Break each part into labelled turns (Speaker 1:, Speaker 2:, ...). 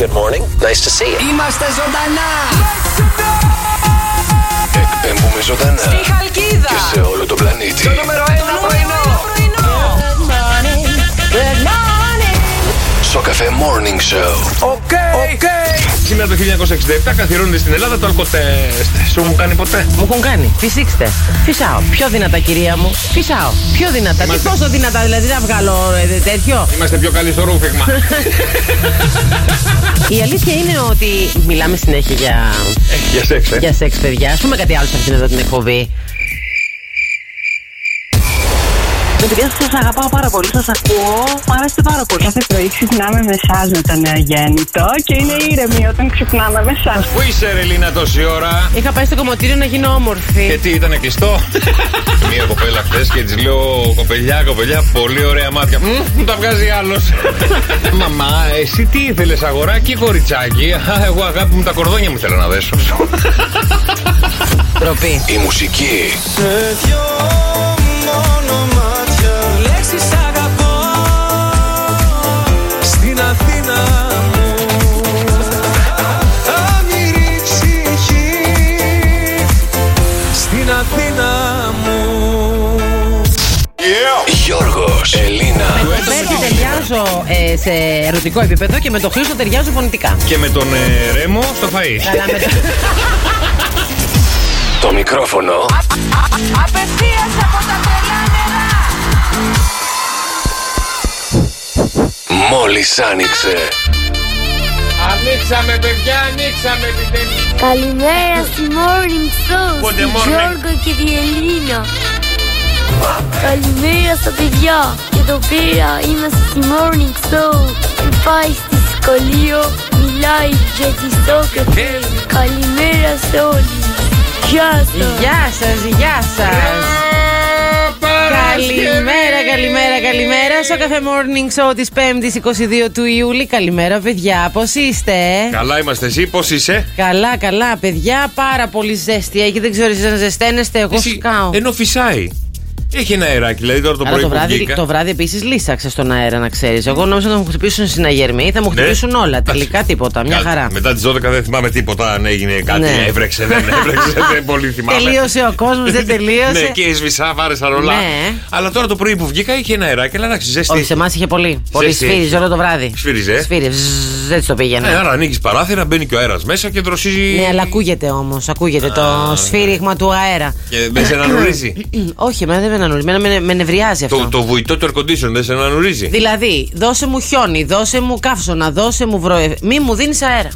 Speaker 1: Good morning. Nice to see you.
Speaker 2: Είμαστε ζωντανά!
Speaker 3: Εκπέμπουμε ζωντανά
Speaker 4: Στη Χαλκίδα.
Speaker 3: και σε όλο τον πλανήτη.
Speaker 2: Το νούμερο 1 πρωινό!
Speaker 3: Σοκαφέ Morning Show.
Speaker 2: Οκ! Οκ!
Speaker 5: Σήμερα το 1967 καθιερώνεται στην Ελλάδα το αλκοτέστ. Σου μου κάνει ποτέ.
Speaker 6: Μου έχουν κάνει. Φυσήξτε. Φυσάω. Πιο δυνατά, κυρία μου. Φυσάω. Πιο δυνατά. Τι πόσο δυνατά, δηλαδή να βγάλω ε, τέτοιο.
Speaker 5: Είμαστε πιο καλοί στο ρούφιγμα.
Speaker 6: Η αλήθεια είναι ότι μιλάμε συνέχεια για,
Speaker 5: Για σεξ, ε.
Speaker 6: για σεξ, παιδιά. Ας πούμε κάτι άλλο σε αυτήν εδώ την εκπομπή.
Speaker 7: Με παιδιά σας αγαπάω πάρα πολύ, σας ακούω. Μ' αρέσετε πάρα πολύ.
Speaker 8: Κάθε πρωί ξυπνάμε με εσάς με το νεογέννητο και είναι ήρεμοι όταν ξυπνάμε με εσάς.
Speaker 5: Πού είσαι, Ρελίνα, τόση ώρα.
Speaker 6: Είχα πάει στο κομμωτήριο να γίνω όμορφη.
Speaker 5: Και τι ήταν κλειστό. Μία κοπέλα χθες και της λέω κοπελιά, κοπελιά, πολύ ωραία μάτια. Μμμ, Μου τα βγάζει άλλος. Μαμά, εσύ τι ήθελες, αγοράκι ή κοριτσάκι. Α, Εγώ αγάπη μου τα κορδόνια μου θέλω να δέσω.
Speaker 6: Προπή.
Speaker 3: Η μουσική
Speaker 9: Λέξεις αγαπώ στην Αθήνα μου Άμυρη ψυχή στην Αθήνα μου
Speaker 3: Γιώργος, Ελίνα
Speaker 6: Με τον Μπέρκη ταιριάζω ε, σε ερωτικό επίπεδο και με τον Χρήστο ταιριάζω φωνητικά.
Speaker 5: και με τον ε, Ρέμο στο φαΐ.
Speaker 6: Αλλά με το-
Speaker 3: Το μικρόφωνο
Speaker 4: Απευθείας από τα τρελά νερά.
Speaker 3: μόλις άνοιξε
Speaker 5: Ανοίξαμε, παιδιά, ανοίξαμε επιτέλους.
Speaker 10: Καλημέρα στη Morning Show
Speaker 5: Good
Speaker 10: στη
Speaker 5: morning.
Speaker 10: Γιώργο και τη Ελίνα Καλημέρα στα παιδιά Και εδώ πέρα είμαστε στη Morning Show Που πάει στη σχολείο Μιλάει για τη Σόκρατε Καλημέρα σε όλους Γεια σας
Speaker 6: Γεια σας, γεια σας. Καλημέρα, καλημέρα, καλημέρα. Στο καφέ morning show τη 5η 22 του Ιούλη. Καλημέρα, παιδιά. Πώς είστε, ε?
Speaker 5: Καλά είμαστε εσύ, πώς είσαι.
Speaker 6: Καλά, καλά, παιδιά. Πάρα πολύ ζέστη έχει. Δεν ξέρω εσείς αν ζεσταίνεστε. Εγώ
Speaker 5: Εσύ,
Speaker 6: σκάω.
Speaker 5: Ενώ φυσάει. Έχει ένα αεράκι, δηλαδή τώρα το
Speaker 6: Άρα
Speaker 5: πρωί
Speaker 6: το
Speaker 5: που
Speaker 6: βράδυ,
Speaker 5: βγήκα.
Speaker 6: το βράδυ επίσης λύσαξε στον αέρα, να ξέρεις. Εγώ νόμιζα να μου χτυπήσουν στην αγερμή, θα μου
Speaker 5: Ναι.
Speaker 6: χτυπήσουν όλα.
Speaker 5: Εντάξει.
Speaker 6: Τελικά τίποτα. Μια
Speaker 5: Κάτι.
Speaker 6: χαρά.
Speaker 5: Μετά τις 12 δεν θυμάμαι τίποτα αν έγινε κάτι.
Speaker 6: Ναι.
Speaker 5: Έβρεξε, δεν έβρεξε, δεν πολύ θυμάμαι.
Speaker 6: Τελείωσε ο κόσμος, δεν
Speaker 5: ναι,
Speaker 6: τελείωσε.
Speaker 5: και σβησά, βάρεσα ρολά.
Speaker 6: Ναι.
Speaker 5: Αλλά τώρα το πρωί που βγήκα είχε ένα αεράκι, αλλά εντάξει, ζέστη.
Speaker 6: Όχι, σε εμάς είχε πολύ. Πολύ
Speaker 5: Ζέστη
Speaker 6: σφύριζε
Speaker 5: έχει.
Speaker 6: όλο το βράδυ.
Speaker 5: Σφύριζε, ε.
Speaker 6: Σφύριζε. Ζζζ, Δεν το πήγαινε.
Speaker 5: Ναι, άρα ανοίγεις παράθυρα, μπαίνει και ο αέρας μέσα και δροσίζει.
Speaker 6: Ναι, αλλά ακούγεται όμως. Ακούγεται το
Speaker 5: ναι.
Speaker 6: σφύριγμα του αέρα.
Speaker 5: Και δεν σε ανανουρίζει.
Speaker 6: Όχι, εμένα δεν με ανανουρίζει. Εμένα με, με νευριάζει αυτό.
Speaker 5: το, το βουητό του air condition δεν σε ανανουρίζει.
Speaker 6: Δηλαδή, δώσε μου χιόνι, δώσε μου καύσωνα, δώσε μου βροε. Μη μου δίνεις αέρα.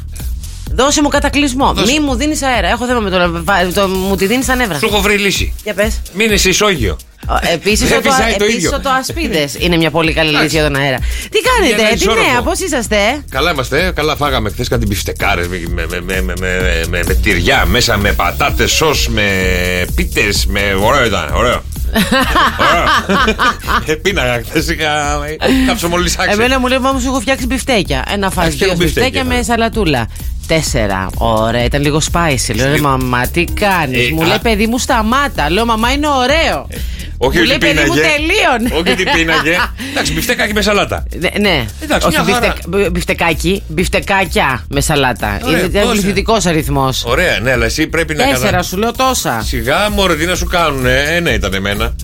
Speaker 6: Δώσε μου κατακλυσμό. Μη μου δίνεις αέρα. Έχω θέμα με το. βα- το μου τη δίνεις τα νεύρα.
Speaker 5: Σου έχω βρει λύση.
Speaker 6: Για πες.
Speaker 5: Μείνε σε ισόγειο.
Speaker 6: Επίσης,
Speaker 5: Δεν
Speaker 6: ο, το,
Speaker 5: φυσάει το
Speaker 6: επίσης
Speaker 5: ίδιο.
Speaker 6: ο το ασπίδε είναι μια πολύ καλή λύση για τον αέρα. Τι
Speaker 5: Για
Speaker 6: κάνετε,
Speaker 5: να
Speaker 6: τι
Speaker 5: ισόρροπο.
Speaker 6: νέα, πώς είσαστε. ε?
Speaker 5: Καλά είμαστε, ε. καλά φάγαμε χθες κάτι μπιφτεκάρες με, με, με, με, με, με, με, με τυριά μέσα, με πατάτες, σο, με πίτες. Με... Ωραίο ήταν, ωραίο. ωραίο. Πίναγα χθες, είχα κάψω μόλις
Speaker 6: Εμένα μου λέει, μα μου σου έχω φτιάξει μπιφτέκια. Ένα φας
Speaker 5: Φτιάχνω
Speaker 6: δύο
Speaker 5: μπιφτέκια,
Speaker 6: μπιφτέκια με
Speaker 5: ναι.
Speaker 6: σαλατούλα. Τέσσερα. Ωραία, ήταν λίγο spicy. Λέω,
Speaker 5: Ε,
Speaker 6: «Ρε, μαμά, τι κάνεις.
Speaker 5: ε,
Speaker 6: μου
Speaker 5: α. Ε,
Speaker 6: λέει, παιδί μου, σταμάτα. Λέω, μαμά, είναι ωραίο.
Speaker 5: Όχι
Speaker 6: μου
Speaker 5: ότι
Speaker 6: λέει, παιδί μου,
Speaker 5: πίναγε.
Speaker 6: τελείωνε.
Speaker 5: Όχι ότι πίναγε. Εντάξει, μπιφτέκα και με σαλάτα.
Speaker 6: Ναι, ναι.
Speaker 5: Εντάξει,
Speaker 6: όχι
Speaker 5: μια χαρά.
Speaker 6: μπιφτεκ- μπι- μπιφτεκάκι, μπιφτεκάκια με σαλάτα.
Speaker 5: Ωραία,
Speaker 6: Είναι
Speaker 5: τόσα.
Speaker 6: πληθυντικό αριθμός.
Speaker 5: Ωραία, ναι, αλλά εσύ πρέπει να
Speaker 6: Τέσσερα,
Speaker 5: κατα...
Speaker 6: σου λέω τόσα.
Speaker 5: Σιγά μωρέ τι να σου κάνουνε Ένα ήταν εμένα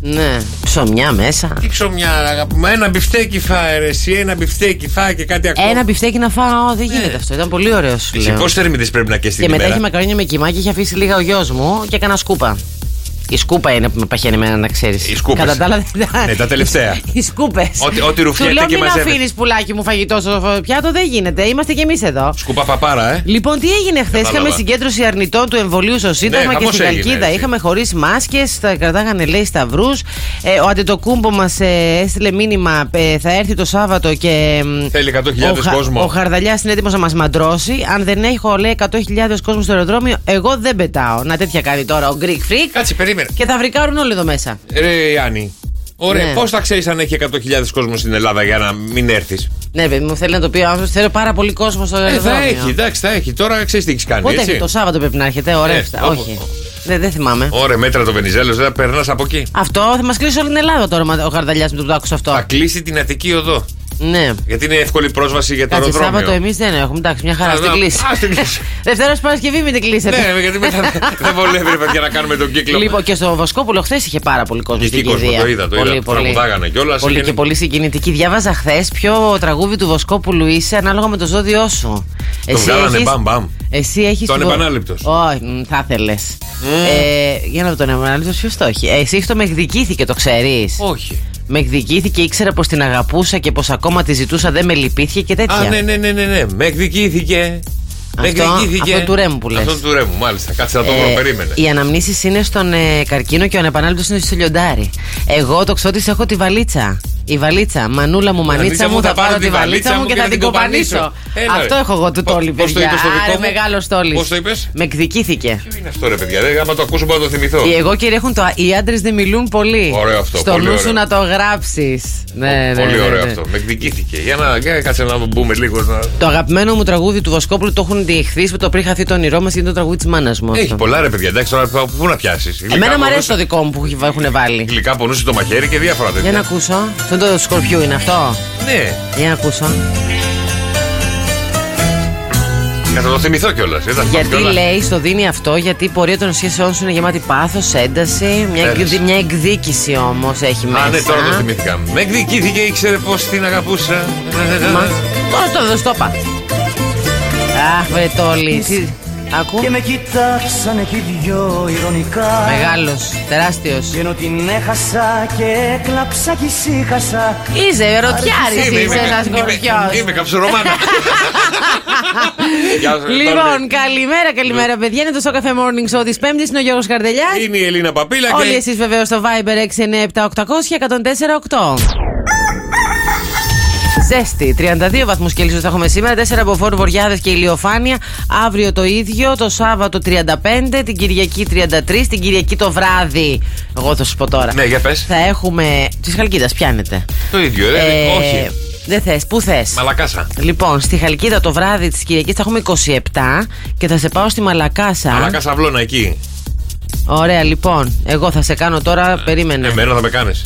Speaker 6: Ναι. Ψωμιά μέσα.
Speaker 5: Τι ψωμιά ρε, αγαπημά Ένα μπιφτέκι φάε ρε, εσύ Ένα μπιφτέκι φάε και κάτι ακόμα
Speaker 6: Ένα μπιφτέκι να φάω,
Speaker 5: Ναι.
Speaker 6: δεν γίνεται αυτό. Ήταν πολύ ωραίο, σου λέω.
Speaker 5: Πόσες θερμίδες πρέπει να καείς
Speaker 6: Καις
Speaker 5: την
Speaker 6: μετά είχε
Speaker 5: ημέρα
Speaker 6: μακαρόνια με κοιμά και είχε αφήσει λίγα ο γιος μου και έκανα σκούπα. Η σκούπα είναι που με παχαίνει εμένα να ξέρεις.
Speaker 5: Οι σκούπες.
Speaker 6: Κατά τα άλλα δεν τα.
Speaker 5: Ναι, τα τελευταία.
Speaker 6: Οι σκούπες.
Speaker 5: Ό,τι- ό,τι ρουφιέται
Speaker 6: Του λέω
Speaker 5: και
Speaker 6: μην
Speaker 5: μαζεύεται».
Speaker 6: αφήνεις πουλάκι μου φαγητό στο πιάτο, δεν γίνεται. Είμαστε κι εμείς εδώ.
Speaker 5: Σκουπά παπάρα ε
Speaker 6: Λοιπόν, τι έγινε χθε.
Speaker 5: Κατάλαβα. Ναι,
Speaker 6: Είχαμε συγκέντρωση αρνητών του εμβολίου στο Σύνταγμα και
Speaker 5: χαμός
Speaker 6: στην
Speaker 5: έγινε,
Speaker 6: Καλκίδα.
Speaker 5: έτσι.
Speaker 6: Είχαμε χωρίς μάσκες, τα κρατάγανε λέει σταυρούς. Ε, ο Αντετοκούμπο μας ε, έστειλε μήνυμα, ε, θα έρθει το Σάββατο και. μ,
Speaker 5: Θέλει 100.000
Speaker 6: ο Χα-
Speaker 5: κόσμο.
Speaker 6: Ο Χαρδαλιάς είναι έτοιμος να μας μαντρώσει. Αν δεν έχω, λέει, 100.000 κόσμο στο αεροδρόμιο, εγώ δεν πετάω. Να τέτοια κάνει τώρα ο Greek Freak.
Speaker 5: Κάτσε περίμενε
Speaker 6: Και θα βρικάρουν όλοι εδώ μέσα.
Speaker 5: Ρε Ιάννη Ωραία,
Speaker 6: Ναι.
Speaker 5: πώς θα ξέρεις αν έχει 100.000 κόσμος στην Ελλάδα για να μην έρθεις
Speaker 6: Ναι, παιδί μου, θέλει να το πει ο άνθρωπος. Θέλω πάρα πολύ κόσμο στο
Speaker 5: Ε,
Speaker 6: αεροδρόμιο.
Speaker 5: θα έχει, εντάξει, θα έχει. Τώρα ξέρεις τι έχεις κάνει,
Speaker 6: Πότε
Speaker 5: έτσι.
Speaker 6: το Σάββατο πρέπει να έρχεται, ωραία.
Speaker 5: Ναι,
Speaker 6: αυτά.
Speaker 5: όπου-
Speaker 6: Όχι. Δεν, δεν θυμάμαι.
Speaker 5: Ωραία, μέτρα το Βενιζέλος, δεν περνάς από εκεί.
Speaker 6: Αυτό θα μας κλείσει όλη την Ελλάδα τώρα μα- ο Χαρδαλιά με το που το άκουσα αυτό.
Speaker 5: Θα κλείσει την Αττική Οδό.
Speaker 6: Ναι.
Speaker 5: Γιατί είναι εύκολη πρόσβαση για το
Speaker 6: Κάτσε,
Speaker 5: αεροδρόμιο.
Speaker 6: Σάββατο εμείς δεν έχουμε. Εντάξει, μια χαρά
Speaker 5: Ας,
Speaker 6: στην
Speaker 5: να-
Speaker 6: κλίση.
Speaker 5: α, στην κλείσει.
Speaker 6: Δευτέρα Παρασκευή μην την κλείσετε.
Speaker 5: Ναι, γιατί μετά δεν βολεύει ρε παιδιά να κάνουμε τον κύκλο.
Speaker 6: Λοιπόν, και στο Βοσκόπουλο χθες είχε πάρα πολύ κόσμο.
Speaker 5: Και
Speaker 6: στην
Speaker 5: εκεί κόσμο,
Speaker 6: κηδεία.
Speaker 5: το είδα, το είδα,
Speaker 6: Πολύ, πολύ.
Speaker 5: τραγουδάγανε κιόλας,
Speaker 6: Πολύ
Speaker 5: είχε-
Speaker 6: και πολύ συγκινητική. Διάβαζα χθες ποιο τραγούδι του Βοσκόπουλου είσαι ανάλογα με το ζώδιό σου.
Speaker 5: Το βγάλανε μπαμ μπαμ.
Speaker 6: Εσύ έχεις.
Speaker 5: Το ανεπανάληπτος.
Speaker 6: Όχι, μ, θα ήθελε. Ε, για να δω τον ανεπανάληπτο, ποιος το έχει. Ε, Εσύ το με εκδικήθηκε, το ξέρεις.
Speaker 5: Όχι.
Speaker 6: Με εκδικήθηκε, ήξερα πως την αγαπούσα και πως ακόμα τη ζητούσα, δεν με λυπήθηκε και τέτοια.
Speaker 5: Α, ναι, ναι, ναι, ναι, ναι. Με εκδικήθηκε. Με
Speaker 6: Αυτό-
Speaker 5: εκδικήθηκε.
Speaker 6: αυτό του Ρέμου που λες.
Speaker 5: Αυτό του ρέμου, μάλιστα. Κάτσε να το βρω,
Speaker 6: Ε,
Speaker 5: περίμενε.
Speaker 6: Οι αναμνήσεις είναι στον ε, καρκίνο και ο ανεπανάληπτος είναι στο λιοντάρι. Εγώ το ξώτης έχω τη βαλίτσα. Η βαλίτσα. Μανούλα μου, μανίτσα μου, θα πάρω τη βαλίτσα μου και θα την κοπανίσω.
Speaker 5: Έλα,
Speaker 6: Αυτό
Speaker 5: ρε.
Speaker 6: έχω εγώ του
Speaker 5: Πώς-
Speaker 6: τόλι,
Speaker 5: πώς το
Speaker 6: παιδιά.
Speaker 5: είπες το δικό
Speaker 6: Άρε,
Speaker 5: μου?
Speaker 6: μεγάλο τόλι.
Speaker 5: Πώς το είπες?
Speaker 6: Με εκδικήθηκε.
Speaker 5: Ποιο είναι αυτό, ρε παιδιά. Δεν άμα το ακούσω, μπορώ να το θυμηθώ.
Speaker 6: Οι εγώ κύριε έχουν το. α- Οι άντρες δεν μιλούν πολύ.
Speaker 5: Ωραίο αυτό,
Speaker 6: Στο
Speaker 5: πολύ
Speaker 6: νου
Speaker 5: ωραίο.
Speaker 6: σου να το γράψεις. Ναι, ναι,
Speaker 5: Πολύ
Speaker 6: ναι,
Speaker 5: ωραίο
Speaker 6: ναι.
Speaker 5: αυτό. Με εκδικήθηκε. Για να για κάτσε να μπούμε λίγο. να-
Speaker 6: Το αγαπημένο μου τραγούδι του Βοσκόπουλου το έχουν διεχθεί που το πριν χαθεί το όνειρό μας είναι το τραγούδι της μάνας μου.
Speaker 5: Έχει
Speaker 6: αυτό.
Speaker 5: πολλά ρε παιδιά. Εντάξει, τώρα πού πού να πιάσεις.
Speaker 6: Εμένα μου αρέσει το δικό μου που έχουν βάλει.
Speaker 5: Γλυκά πονούσε το μαχαίρι και διάφορα τέτοια.
Speaker 6: Για να ακούσω. Αυτό είναι το σκορπιού είναι αυτό.
Speaker 5: Ναι,
Speaker 6: Για να ακούσω.
Speaker 5: να το θυμηθώ κιόλας.
Speaker 6: Γιατί λέει, στο δίνει αυτό, γιατί η πορεία των σχέσεών σου είναι γεμάτη πάθος, ένταση. Μια,
Speaker 5: Τέλος.
Speaker 6: εκδη- μια εκδίκηση όμως έχει μέσα.
Speaker 5: Α, ναι, τώρα το θυμήθηκα. Με εκδικήθηκε, ήξερε πώ την αγαπούσα.
Speaker 6: Μα, τώρα το δω, στόπα. Αχ, βρε Τόλι. Τι... Ακού.
Speaker 2: Και με κοιτάξαν εκεί δυο ηρωνικά
Speaker 6: Μεγάλος, τεράστιος.
Speaker 2: Και ενώ την έχασα και έκλαψα και ησύχασα
Speaker 6: Είσαι ρωτιάρη, είσαι ένας
Speaker 5: Είμαι
Speaker 6: σκορπιό.
Speaker 5: καψουρομάνα. Γεια σας, Τόλμη.
Speaker 6: Λοιπόν, καλημέρα, καλημέρα, παιδιά. Είναι το So Cafe Morning Show της Πέμπτης. Είναι ο Γιώργος Καρδελιάς.
Speaker 5: Είναι η Ελίνα Παπίλα
Speaker 6: Όλοι
Speaker 5: και.
Speaker 6: εσείς βεβαίως στο Viber 697-800-1048. Ζέστη, 32 βαθμούς Κελσίου θα έχουμε σήμερα, 4 μποφόρ βοριάδες και ηλιοφάνεια. Αύριο το ίδιο, το Σάββατο 35, την Κυριακή 33, την Κυριακή το βράδυ. Εγώ θα σου πω τώρα.
Speaker 5: Ναι, για πες.
Speaker 6: Θα έχουμε. Της Χαλκίδας, πιάνετε.
Speaker 5: Το ίδιο, ρε.
Speaker 6: Ε,
Speaker 5: Όχι.
Speaker 6: Δεν θες, πού θες.
Speaker 5: Μαλακάσα.
Speaker 6: Λοιπόν, στη Χαλκίδα το βράδυ της Κυριακής θα έχουμε 27 και θα σε πάω στη Μαλακάσα.
Speaker 5: Μαλακάσα βλώνα εκεί.
Speaker 6: Ωραία, λοιπόν. Εγώ θα σε κάνω τώρα. περίμενε.
Speaker 5: Εμένα θα με κάνεις.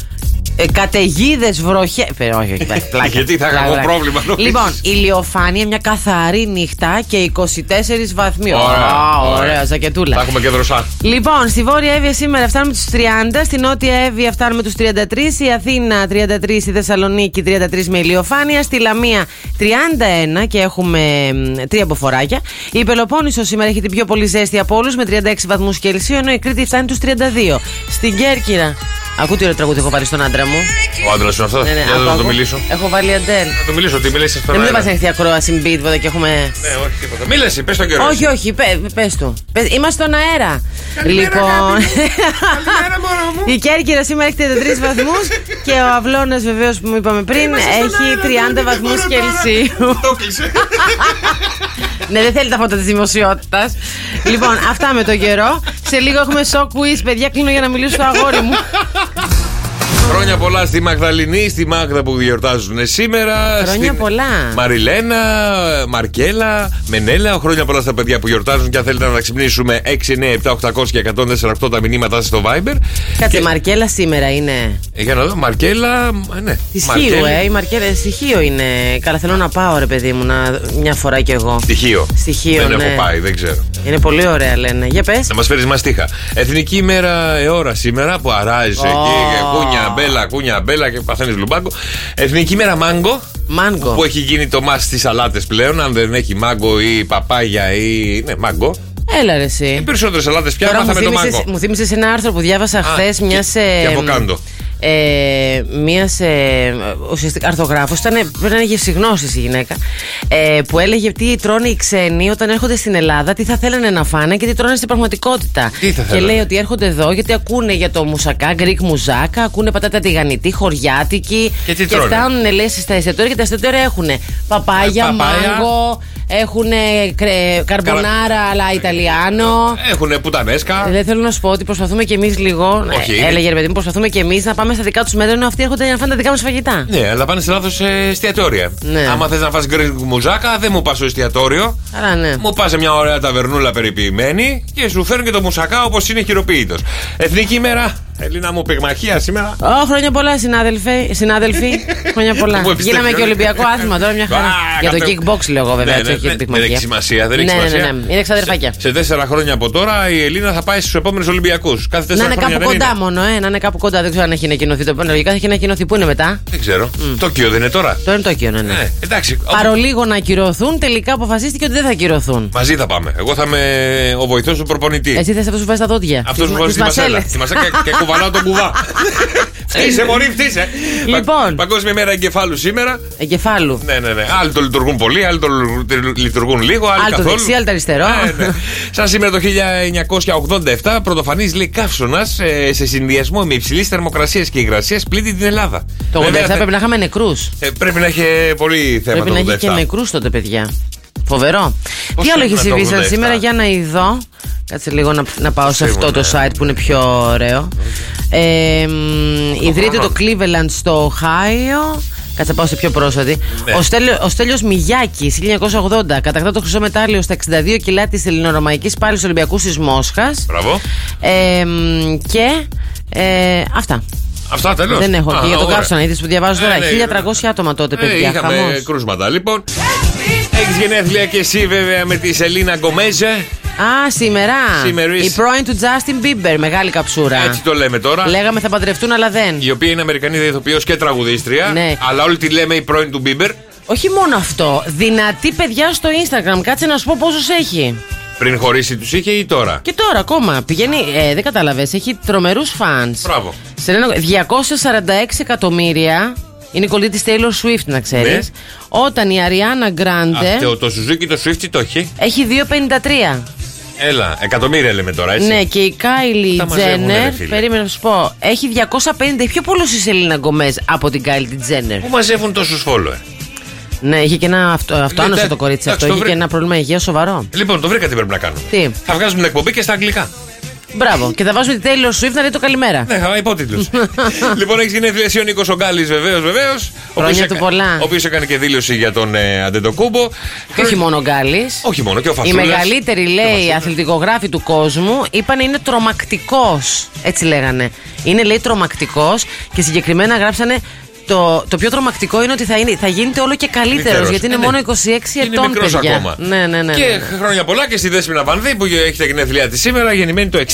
Speaker 6: Ε, Καταιγίδες, βροχέ. Ε, όχι, όχι, πλάκα, πλάκα.
Speaker 5: Γιατί θα είχα
Speaker 6: Πλάκα,
Speaker 5: εγώ
Speaker 6: πλάκα.
Speaker 5: πρόβλημα, νομίζω.
Speaker 6: Λοιπόν, ηλιοφάνεια, μια καθαρή νύχτα και 24 βαθμοί.
Speaker 5: Ωραία,
Speaker 6: Α,
Speaker 5: ωραία.
Speaker 6: ωραία, ζακετούλα.
Speaker 5: Θα έχουμε και δροσά.
Speaker 6: Λοιπόν, στη Βόρεια Εύβοια σήμερα φτάνουμε τους 30, στη Νότια Εύβοια φτάνουμε τους 33, η Αθήνα 33, η Θεσσαλονίκη 33 με ηλιοφάνεια, στη Λαμία 31 και έχουμε μ, τρία μποφοράκια. Η Πελοπόννησο σήμερα έχει την πιο πολύ ζέστη από όλους με 36 βαθμούς Κελσίου, ενώ η Κρήτη φτάνει τους 32. Στην Κέρκυρα. Ακούτε ωραίο τραγούδι έχω πάρει στον άντρα μου.
Speaker 5: Ο άντρας είναι αυτό.
Speaker 6: Ναι, ναι,
Speaker 5: Για
Speaker 6: άκου,
Speaker 5: να το
Speaker 6: άκου.
Speaker 5: μιλήσω.
Speaker 6: Έχω βάλει αντέλ.
Speaker 5: Να το μιλήσω, τι μιλήσεις
Speaker 6: Δεν
Speaker 5: τώρα.
Speaker 6: μην μα έχει ακρόαση με beat, βέβαια, και έχουμε.
Speaker 5: Ναι, όχι τίποτα. Μίλεσαι, πες τον καιρό.
Speaker 6: Όχι, όχι, πε πες του. Πες- είμαστε στον αέρα. λοιπόν. Η Κέρκυρα σήμερα έχει 33 βαθμούς και ο Αυλώνας, βεβαίως που μου είπαμε πριν, έχει 30 βαθμού Κελσίου.
Speaker 5: Το κλείσε.
Speaker 6: ναι, δεν θέλει τα φώτα της δημοσιότητας. λοιπόν, αυτά με το καιρό. Σε λίγο έχουμε shock quiz. Παιδιά, κλείνω για να μιλήσω στο αγόρι μου.
Speaker 5: Χρόνια πολλά στη Μαγδαληνή, στη Μάγδα που γιορτάζουν σήμερα.
Speaker 6: Χρόνια
Speaker 5: στην
Speaker 6: πολλά.
Speaker 5: Μαριλένα, Μαρκέλα, Μενέλα. Χρόνια πολλά στα παιδιά που γιορτάζουν. Και αν θέλετε να τα ξυπνήσουμε 6, 9, 7, 800 και 148 τα μηνύματά σας στο Viber.
Speaker 6: Κάτσε,
Speaker 5: Και-
Speaker 6: Μαρκέλα σήμερα είναι.
Speaker 5: Ε, Για να δω, Μαρκέλα. α, Ναι,
Speaker 6: Τη
Speaker 5: Μαρκέλη.
Speaker 6: Χίου, ε. Η Μαρκέλα στη Χίο είναι. Καλά, θέλω να πάω, ρε παιδί μου, να... μια φορά κι εγώ.
Speaker 5: Στοιχείο.
Speaker 6: Στη Χίο,
Speaker 5: Δεν
Speaker 6: ναι.
Speaker 5: έχω πάει, δεν ξέρω.
Speaker 6: Είναι πολύ ωραία, λένε. Για πες.
Speaker 5: Να μας φέρεις μαστίχα. Εθνική ημέρα αιώρα σήμερα που αράζει
Speaker 6: Ω.
Speaker 5: εκεί. και Κούνια μπέλα, κούνια μπέλα και παθαίνεις λουμπάγκο. Εθνική ημέρα μάγκο.
Speaker 6: Μάνγκο.
Speaker 5: Που έχει γίνει το μάτι στις σαλάτες πλέον. Αν δεν έχει μάγκο ή παπάγια ή. Ναι, μάγκο.
Speaker 6: Έλα, ρε, εσύ.
Speaker 5: Οι περισσότερες σαλάτες πια
Speaker 6: Τώρα μου
Speaker 5: μάθαμε το μάγκο.
Speaker 6: θύμισες, μου θύμισες ένα άρθρο που διάβασα χθε μιας.
Speaker 5: και- και αβοκάντο.
Speaker 6: Ε, μιας ε, ουσιαστικά αρθογράφο, ήταν πρέπει να είναι γευσηγνώση η γυναίκα, ε, που έλεγε τι τρώνε οι ξένοι όταν έρχονται στην Ελλάδα, τι θα θέλανε να φάνε και τι τρώνε στην πραγματικότητα.
Speaker 5: Τι θα
Speaker 6: και
Speaker 5: θέλανε.
Speaker 6: λέει ότι έρχονται εδώ γιατί ακούνε για το μουσακά, γκρικ μουζάκα, ακούνε πατάτα τηγανιτή, χωριάτικη.
Speaker 5: Και τι τρώνε.
Speaker 6: φτάνουν λέει στα εστιατόρια και τα εστιατόρια έχουν παπάγια,
Speaker 5: Ε, παπάια.
Speaker 6: μάγκο, έχουν καρμπονάρα αλλά Ιταλιάνο.
Speaker 5: Έχουνε πουτανέσκα.
Speaker 6: Δεν Δηλαδή, θέλω να σου πω ότι προσπαθούμε κι εμείς λίγο.
Speaker 5: Όχι,
Speaker 6: Ε,
Speaker 5: είναι-
Speaker 6: Έλεγε ρε παιδί μου, προσπαθούμε κι εμείς να πάμε στα δικά τους μέτρα ενώ αυτοί έρχονται για να φάνε τα δικά μας φαγητά.
Speaker 5: Ναι, αλλά πάνε σε λάθος εστιατόρια.
Speaker 6: Ναι.
Speaker 5: Άμα θες να φας γκρι μουζάκα, δεν μου πας στο εστιατόριο.
Speaker 6: Άρα ναι.
Speaker 5: Μου πας σε μια ωραία ταβερνούλα περιποιημένη και σου φέρνει και το μουσακά όπως είναι χειροποίητος. Εθνική ημέρα Ελίνα μου, πυγμαχία σήμερα.
Speaker 6: Ω, χρόνια πολλά, συνάδελφοι. συνάδελφοι χρόνια πολλά.
Speaker 5: Μου επιστρέφει
Speaker 6: Γίναμε και
Speaker 5: όλη-
Speaker 6: Ολυμπιακό άθλημα τώρα μια χαρά.
Speaker 5: Α,
Speaker 6: Για το
Speaker 5: κατέ-
Speaker 6: kickbox λέω εγώ βέβαια.
Speaker 5: Ναι,
Speaker 6: έτσι,
Speaker 5: ναι,
Speaker 6: όχι
Speaker 5: ναι,
Speaker 6: για την
Speaker 5: Δεν έχει
Speaker 6: πυγμαχία.
Speaker 5: σημασία, δεν έχει
Speaker 6: ναι,
Speaker 5: σημασία.
Speaker 6: Ναι, ναι, ναι. Είναι ξαδερφάκια.
Speaker 5: Σε τέσσερα χρόνια από τώρα η Ελίνα θα πάει στους επόμενους Ολυμπιακούς. Κάθε
Speaker 6: Να
Speaker 5: τέσσερα
Speaker 6: είναι
Speaker 5: χρόνια.
Speaker 6: κάπου
Speaker 5: δεν
Speaker 6: κοντά
Speaker 5: είναι.
Speaker 6: μόνο, ε. Να είναι κάπου κοντά. Δεν ξέρω αν έχει ανακοινωθεί το επόμενο. Λογικά θα έχει ανακοινωθεί. Πού είναι μετά.
Speaker 5: Δεν ξέρω. Τόκιο δεν είναι τώρα.
Speaker 6: Τώρα είναι το Τόκιο, ναι. ναι.
Speaker 5: Ναι, εντάξει. όπου-
Speaker 6: Παρολίγο να ακυρωθούν, τελικά αποφασίστηκε ότι δεν θα ακυρωθούν.
Speaker 5: Μαζί θα πάμε. Εγώ θα είμαι ο βοηθός του προπονητή.
Speaker 6: Εσύ θες αυτό που βάζει τα δόντια.
Speaker 5: Αυτός που βάζει τη μασέλα. Τη μασέλα και, και κουβαλάω τον κουβά. φτύσε, μωρή, φτύσε.
Speaker 6: Λοιπόν.
Speaker 5: Πα- Παγκόσμια μέρα εγκεφάλου σήμερα.
Speaker 6: Εγκεφάλου.
Speaker 5: Ναι, ναι, ναι. Άλλοι το λειτουργούν πολύ, άλλοι το λειτουργούν λίγο, άλλοι
Speaker 6: Άλλο το
Speaker 5: καθόλου.
Speaker 6: δεξί, άλλο το αριστερό.
Speaker 5: Ναι, ναι. Σαν σήμερα το 1987, πρωτοφανής λέει καύσωνας ε, σε συνδυασμό με υψηλής θερμοκρασίας και υγρασίας πλήττει την Ελλάδα.
Speaker 6: Το 87
Speaker 5: Βέβαια, θε-
Speaker 6: πρέπει να είχαμε νεκρούς.
Speaker 5: ε, πρέπει να έχει πολύ θέμα
Speaker 6: Πρέπει να
Speaker 5: το
Speaker 6: έχει και
Speaker 5: 87.
Speaker 6: νεκρούς τότε, παιδιά. Φοβερό.
Speaker 5: Πώς
Speaker 6: Τι άλλο έχει
Speaker 5: έγινε το
Speaker 6: συμβεί σαν
Speaker 5: 87?
Speaker 6: σήμερα για να ειδώ. Κάτσε λίγο να, να πάω σε αυτό το
Speaker 5: Σίγουρα, ναι.
Speaker 6: site που είναι πιο ωραίο. Ε, μ, ιδρύεται το Cleveland στο Οχάιο. Κάτσε να πάω σε πιο πρόσφατη.
Speaker 5: Ναι.
Speaker 6: Ο, Στέλιο, ο Στέλιος Μιγιάκης, 1980, κατακτά το χρυσό μετάλλιο στα 62 κιλά της ελληνορωμαϊκής πάλης Ολυμπιακούς της Μόσχας.
Speaker 5: Μπράβο.
Speaker 6: Ε, μ, και ε, αυτά.
Speaker 5: Αυτά τέλος.
Speaker 6: Δεν έχω. και για τον κάψονα, είδες που
Speaker 5: Ε,
Speaker 6: διαβάζω τώρα. 1300 άτομα τότε, παιδιά.
Speaker 5: ναι, είχαμε
Speaker 6: χαμός.
Speaker 5: κρούσματα. Λοιπόν, έχεις γενέθλια και εσύ βέβαια με τη Σελίνα Γκομέζε.
Speaker 6: Α, σήμερα.
Speaker 5: Σήμερα
Speaker 6: Η
Speaker 5: is-
Speaker 6: πρώην του Justin Bieber. Μεγάλη καψούρα.
Speaker 5: Έτσι το λέμε τώρα.
Speaker 6: Λέγαμε θα παντρευτούν, αλλά δεν.
Speaker 5: Η οποία είναι Αμερικανίδα ηθοποιός και τραγουδίστρια.
Speaker 6: Ναι.
Speaker 5: Αλλά όλοι τη λέμε η πρώην του Μπίμπερ.
Speaker 6: Όχι μόνο αυτό. Δυνατή παιδιά στο Instagram. Κάτσε να σου πω πόσους έχει.
Speaker 5: Πριν χωρίσει τους είχε ή τώρα.
Speaker 6: Και τώρα ακόμα πηγαίνει. Ε, δεν κατάλαβες. Έχει τρομερούς φαν.
Speaker 5: Μπράβο.
Speaker 6: Σε ένα 246 εκατομμύρια. Είναι η κολλή της Taylor Swift, να ξέρεις.
Speaker 5: Ναι.
Speaker 6: Όταν η Ariana Grande.
Speaker 5: Αυτό το Σουζούκι το Swift το έχει.
Speaker 6: Έχει 2,53.
Speaker 5: Έλα, εκατομμύρια λέμε τώρα, έτσι.
Speaker 6: Ναι, και η Κάιλι
Speaker 5: Τα μαζεύουνε, ρε
Speaker 6: Τζένερ.
Speaker 5: φίλε.
Speaker 6: Περίμενα να σου πω. Έχει 250. Πιο πολλούς η Σελίνα Γκομές από την Κάιλι Τζένερ.
Speaker 5: Πού μαζεύουν τόσους follower.
Speaker 6: Ναι, είχε και ένα αυτό, αυτό
Speaker 5: Ναι,
Speaker 6: άνωσε
Speaker 5: ναι.
Speaker 6: το κορίτσι
Speaker 5: Εντάξει,
Speaker 6: αυτό.
Speaker 5: το
Speaker 6: Είχε και
Speaker 5: βρήκα.
Speaker 6: ένα πρόβλημα υγείας σοβαρό.
Speaker 5: Λοιπόν, το βρήκα τι πρέπει να κάνουμε.
Speaker 6: Τι.
Speaker 5: Θα βγάζουμε την εκπομπή και στα αγγλικά.
Speaker 6: Μπράβο. και θα βάζουμε τη Taylor Swift να λέει το καλημέρα.
Speaker 5: Ναι, θα υπότιτλους. λοιπόν, έχει γενέθλια εσύ ο Νίκος Ογκάλης, βεβαίως, βεβαίως.
Speaker 6: Χρόνια του πολλά.
Speaker 5: Ο οποίος έκανε και δήλωση για τον ε, Αντεντοκούμπο.
Speaker 6: Και όχι μόνο ο Γκάλη.
Speaker 5: Όχι μόνο, και ο
Speaker 6: Οι
Speaker 5: Φασούλας.
Speaker 6: μεγαλύτεροι, λέει, αθλητικογράφοι του κόσμου είπαν είναι τρομακτικός. Έτσι λέγανε. Είναι, λέει, τρομακτικός και συγκεκριμένα γράψανε. Το, το πιο τρομακτικό είναι ότι θα, είναι, θα γίνεται όλο και καλύτερος,
Speaker 5: Μικρός.
Speaker 6: γιατί είναι
Speaker 5: Ε, ναι.
Speaker 6: μόνο 26
Speaker 5: Είναι
Speaker 6: ετών
Speaker 5: μικρός
Speaker 6: παιδιά.
Speaker 5: ακόμα.
Speaker 6: Ναι, ναι, ναι.
Speaker 5: Και
Speaker 6: ναι.
Speaker 5: χρόνια πολλά και στη Δέσποινα Βανδύ που έχει τα γενέθλιά τη σήμερα, γεννημένη το 69.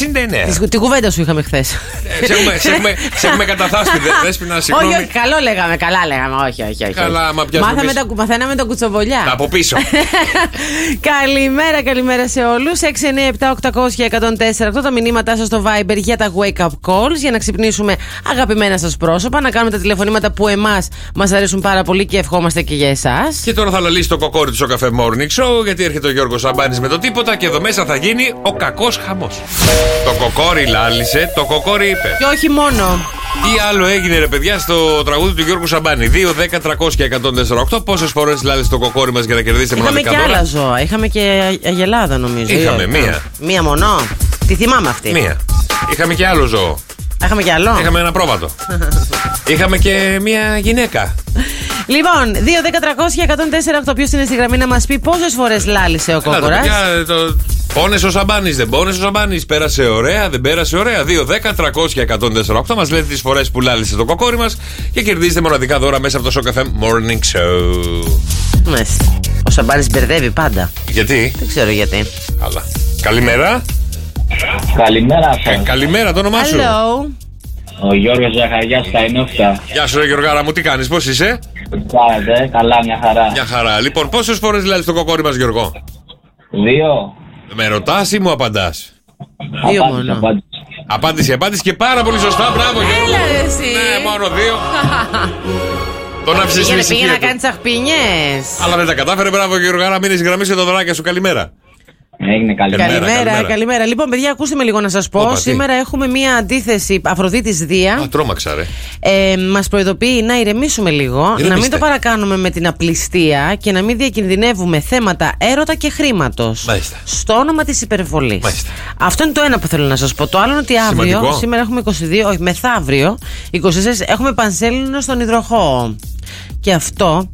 Speaker 6: Τη- Την κουβέντα σου είχαμε χθες.
Speaker 5: Ε, σε έχουμε- σε έχουμε- σε έχουμε καταθάσει, δε- Δέσποινα, συγγνώμη.
Speaker 6: Όχι, όχι, καλό λέγαμε, καλά λέγαμε. Όχι, όχι. όχι.
Speaker 5: Καλά, άμα πιάσουμε
Speaker 6: Μάθαμε
Speaker 5: εμείς.
Speaker 6: τα, κου- μαθαίναμε τα κουτσοβολιά.
Speaker 5: Από πίσω.
Speaker 6: καλημέρα, καλημέρα σε όλους. 697-800-1048 τα μηνύματά σας στο Viber για τα wake up calls για να ξυπνήσουμε αγαπημένα σας πρόσωπα, να κάνουμε τα τηλεφωνήματα που εμάς μας αρέσουν πάρα πολύ και ευχόμαστε και για εσάς.
Speaker 5: και τώρα θα λαλήσει το κοκόρι του στο καφέ Morning Show γιατί έρχεται ο Γιώργος Σαμπάνης με το τίποτα και εδώ μέσα θα γίνει ο κακός χαμός. Το κοκόρι λάλησε, το κοκόρι είπε.
Speaker 6: Και όχι μόνο.
Speaker 5: Τι άλλο έγινε, ρε παιδιά, στο τραγούδι του Γιώργου Σαμπάνη. 2, 10, 300 και 148. Πόσες φορές λάλησε το κοκόρι μας για να κερδίσετε
Speaker 6: Είχαμε και
Speaker 5: μοναδικά δώρα.
Speaker 6: άλλα ζώα. Είχαμε και αγελάδα, νομίζω.
Speaker 5: Είχαμε
Speaker 6: Ή-
Speaker 5: μία.
Speaker 6: Μία μονό. Τη θυμάμαι αυτή.
Speaker 5: Μία. Είχαμε και άλλο ζώο.
Speaker 6: Είχαμε και άλλο.
Speaker 5: Είχαμε ένα πρόβατο. Είχαμε και μία γυναίκα.
Speaker 6: Λοιπόν, 2-10-300-1048. Ποιο είναι στη γραμμή να μας πει πόσες φορές λάλησε ο
Speaker 5: Έλα, τα
Speaker 6: κόκορας.
Speaker 5: παιδιά, ε, το- Πόνες ο Σαμπάνης, δεν πόνες ο Σαμπάνης. Πέρασε ωραία, δεν πέρασε ωραία. 2, 10, 300 και 148. Μας λέτε τις φορές που λάλησε το κοκόρι μας και κερδίζετε μοναδικά δώρα μέσα από το Σοκαφέ Morning Show.
Speaker 6: Ο Σαμπάνης μπερδεύει πάντα.
Speaker 5: Γιατί?
Speaker 6: Δεν ξέρω γιατί.
Speaker 5: Καλά. Καλημέρα.
Speaker 1: Καλημέρα
Speaker 5: Ε,
Speaker 1: σας.
Speaker 5: καλημέρα, το όνομά σου.
Speaker 6: Hello.
Speaker 1: Ο Γιώργος Ζαχαριάς στα ενόφτα.
Speaker 5: Γεια σου, ρε Γιωργάρα μου, τι κάνεις, πώς είσαι.
Speaker 1: Κάνετε, καλά, μια χαρά.
Speaker 5: Μια χαρά. Λοιπόν, πόσες φορές λέει το κοκόρι μας, Γιώργο.
Speaker 1: Δύο.
Speaker 5: Με ρωτάς ή μου απαντάς.
Speaker 6: Δύο
Speaker 1: Απάντηση,
Speaker 6: μόνο.
Speaker 1: απάντηση.
Speaker 5: Απάντηση, απάντηση και πάρα πολύ σωστά. Μπράβο, Γιώργο.
Speaker 6: Έλα ρε εσύ.
Speaker 5: Ναι, μόνο δύο. Τον άφησες στην
Speaker 6: Πήγαινε, πήγαινε να
Speaker 5: ησυχία
Speaker 6: κάνει
Speaker 5: του.
Speaker 6: τσαχπινιέ.
Speaker 5: Αλλά δεν τα κατάφερε, μπράβο Γιώργο, άρα μείνεις γραμμή και το δωράκι σου. Καλημέρα.
Speaker 1: Έγινε καλημέρα.
Speaker 5: Καλημέρα,
Speaker 6: Καλημέρα,
Speaker 5: καλημέρα.
Speaker 6: καλημέρα. Λοιπόν, παιδιά, ακούστε με λίγο να σας πω.
Speaker 5: Όπα, τι.
Speaker 6: Σήμερα έχουμε μία αντίθεση Αφροδίτης Δία.
Speaker 5: Α, τρόμαξα, ρε.
Speaker 6: Ε, μας προειδοποιεί να ηρεμήσουμε λίγο, να μην
Speaker 5: Ηρεμήστε.
Speaker 6: το παρακάνουμε με την απληστία και να μην διακινδυνεύουμε θέματα έρωτα και χρήματος.
Speaker 5: Μάλιστα.
Speaker 6: Στο όνομα της υπερβολής.
Speaker 5: Μάλιστα.
Speaker 6: Αυτό είναι το ένα που θέλω να σας πω. Το άλλο είναι ότι αύριο,
Speaker 5: Σημαντικό.
Speaker 6: σήμερα έχουμε 22, όχι μεθαύριο, 24, έχουμε πανσέλινο στον υδροχό. Και αυτό,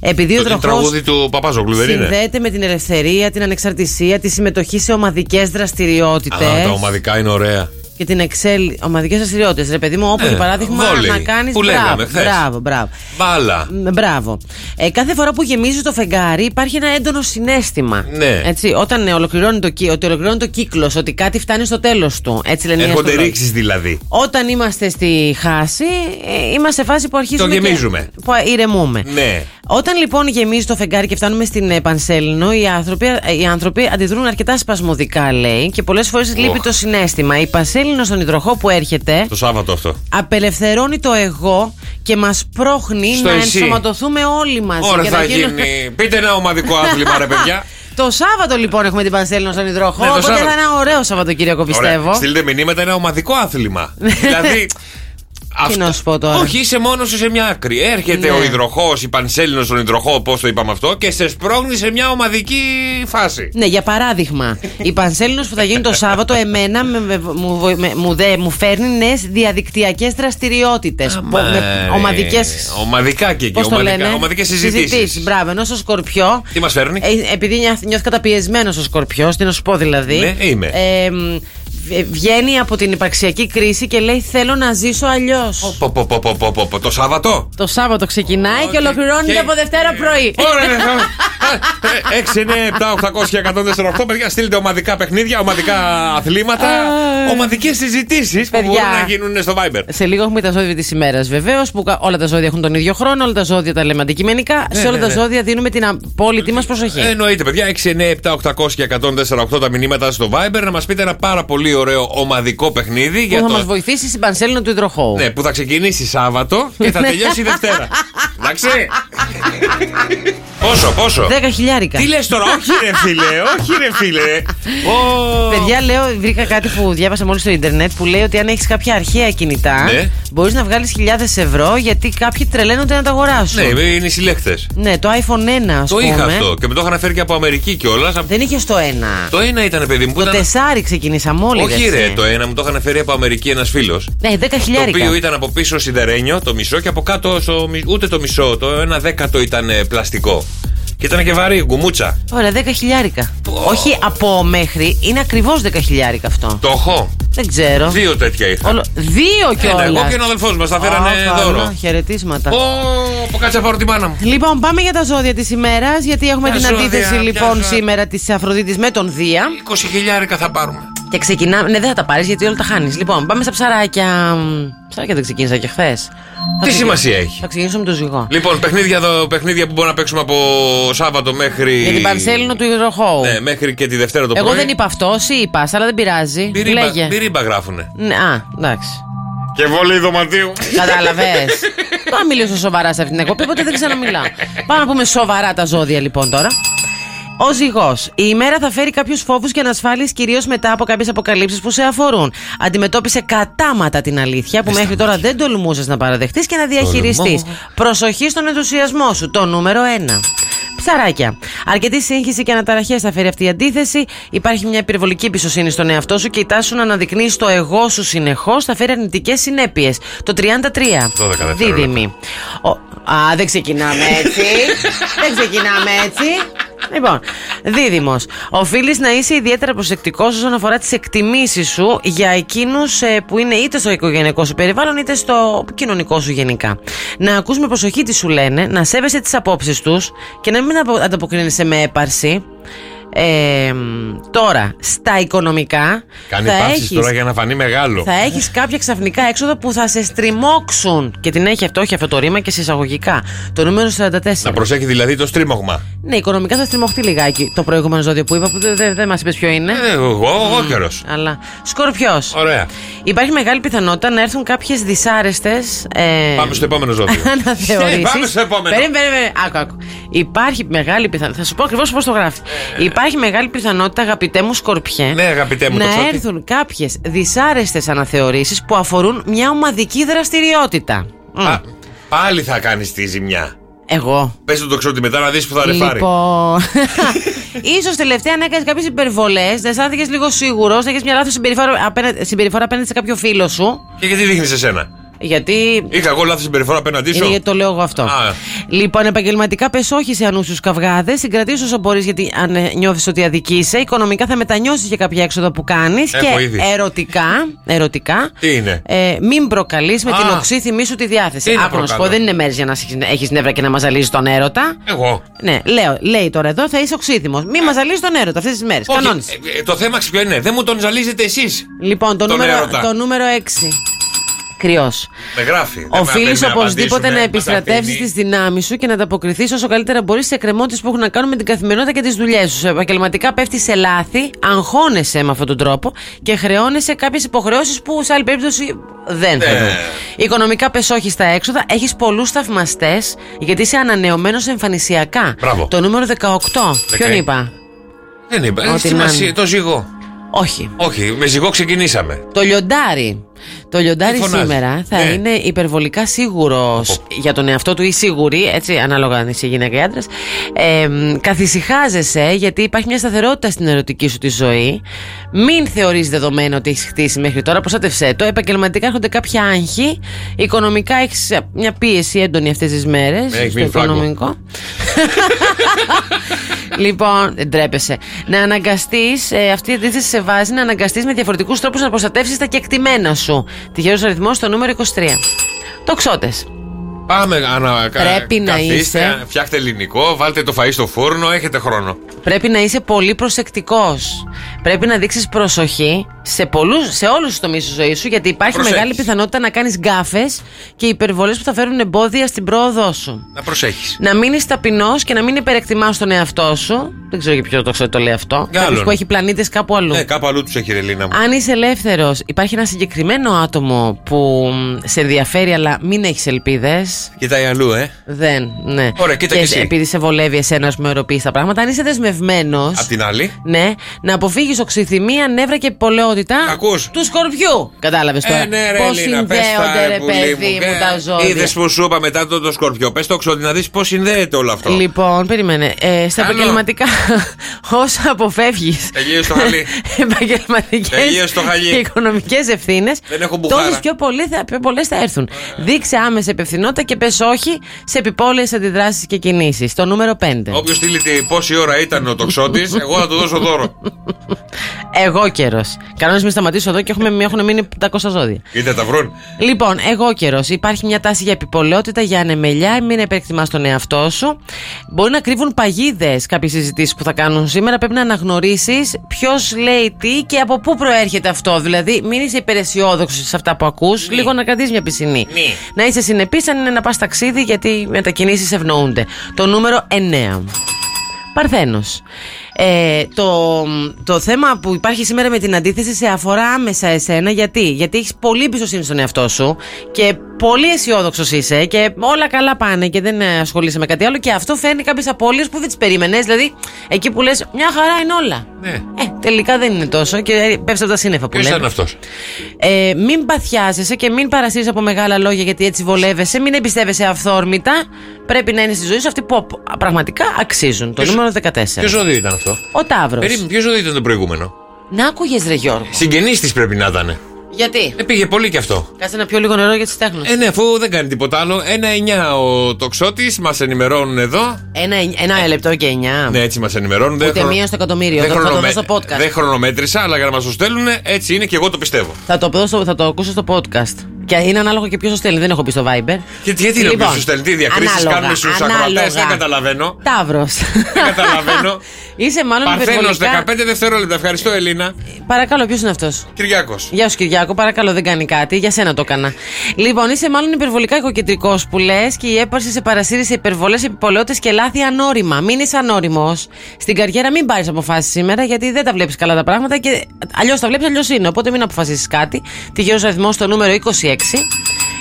Speaker 6: επειδή ο
Speaker 5: Το
Speaker 6: υδροχό
Speaker 5: τραγούδι του Παπάζογλου δεν είναι.
Speaker 6: συνδέεται με την ελευθερία, την ανεξαρτησία, τη συμμετοχή σε ομαδικές δραστηριότητες.
Speaker 5: Α, τα ομαδικά είναι ωραία.
Speaker 6: και την εξέλ. Ομαδικές δραστηριότητες. Ρε παιδί μου, όπου
Speaker 5: Ναι,
Speaker 6: για παράδειγμα
Speaker 5: βόλεϊ,
Speaker 6: να κάνεις.
Speaker 5: που λέγαμε χθες.
Speaker 6: μπράβο, μπράβο.
Speaker 5: Μπάλα.
Speaker 6: Μ, Μπράβο. Ε, κάθε φορά που γεμίζει το φεγγάρι υπάρχει ένα έντονο συνέστημα.
Speaker 5: Ναι.
Speaker 6: Έτσι, όταν ε, ολοκληρώνει το, κύκλο, ότι ολοκληρώνει το κύκλος, ότι κάτι φτάνει στο τέλος του. Έτσι λένε οι
Speaker 5: Έρχονται
Speaker 6: αστρολόγοι.
Speaker 5: ρίξει δηλαδή.
Speaker 6: Όταν είμαστε στη χάση, ε, είμαστε σε φάση που αρχίζουμε.
Speaker 5: Το
Speaker 6: και-
Speaker 5: γεμίζουμε.
Speaker 6: που ηρεμούμε.
Speaker 5: Ναι.
Speaker 6: Όταν λοιπόν γεμίζει το φεγγάρι και φτάνουμε στην ε, Πανσέλινο, οι άνθρωποι, ε, οι άνθρωποι αντιδρούν αρκετά σπασμωδικά, λέει, και πολλές φορές λείπει το συνέστημα. Η Πανσέλινο στον υδροχό που έρχεται
Speaker 5: Το Σάββατο αυτό.
Speaker 6: απελευθερώνει το εγώ και μας πρόχνει
Speaker 5: Στο
Speaker 6: να
Speaker 5: εσύ.
Speaker 6: ενσωματωθούμε όλοι μαζί.
Speaker 5: Ωραία,
Speaker 6: και να
Speaker 5: θα
Speaker 6: γίνουμε-
Speaker 5: γίνει. Πείτε ένα ομαδικό άθλημα, ρε παιδιά.
Speaker 6: Το Σάββατο λοιπόν έχουμε την Πανσέλινο στον υδροχό,
Speaker 5: Ναι, το
Speaker 6: οπότε
Speaker 5: Σάββατο.
Speaker 6: θα είναι ένα ωραίο Σαββατοκύριακο πιστεύω.
Speaker 5: Ωραία. Στείλτε μηνύματα ένα ομαδικό άθλημα. δηλαδή.
Speaker 6: Τι να σου πω τώρα.
Speaker 5: Όχι, είσαι μόνος σου σε μια άκρη. Έρχεται
Speaker 6: Ναι.
Speaker 5: ο υδροχός, η πανσέλινος στον υδροχό, πώς το είπαμε αυτό, και σε σπρώχνει σε μια ομαδική φάση.
Speaker 6: Ναι, για παράδειγμα, η Πανσέλινος που θα γίνει το Σάββατο, εμένα με- με- μου, βο- με- μου, δε- μου φέρνει νέες διαδικτυακές δραστηριότητες.
Speaker 5: ρε.
Speaker 6: Με ομαδικές.
Speaker 5: Ομαδικά και εκεί.
Speaker 6: Πώς το
Speaker 5: ομαδικά-
Speaker 6: λένε,
Speaker 5: ομαδικές συζητήσεις.
Speaker 6: Συζητήσεις, Μπράβο, ενώ στο Σκορπιό.
Speaker 5: Τι μας φέρνει?
Speaker 6: ε, επειδή νιώθ- νιώθω καταπιεσμένος ο Σκορπιός, τι να σου πω δηλαδή.
Speaker 5: Ναι, είμαι.
Speaker 6: Ε, μ, ε, βγαίνει από την υπαρξιακή κρίση και λέει: Θέλω να ζήσω αλλιώς.
Speaker 5: Πω, πω, πω, πω, πω, πω, πω, το Σάββατο.
Speaker 6: Το Σάββατο ξεκινάει και ολοκληρώνεται
Speaker 5: Και-
Speaker 6: από Δευτέρα πρωί.
Speaker 5: Ωραία. Ε, 6, 9, 7, 800 και 148. Παιδιά, στείλτε ομαδικά παιχνίδια, ομαδικά αθλήματα, ομαδικές συζητήσεις που
Speaker 6: ε. Παιδιά.
Speaker 5: μπορούν να γίνουν στο Viber.
Speaker 6: Σε λίγο έχουμε τα ζώδια της ημέρας, βεβαίως, που κα- όλα τα ζώδια έχουν τον ίδιο χρόνο, όλα τα ζώδια τα λέμε αντικειμενικά. σε όλα
Speaker 5: ναι, Ε, ναι.
Speaker 6: τα ζώδια δίνουμε την απόλυτη μας προσοχή.
Speaker 5: Εννοείται, παιδιά. 6, 9, 7, 800 και 148 τα μηνύματα στο Viber να μας πείτε ένα πάρα πολύ ωραίο ομαδικό παιχνίδι.
Speaker 6: που
Speaker 5: για
Speaker 6: θα
Speaker 5: το-
Speaker 6: μας βοηθήσει στην πανσέλινο του υδροχώου.
Speaker 5: Ναι, που θα ξεκινήσει Σάββατο και θα τελειώσει Δευτέρα. Εντάξει. πόσο, πόσο.
Speaker 6: 10 χιλιάρικα.
Speaker 5: Τι λες τώρα, όχι ρε φίλε, όχι ρε φίλε. Ω.
Speaker 6: Παιδιά, λέω, βρήκα κάτι που διάβασα μόλις στο Ιντερνετ που λέει ότι αν έχεις κάποια αρχαία κινητά,
Speaker 5: Ναι.
Speaker 6: μπορείς να βγάλεις χιλιάδες ευρώ γιατί κάποιοι τρελαίνονται να τα αγοράσουν.
Speaker 5: Ναι, είναι οι συλλέκτες.
Speaker 6: Ναι, το iPhone 1,
Speaker 5: Το
Speaker 6: α πούμε.
Speaker 5: είχα αυτό και με το είχαν φέρει και από Αμερική κιόλας.
Speaker 6: Δεν είχε το 1.
Speaker 5: Το ένα ήταν, παιδί μου, που
Speaker 6: Το
Speaker 5: ήταν.
Speaker 6: 4 ξεκινήσαμε όλοι.
Speaker 5: Όχι,
Speaker 6: εσύ.
Speaker 5: ρε, το ένα μου το είχαν φέρει από Αμερική ένας φίλος.
Speaker 6: Ναι, 10
Speaker 5: Το
Speaker 6: χιλιάρικα.
Speaker 5: οποίο ήταν από πίσω σιδερένιο, το μισό, και από κάτω στο μι- ούτε το μισό, το ένα δέκατο ήταν ε, πλαστικό. Και ήταν και βαρύ, γκουμούτσα.
Speaker 6: Ωραία, 10 χιλιάρικα. Όχι από μέχρι, είναι ακριβώς 10 χιλιάρικα αυτό.
Speaker 5: Το έχω.
Speaker 6: Δεν ξέρω.
Speaker 5: Δύο τέτοια είχα.
Speaker 6: Όλο... Δύο
Speaker 5: Ένα,
Speaker 6: κιόλα.
Speaker 5: εγώ και ο αδελφός μας τα φέρανε δώρο.
Speaker 6: Χαιρετίσματα.
Speaker 5: Ω, που κάτσε να πάρω τη μάνα μου.
Speaker 6: Λοιπόν, πάμε για τα ζώδια της ημέρας, γιατί έχουμε
Speaker 5: Ποια
Speaker 6: την
Speaker 5: ζώδια,
Speaker 6: αντίθεση
Speaker 5: ποια
Speaker 6: λοιπόν
Speaker 5: ζώδια.
Speaker 6: σήμερα της Αφροδίτης με τον Δία.
Speaker 5: 20 χιλιάρικα θα πάρουμε.
Speaker 6: Και ξεκινάμε. Ναι, δεν θα τα πάρεις γιατί όλα τα χάνεις. Λοιπόν, πάμε στα ψαράκια. Ψαράκια δεν ξεκίνησα και χθες.
Speaker 5: Τι σημασία έχει.
Speaker 6: Θα ξεκινήσω με τον ζυγό.
Speaker 5: Λοιπόν, παιχνίδια, εδώ, παιχνίδια που μπορούμε να παίξουμε από Σάββατο μέχρι.
Speaker 6: Για την Πανσέλινο του Ιδροχώου.
Speaker 5: Ναι, μέχρι και τη Δευτέρα το
Speaker 6: Εγώ
Speaker 5: πρωί.
Speaker 6: δεν είπα αυτό, εσύ είπας, αλλά δεν πειράζει.
Speaker 5: Μπυρίμπα,
Speaker 6: Λέγε.
Speaker 5: μπυρίμπα γράφουνε.
Speaker 6: Ναι, α, εντάξει.
Speaker 5: Και βόλεϊ δωματίου.
Speaker 6: Κατάλαβες. Τώρα μιλήσω σοβαρά σε αυτήν την εκπομπή, οπότε δεν ξαναμιλάω. Πάμε να πούμε σοβαρά τα ζώδια λοιπόν τώρα. Ο ζυγός. Η ημέρα θα φέρει κάποιους φόβους και ανασφάλειες, κυρίως μετά από κάποιες αποκαλύψεις που σε αφορούν. Αντιμετώπισε κατάματα την αλήθεια που μέχρι τώρα δεν τολμούσες να παραδεχτείς και να διαχειριστείς. Προσοχή στον ενθουσιασμό σου. Το νούμερο 1. Ψαράκια. Αρκετή σύγχυση και αναταραχές θα φέρει αυτή η αντίθεση. Υπάρχει μια υπερβολική εμπιστοσύνη στον εαυτό σου και η τάση σου να αναδεικνύεις το εγώ σου συνεχώς θα φέρει αρνητικές συνέπειες. Το 33.
Speaker 5: δευτερόλεπτα.
Speaker 6: Δίδυμη. Ο- Α, δεν ξεκινάμε έτσι. δεν ξεκινάμε έτσι. Λοιπόν, δίδυμος. Οφείλεις να είσαι ιδιαίτερα προσεκτικός όσον αφορά τις εκτιμήσεις σου για εκείνους που είναι είτε στο οικογενειακό σου περιβάλλον είτε στο κοινωνικό σου γενικά. Να ακούς με προσοχή τι σου λένε, να σέβεσαι τις απόψεις τους και να μην απο- ανταποκρίνεσαι με έπαρση. Ε, τώρα, στα οικονομικά.
Speaker 5: Κάνει
Speaker 6: θα
Speaker 5: πάψεις
Speaker 6: έχεις-
Speaker 5: τώρα για να φανεί μεγάλο.
Speaker 6: θα έχεις κάποια ξαφνικά έξοδα που θα σε στριμώξουν. Και την έχει αυτό, όχι αυτό το ρήμα και σε εισαγωγικά. Το νούμερο 44.
Speaker 5: Να προσέχει δηλαδή το στρίμωγμα.
Speaker 6: Ναι, οικονομικά θα στριμωχτεί λιγάκι το προηγούμενο ζώδιο που είπα, που δεν δεν μας είπες ποιο είναι.
Speaker 5: Ε, εγώ, ο καιρός.
Speaker 6: Αλλά. Σκορπιός.
Speaker 5: Ωραία.
Speaker 6: Υπάρχει μεγάλη πιθανότητα να έρθουν κάποιες δυσάρεστες. Ε...
Speaker 5: Πάμε στο επόμενο ζώδιο. Ε,
Speaker 6: αναθεωρήσεις.
Speaker 5: Πάμε στο επόμενο.
Speaker 6: Περίμενε, περίμενε. Άκου, άκου. Υπάρχει μεγάλη πιθανότητα. Θα σου πω ακριβώς πώς το γράφει. Υπάρχει μεγάλη πιθανότητα, αγαπητέ μου Σκορπιέ,
Speaker 5: Ε. Ναι, αγαπητέ μου,
Speaker 6: να
Speaker 5: το ξέρω τι.
Speaker 6: έρθουν κάποιες δυσάρεστες αναθεωρήσεις που αφορούν μια ομαδική δραστηριότητα. Μμ.
Speaker 5: Α, Πάλι θα κάνεις τη ζημιά.
Speaker 6: Εγώ.
Speaker 5: Πες τον τοξότη μετά να δεις που θα ρεφάρει.
Speaker 6: Λοιπόν. ίσως τελευταία να έκανες κάποιες υπερβολές, να αισθάνθηκες λίγο σίγουρος, να έχεις μια λάθος συμπεριφορά απέναντι, συμπεριφορά απέναντι σε κάποιο φίλο σου.
Speaker 5: Και γιατί δείχνεις εσένα.
Speaker 6: Γιατί.
Speaker 5: Είχα εγώ λάθος συμπεριφορά απέναντί σου.
Speaker 6: Είναι γιατί Ε, το λέω εγώ αυτό.
Speaker 5: Α. ε.
Speaker 6: Λοιπόν, επαγγελματικά πες όχι σε ανούσιους καυγάδες. Συγκρατήσει όσο μπορείς, γιατί αν νιώθεις ότι αδικείσαι, οικονομικά θα μετανιώσεις για κάποια έξοδα που κάνεις.
Speaker 5: Έχω
Speaker 6: Και
Speaker 5: ήδη.
Speaker 6: ερωτικά, ερωτικά
Speaker 5: Τι είναι?
Speaker 6: Ε, μην προκαλείς με
Speaker 5: Α.
Speaker 6: την οξύ θυμή σου τη διάθεση.
Speaker 5: Τι να
Speaker 6: Άκου να σου πω,
Speaker 5: προκαλώ.
Speaker 6: δεν είναι μέρε για να έχεις νεύρα και να μαζαλίζεις τον έρωτα.
Speaker 5: Εγώ.
Speaker 6: Ναι, λέω, λέει τώρα εδώ θα είσαι οξύθυμος. Μην μαζαλίζεις τον έρωτα αυτές τις μέρες.
Speaker 5: Όχι,
Speaker 6: Κανόνε.
Speaker 5: ε, ε, το θέμα ξέρεις ποιο είναι. Δεν μου τον ζαλίζετε εσείς.
Speaker 6: Λοιπόν, το
Speaker 5: τον
Speaker 6: νούμερο,
Speaker 5: έρωτα.
Speaker 6: το νούμερο 6. Κρυός.
Speaker 5: Με γράφει. Δεν
Speaker 6: Οφείλει
Speaker 5: πρέπει να
Speaker 6: οπωσδήποτε
Speaker 5: απαντήσουμε,
Speaker 6: να
Speaker 5: μας
Speaker 6: επιστρατεύσει τι
Speaker 5: αφήνει.
Speaker 6: δυνάμεις σου και να ανταποκριθείς όσο καλύτερα μπορείς σε εκκρεμότητες που έχουν να κάνουν με την καθημερινότητα και τις δουλειές σου. Επαγγελματικά πέφτει σε λάθη, αγχώνεσαι με αυτόν τον τρόπο και χρεώνεσαι κάποιες υποχρεώσεις που σε άλλη περίπτωση δεν θα
Speaker 5: Ναι.
Speaker 6: δουν. Οικονομικά πες όχι στα έξοδα, έχεις πολλούς θαυμαστές γιατί είσαι ανανεωμένος εμφανισιακά.
Speaker 5: Μπράβο.
Speaker 6: Το νούμερο 18. Ποιον
Speaker 5: Δεκα-
Speaker 6: είπα.
Speaker 5: Δεν είπα. Έχει
Speaker 6: Ό,τι να
Speaker 5: σημασία.
Speaker 6: είναι.
Speaker 5: Το ζυγό.
Speaker 6: Όχι.
Speaker 5: Όχι, με ζυγό ξεκινήσαμε.
Speaker 6: Το λιοντάρι. Το λιοντάρι
Speaker 5: Τι φωνάζει.
Speaker 6: σήμερα θα
Speaker 5: Ναι.
Speaker 6: είναι υπερβολικά σίγουρος για τον εαυτό του ή σίγουρη, έτσι, ανάλογα αν είσαι γυναίκα ή άντρας. Ε, μ, καθησυχάζεσαι γιατί υπάρχει μια σταθερότητα στην ερωτική σου τη ζωή. Μην θεωρείς δεδομένο ότι έχεις χτίσει μέχρι τώρα, προστάτευσέ το. Επαγγελματικά έρχονται κάποια άγχη. Οικονομικά έχεις μια πίεση έντονη αυτές τις μέρες.
Speaker 5: Έχεις
Speaker 6: Στο
Speaker 5: μείνει φράγκο.
Speaker 6: οικονομικό. Λοιπόν, δεν τρέπεσαι. Να αναγκαστείς, αυτή η αντίθεση σε βάζει, να αναγκαστείς με διαφορετικούς τρόπους να προστατεύσεις τα κεκτημένα σου. Τυχαίο αριθμός στο νούμερο 23. Τοξότες.
Speaker 5: Πάμε ανα... κα-
Speaker 6: Πρέπει να
Speaker 5: καθίστε,
Speaker 6: είσαι.
Speaker 5: Φτιάχτε ελληνικό, βάλτε το φαΐ στο φούρνο, έχετε χρόνο.
Speaker 6: Πρέπει να είσαι πολύ προσεκτικός. Πρέπει να δείξεις προσοχή σε, πολλούς, σε όλους τους τομείς της ζωής σου, γιατί υπάρχει
Speaker 5: Προσέχεις.
Speaker 6: μεγάλη πιθανότητα να κάνεις γκάφες και υπερβολές που θα φέρουν εμπόδια στην πρόοδό σου.
Speaker 5: Να προσέχεις.
Speaker 6: Να μείνεις ταπεινός και να μην υπερεκτιμάς τον εαυτό σου. Δεν ξέρω για ποιο τοξότη το λέει αυτό.
Speaker 5: Για
Speaker 6: Κάποιος
Speaker 5: άλλον.
Speaker 6: που έχει πλανήτες κάπου αλλού.
Speaker 5: Ναι, κάπου αλλού τους έχει η Ελίνα μου.
Speaker 6: Αν είσαι ελεύθερος, υπάρχει ένα συγκεκριμένο άτομο που μ, σε ενδιαφέρει, αλλά μην έχεις ελπίδες.
Speaker 5: Κοιτάει αλλού, ε.
Speaker 6: Δεν, ναι.
Speaker 5: Ωραία, κοίτα κι εσύ.
Speaker 6: Επειδή σε βολεύει εσένα που με τα πράγματα, αν είσαι δεσμευμένος.
Speaker 5: Απ' την άλλη.
Speaker 6: Ναι, να αποφύγεις οξυθυμία, νεύρα και πολαιότητα
Speaker 5: Ακούς.
Speaker 6: του σκορπιού. Κατάλαβε τώρα.
Speaker 5: Ε, ναι, ρε,
Speaker 6: Πώς
Speaker 5: Ελίνα, πες
Speaker 6: συνδέονται,
Speaker 5: τα,
Speaker 6: ρε
Speaker 5: πουλί
Speaker 6: παιδί μου,
Speaker 5: και
Speaker 6: τα ζώδια.
Speaker 5: ναι. Είδες που σου είπα μετά το, το σκορπιό. Πες το ξότι να δεις πώς συνδέεται όλο αυτό.
Speaker 6: Λοιπόν, περίμενε. Ε, στα
Speaker 5: Κάνω.
Speaker 6: επαγγελματικά, όσα αποφεύγεις.
Speaker 5: Τελείωσε το χαλί.
Speaker 6: Επαγγελματικές
Speaker 5: Τελείωσε το χαλί.
Speaker 6: και οικονομικές ευθύνες.
Speaker 5: Δεν έχω μπουχάρα.
Speaker 6: Τόσε πιο, πολλοί θα- πιο πολλές θα έρθουν. Δείξε άμεση υπευθυνότητα και πες όχι σε επιπόλαιες αντιδράσεις και κινήσεις. Το νούμερο 5.
Speaker 5: Όποιος στείλει τη- πόση ώρα ήταν ο τοξότης, εγώ θα του δώσω δώρο.
Speaker 6: Εγώ καιρο. Κανόνε με σταματήσω εδώ και έχουμε, έχουν μείνει τα κόστα ζώδια.
Speaker 5: Είτε τα βρουν.
Speaker 6: Λοιπόν, εγώ καιρός. Υπάρχει μια τάση για επιπολαιότητα, για ανεμελιά. Μην επεκτιμάς τον εαυτό σου. Μπορεί να κρύβουν παγίδες κάποιες συζητήσεις που θα κάνουν σήμερα. Πρέπει να αναγνωρίσεις ποιος λέει τι και από πού προέρχεται αυτό. Δηλαδή, μην είσαι υπεραισιόδοξος σε αυτά που ακούς. Λίγο να κρατήσεις μια πισινή.
Speaker 5: Μη.
Speaker 6: Να είσαι συνεπής αν είναι να πας ταξίδι, γιατί οι μετακινήσεις ευνοούνται. Το νούμερο 9. Παρθένος. Ε, το, το θέμα που υπάρχει σήμερα με την αντίθεση σε αφορά άμεσα εσένα. Γιατί, γιατί έχεις πολύ εμπιστοσύνη στον εαυτό σου και πολύ αισιόδοξος είσαι και όλα καλά πάνε και δεν ε, ασχολείσαι με κάτι άλλο. Και αυτό φέρνει κάποιες απώλειες που δεν τις περίμενες. Δηλαδή, εκεί που λες, μια χαρά είναι όλα.
Speaker 5: Ναι.
Speaker 6: Ε, τελικά δεν είναι τόσο και ε, πέφτει από τα σύννεφα που
Speaker 5: Ποιος
Speaker 6: λέμε.
Speaker 5: ήταν αυτός.
Speaker 6: Ε, μην παθιάζεσαι και μην παρασύρεις από μεγάλα λόγια γιατί έτσι βολεύεσαι. Μην εμπιστεύεσαι αυθόρμητα. Πρέπει να είναι στη ζωή σου αυτοί που απ- πραγματικά αξίζουν. Το
Speaker 5: Ποιος-
Speaker 6: νούμερο 14.
Speaker 5: Ποιο ζώδιο ήταν αυτό.
Speaker 6: Ο Ταύρος.
Speaker 5: Περίμενε, ποιος ζώδιο ήταν το προηγούμενο.
Speaker 6: Να άκουγες, Ρε Γιώργο.
Speaker 5: Συγγενής της πρέπει να ήταν.
Speaker 6: Γιατί.
Speaker 5: Ε, πήγε πολύ κι αυτό.
Speaker 6: Κάτσε να πιω λίγο νερό για τις τέχνες.
Speaker 5: Ε, ναι, αφού δεν κάνει τίποτα άλλο. Ένα εννιά ο τοξότης, μας ενημερώνουν εδώ.
Speaker 6: Ένα, ένα λεπτό και εννιά.
Speaker 5: Ε- Ναι, έτσι μας ενημερώνουν.
Speaker 6: Ούτε μία στο εκατομμύριο. Θα, θα το δω στο podcast.
Speaker 5: δεν χρονομέτρησα, αλλά για να μας το στέλνουν, έτσι είναι και εγώ το πιστεύω.
Speaker 6: Θα, το δω στο- θα το ακούσω στο podcast. Και είναι ανάλογο και ποιος το στέλνει. Δεν έχω πει στο Viber.
Speaker 5: Και, γιατί λοιπόν, να
Speaker 6: Λοιπόν,
Speaker 5: μην σου στέλνει, τι διακρίσεις
Speaker 6: ανάλογα,
Speaker 5: κάνουμε στου
Speaker 6: ανάλογα.
Speaker 5: ακροατές, δεν καταλαβαίνω.
Speaker 6: Ταύρος.
Speaker 5: Δεν καταλαβαίνω.
Speaker 6: Είσαι μάλλον
Speaker 5: Παρθένος
Speaker 6: υπερβολικά.
Speaker 5: 15 δευτερόλεπτα. Ευχαριστώ, Ελίνα.
Speaker 6: Παρακαλώ, ποιος είναι αυτός.
Speaker 5: Κυριάκος.
Speaker 6: Γεια σου Κυριάκο, παρακαλώ δεν κάνει κάτι. Για σένα το έκανα. Λοιπόν, είσαι μάλλον υπερβολικά οικοκεντρικός που λες και η έπαρση σε παρασύρει σε υπερβολές, επιπολαιότητες και λάθη ανώριμα. Μην είσαι ανώριμος. Στην καριέρα μην πάρεις αποφάσεις σήμερα γιατί δεν τα βλέπεις καλά τα πράγματα και αλλιώς τα βλέπεις, αλλιώς είναι. Οπότε μην αποφασίσεις κάτι. Τυχαίο αριθμός στο νούμερο 26.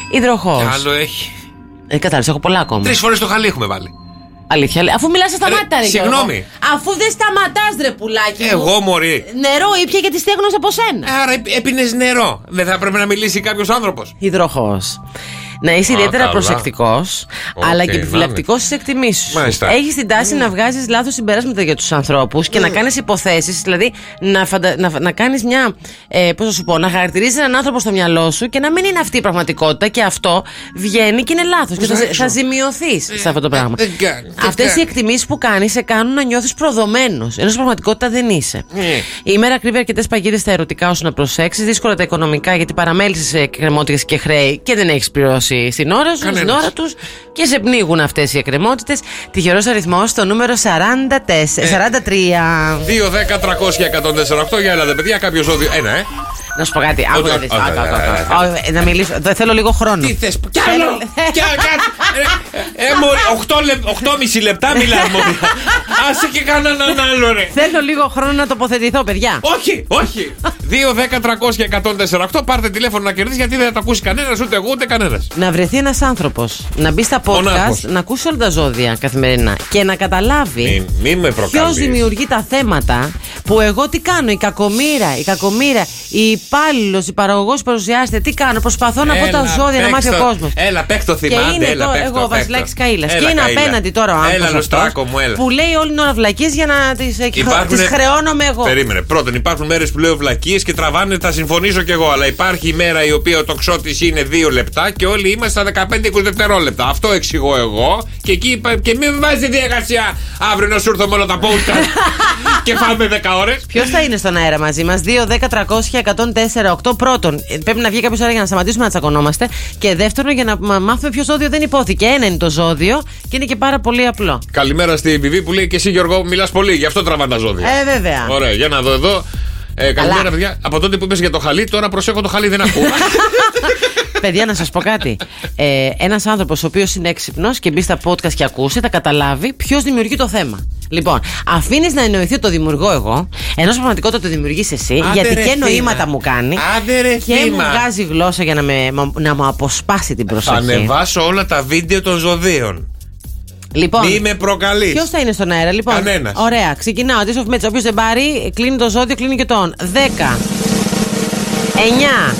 Speaker 6: Υδροχό.
Speaker 5: Άλλο έχει.
Speaker 6: Ε, κατάλαβες, έχω πολλά ακόμα.
Speaker 5: Τρεις φορές το χαλί έχουμε βάλει.
Speaker 6: Αλήθεια. λέει. Αφού μιλάς, σταμάτα,
Speaker 5: Ρε,
Speaker 6: ρε, Γιώργο.
Speaker 5: Ε, συγγνώμη.
Speaker 6: Αφού δεν σταματάς, ρε πουλάκι. μου.
Speaker 5: Εγώ, Μωρή.
Speaker 6: Νερό ήπια γιατί
Speaker 5: Ναι.
Speaker 6: στέγνωσε από σένα.
Speaker 5: Άρα έπινες νερό. Δεν θα πρέπει να μιλήσει κάποιος άνθρωπος.
Speaker 6: Υδροχός. να είσαι
Speaker 5: Α,
Speaker 6: ιδιαίτερα
Speaker 5: καλά.
Speaker 6: προσεκτικός,
Speaker 5: Οκ,
Speaker 6: αλλά
Speaker 5: να
Speaker 6: και
Speaker 5: είναι.
Speaker 6: επιφυλακτικό στις εκτιμήσεις.
Speaker 5: Μάλιστα.
Speaker 6: Έχεις την τάση να βγάζεις λάθος συμπεράσματα για τους ανθρώπους και να κάνεις υποθέσεις, δηλαδή να, φαντα... να, να κάνεις μια. Ε, πώς θα σου πω, να χαρακτηρίζεις έναν άνθρωπο στο μυαλό σου και να μην είναι αυτή η πραγματικότητα και αυτό βγαίνει και είναι λάθος. Και θα, ζη- θα ζημιωθείς σε αυτό το πράγμα.
Speaker 5: δεν κάνει, δεν
Speaker 6: Αυτέ
Speaker 5: κάνει.
Speaker 6: οι εκτιμήσει που κάνει σε κάνουν να νιώθει προδομένο, ενώ στην πραγματικότητα δεν είσαι.
Speaker 5: Ναι.
Speaker 6: Η ημέρα κρύβει αρκετέ παγίδε στα ερωτικά όσο να προσέξει, δύσκολα τα οικονομικά γιατί παραμέλησε εκκρεμότητε και χρέη και δεν έχει πληρώσει στην ώρα σου, στην
Speaker 5: Κανένας.
Speaker 6: ώρα τους και σε πνίγουν αυτές οι εκκρεμότητες. Τυχερός αριθμός το νούμερο
Speaker 5: Ναι.
Speaker 6: 44, 43.
Speaker 5: 2, 10, 300 148 για Ελλάδα, παιδιά. Κάποιος ζώδιο. Ένα, ε.
Speaker 6: Να σου πω κάτι,
Speaker 5: Ω,
Speaker 6: άκουγα
Speaker 5: ω, ω, ω, ω, ω.
Speaker 6: Να μιλήσω, δε- θέλω λίγο χρόνο.
Speaker 5: Τι θες, κι άλλο! Κι άλλο, κάτσε. Ε, ε, μόλι 8,5 λεπτά μιλάμε. μωρέ. Άσε και κανέναν άλλο, ρε.
Speaker 6: Θέλω λίγο χρόνο να τοποθετηθώ, παιδιά.
Speaker 5: Όχι, όχι. 2, 10, 300 148. Πάρτε τηλέφωνο να κερδίσει γιατί δεν θα το ακούσει κανένας, ούτε εγώ ούτε κανένας.
Speaker 6: Να βρεθεί ένας άνθρωπος, να μπει στα
Speaker 5: Μονάχος.
Speaker 6: podcast, να ακούσει όλα τα ζώδια καθημερινά και να καταλάβει
Speaker 5: Μην μη με
Speaker 6: ποιο
Speaker 5: προκαλεί.
Speaker 6: δημιουργεί τα θέματα που εγώ τι κάνω, η κακομήρα, η κακομήρα, η υπάλληλος, η παραγωγός που παρουσιάζεται, τι κάνω, προσπαθώ να πω τα ζώδια να μάθει ο κόσμος.
Speaker 5: Έλα, παίχτο
Speaker 6: Και
Speaker 5: Ε, θυμάται.
Speaker 6: είναι
Speaker 5: έλα,
Speaker 6: το,
Speaker 5: παίχτο,
Speaker 6: εγώ, ο
Speaker 5: παίχτο.
Speaker 6: Βασιλάκη Καήλα. Και
Speaker 5: Έλα,
Speaker 6: είναι
Speaker 5: Καΐλα.
Speaker 6: απέναντι τώρα ο
Speaker 5: Έλα,
Speaker 6: άνθρωπος
Speaker 5: λουστράκο μου, έλα.
Speaker 6: που λέει όλη την ώρα βλακίες για να τις
Speaker 5: Υπάρχουνε-
Speaker 6: χρεώνομαι εγώ.
Speaker 5: Περίμενε. Πρώτον, υπάρχουν μέρες που λέω βλακίες και τραβάνε, θα συμφωνήσω κι εγώ. Αλλά υπάρχει η μέρα η οποία ο τοξότης είναι 2 λεπτά και όλοι είμαστε στα 15-20 δευτερόλεπτα. Αυτό εξηγώ εγώ. Και εκεί είπα- και μην βάζει διεργασία αύριο να σου έρθω μόνο τα πόρτα και φάμε 10 ώρες.
Speaker 6: Ποιος θα είναι στον αέρα μαζί μας, 2, 10, 300, 104, 8. Πρώτον, ε, πρέπει να βγει κάποιος αέρα για να σταματήσουμε να τσακωνόμαστε. Και δεύτερον, για να μα- μάθουμε ποιος ζώδιο δεν υπόθηκε. Ένα είναι το ζώδιο και είναι και πάρα πολύ απλό.
Speaker 5: Καλημέρα στην Βιβί που λέει και εσύ Γιώργο, μιλάς πολύ, γι' αυτό τραβάνε τα ζώδια.
Speaker 6: Ε, βέβαια.
Speaker 5: Ωραία, για να δω εδώ. Ε, καλημέρα,
Speaker 6: Καλά.
Speaker 5: παιδιά. Από τότε που είπες για το χαλί, τώρα προσέχω το χαλί, δεν ακούω.
Speaker 6: Παιδιά, να σας πω κάτι. Ε, Ένας άνθρωπος ο οποίος είναι έξυπνος και μπει στα podcast και ακούσει, θα καταλάβει ποιος δημιουργεί το θέμα. Λοιπόν, αφήνεις να εννοηθεί το δημιουργώ εγώ, ενώ στην πραγματικότητα το δημιουργείς εσύ,
Speaker 5: Άντε
Speaker 6: γιατί
Speaker 5: ρε
Speaker 6: και
Speaker 5: θύμα.
Speaker 6: νοήματα μου κάνει.
Speaker 5: Άντε ρε
Speaker 6: και μου
Speaker 5: θύμα.
Speaker 6: βγάζει γλώσσα για να, με, να μου αποσπάσει την
Speaker 5: Θα
Speaker 6: προσοχή.
Speaker 5: ανεβάσω όλα τα βίντεο των ζωδίων.
Speaker 6: Λοιπόν,
Speaker 5: Μη με προκαλείς.
Speaker 6: Ποιος θα είναι στον αέρα, λοιπόν.
Speaker 5: Κανένας.
Speaker 6: Ωραία, ξεκινάω. Τι of Μέτσα. Όποιος δεν πάρει, κλείνει το ζώδιο, κλείνει και τον. 10. 9.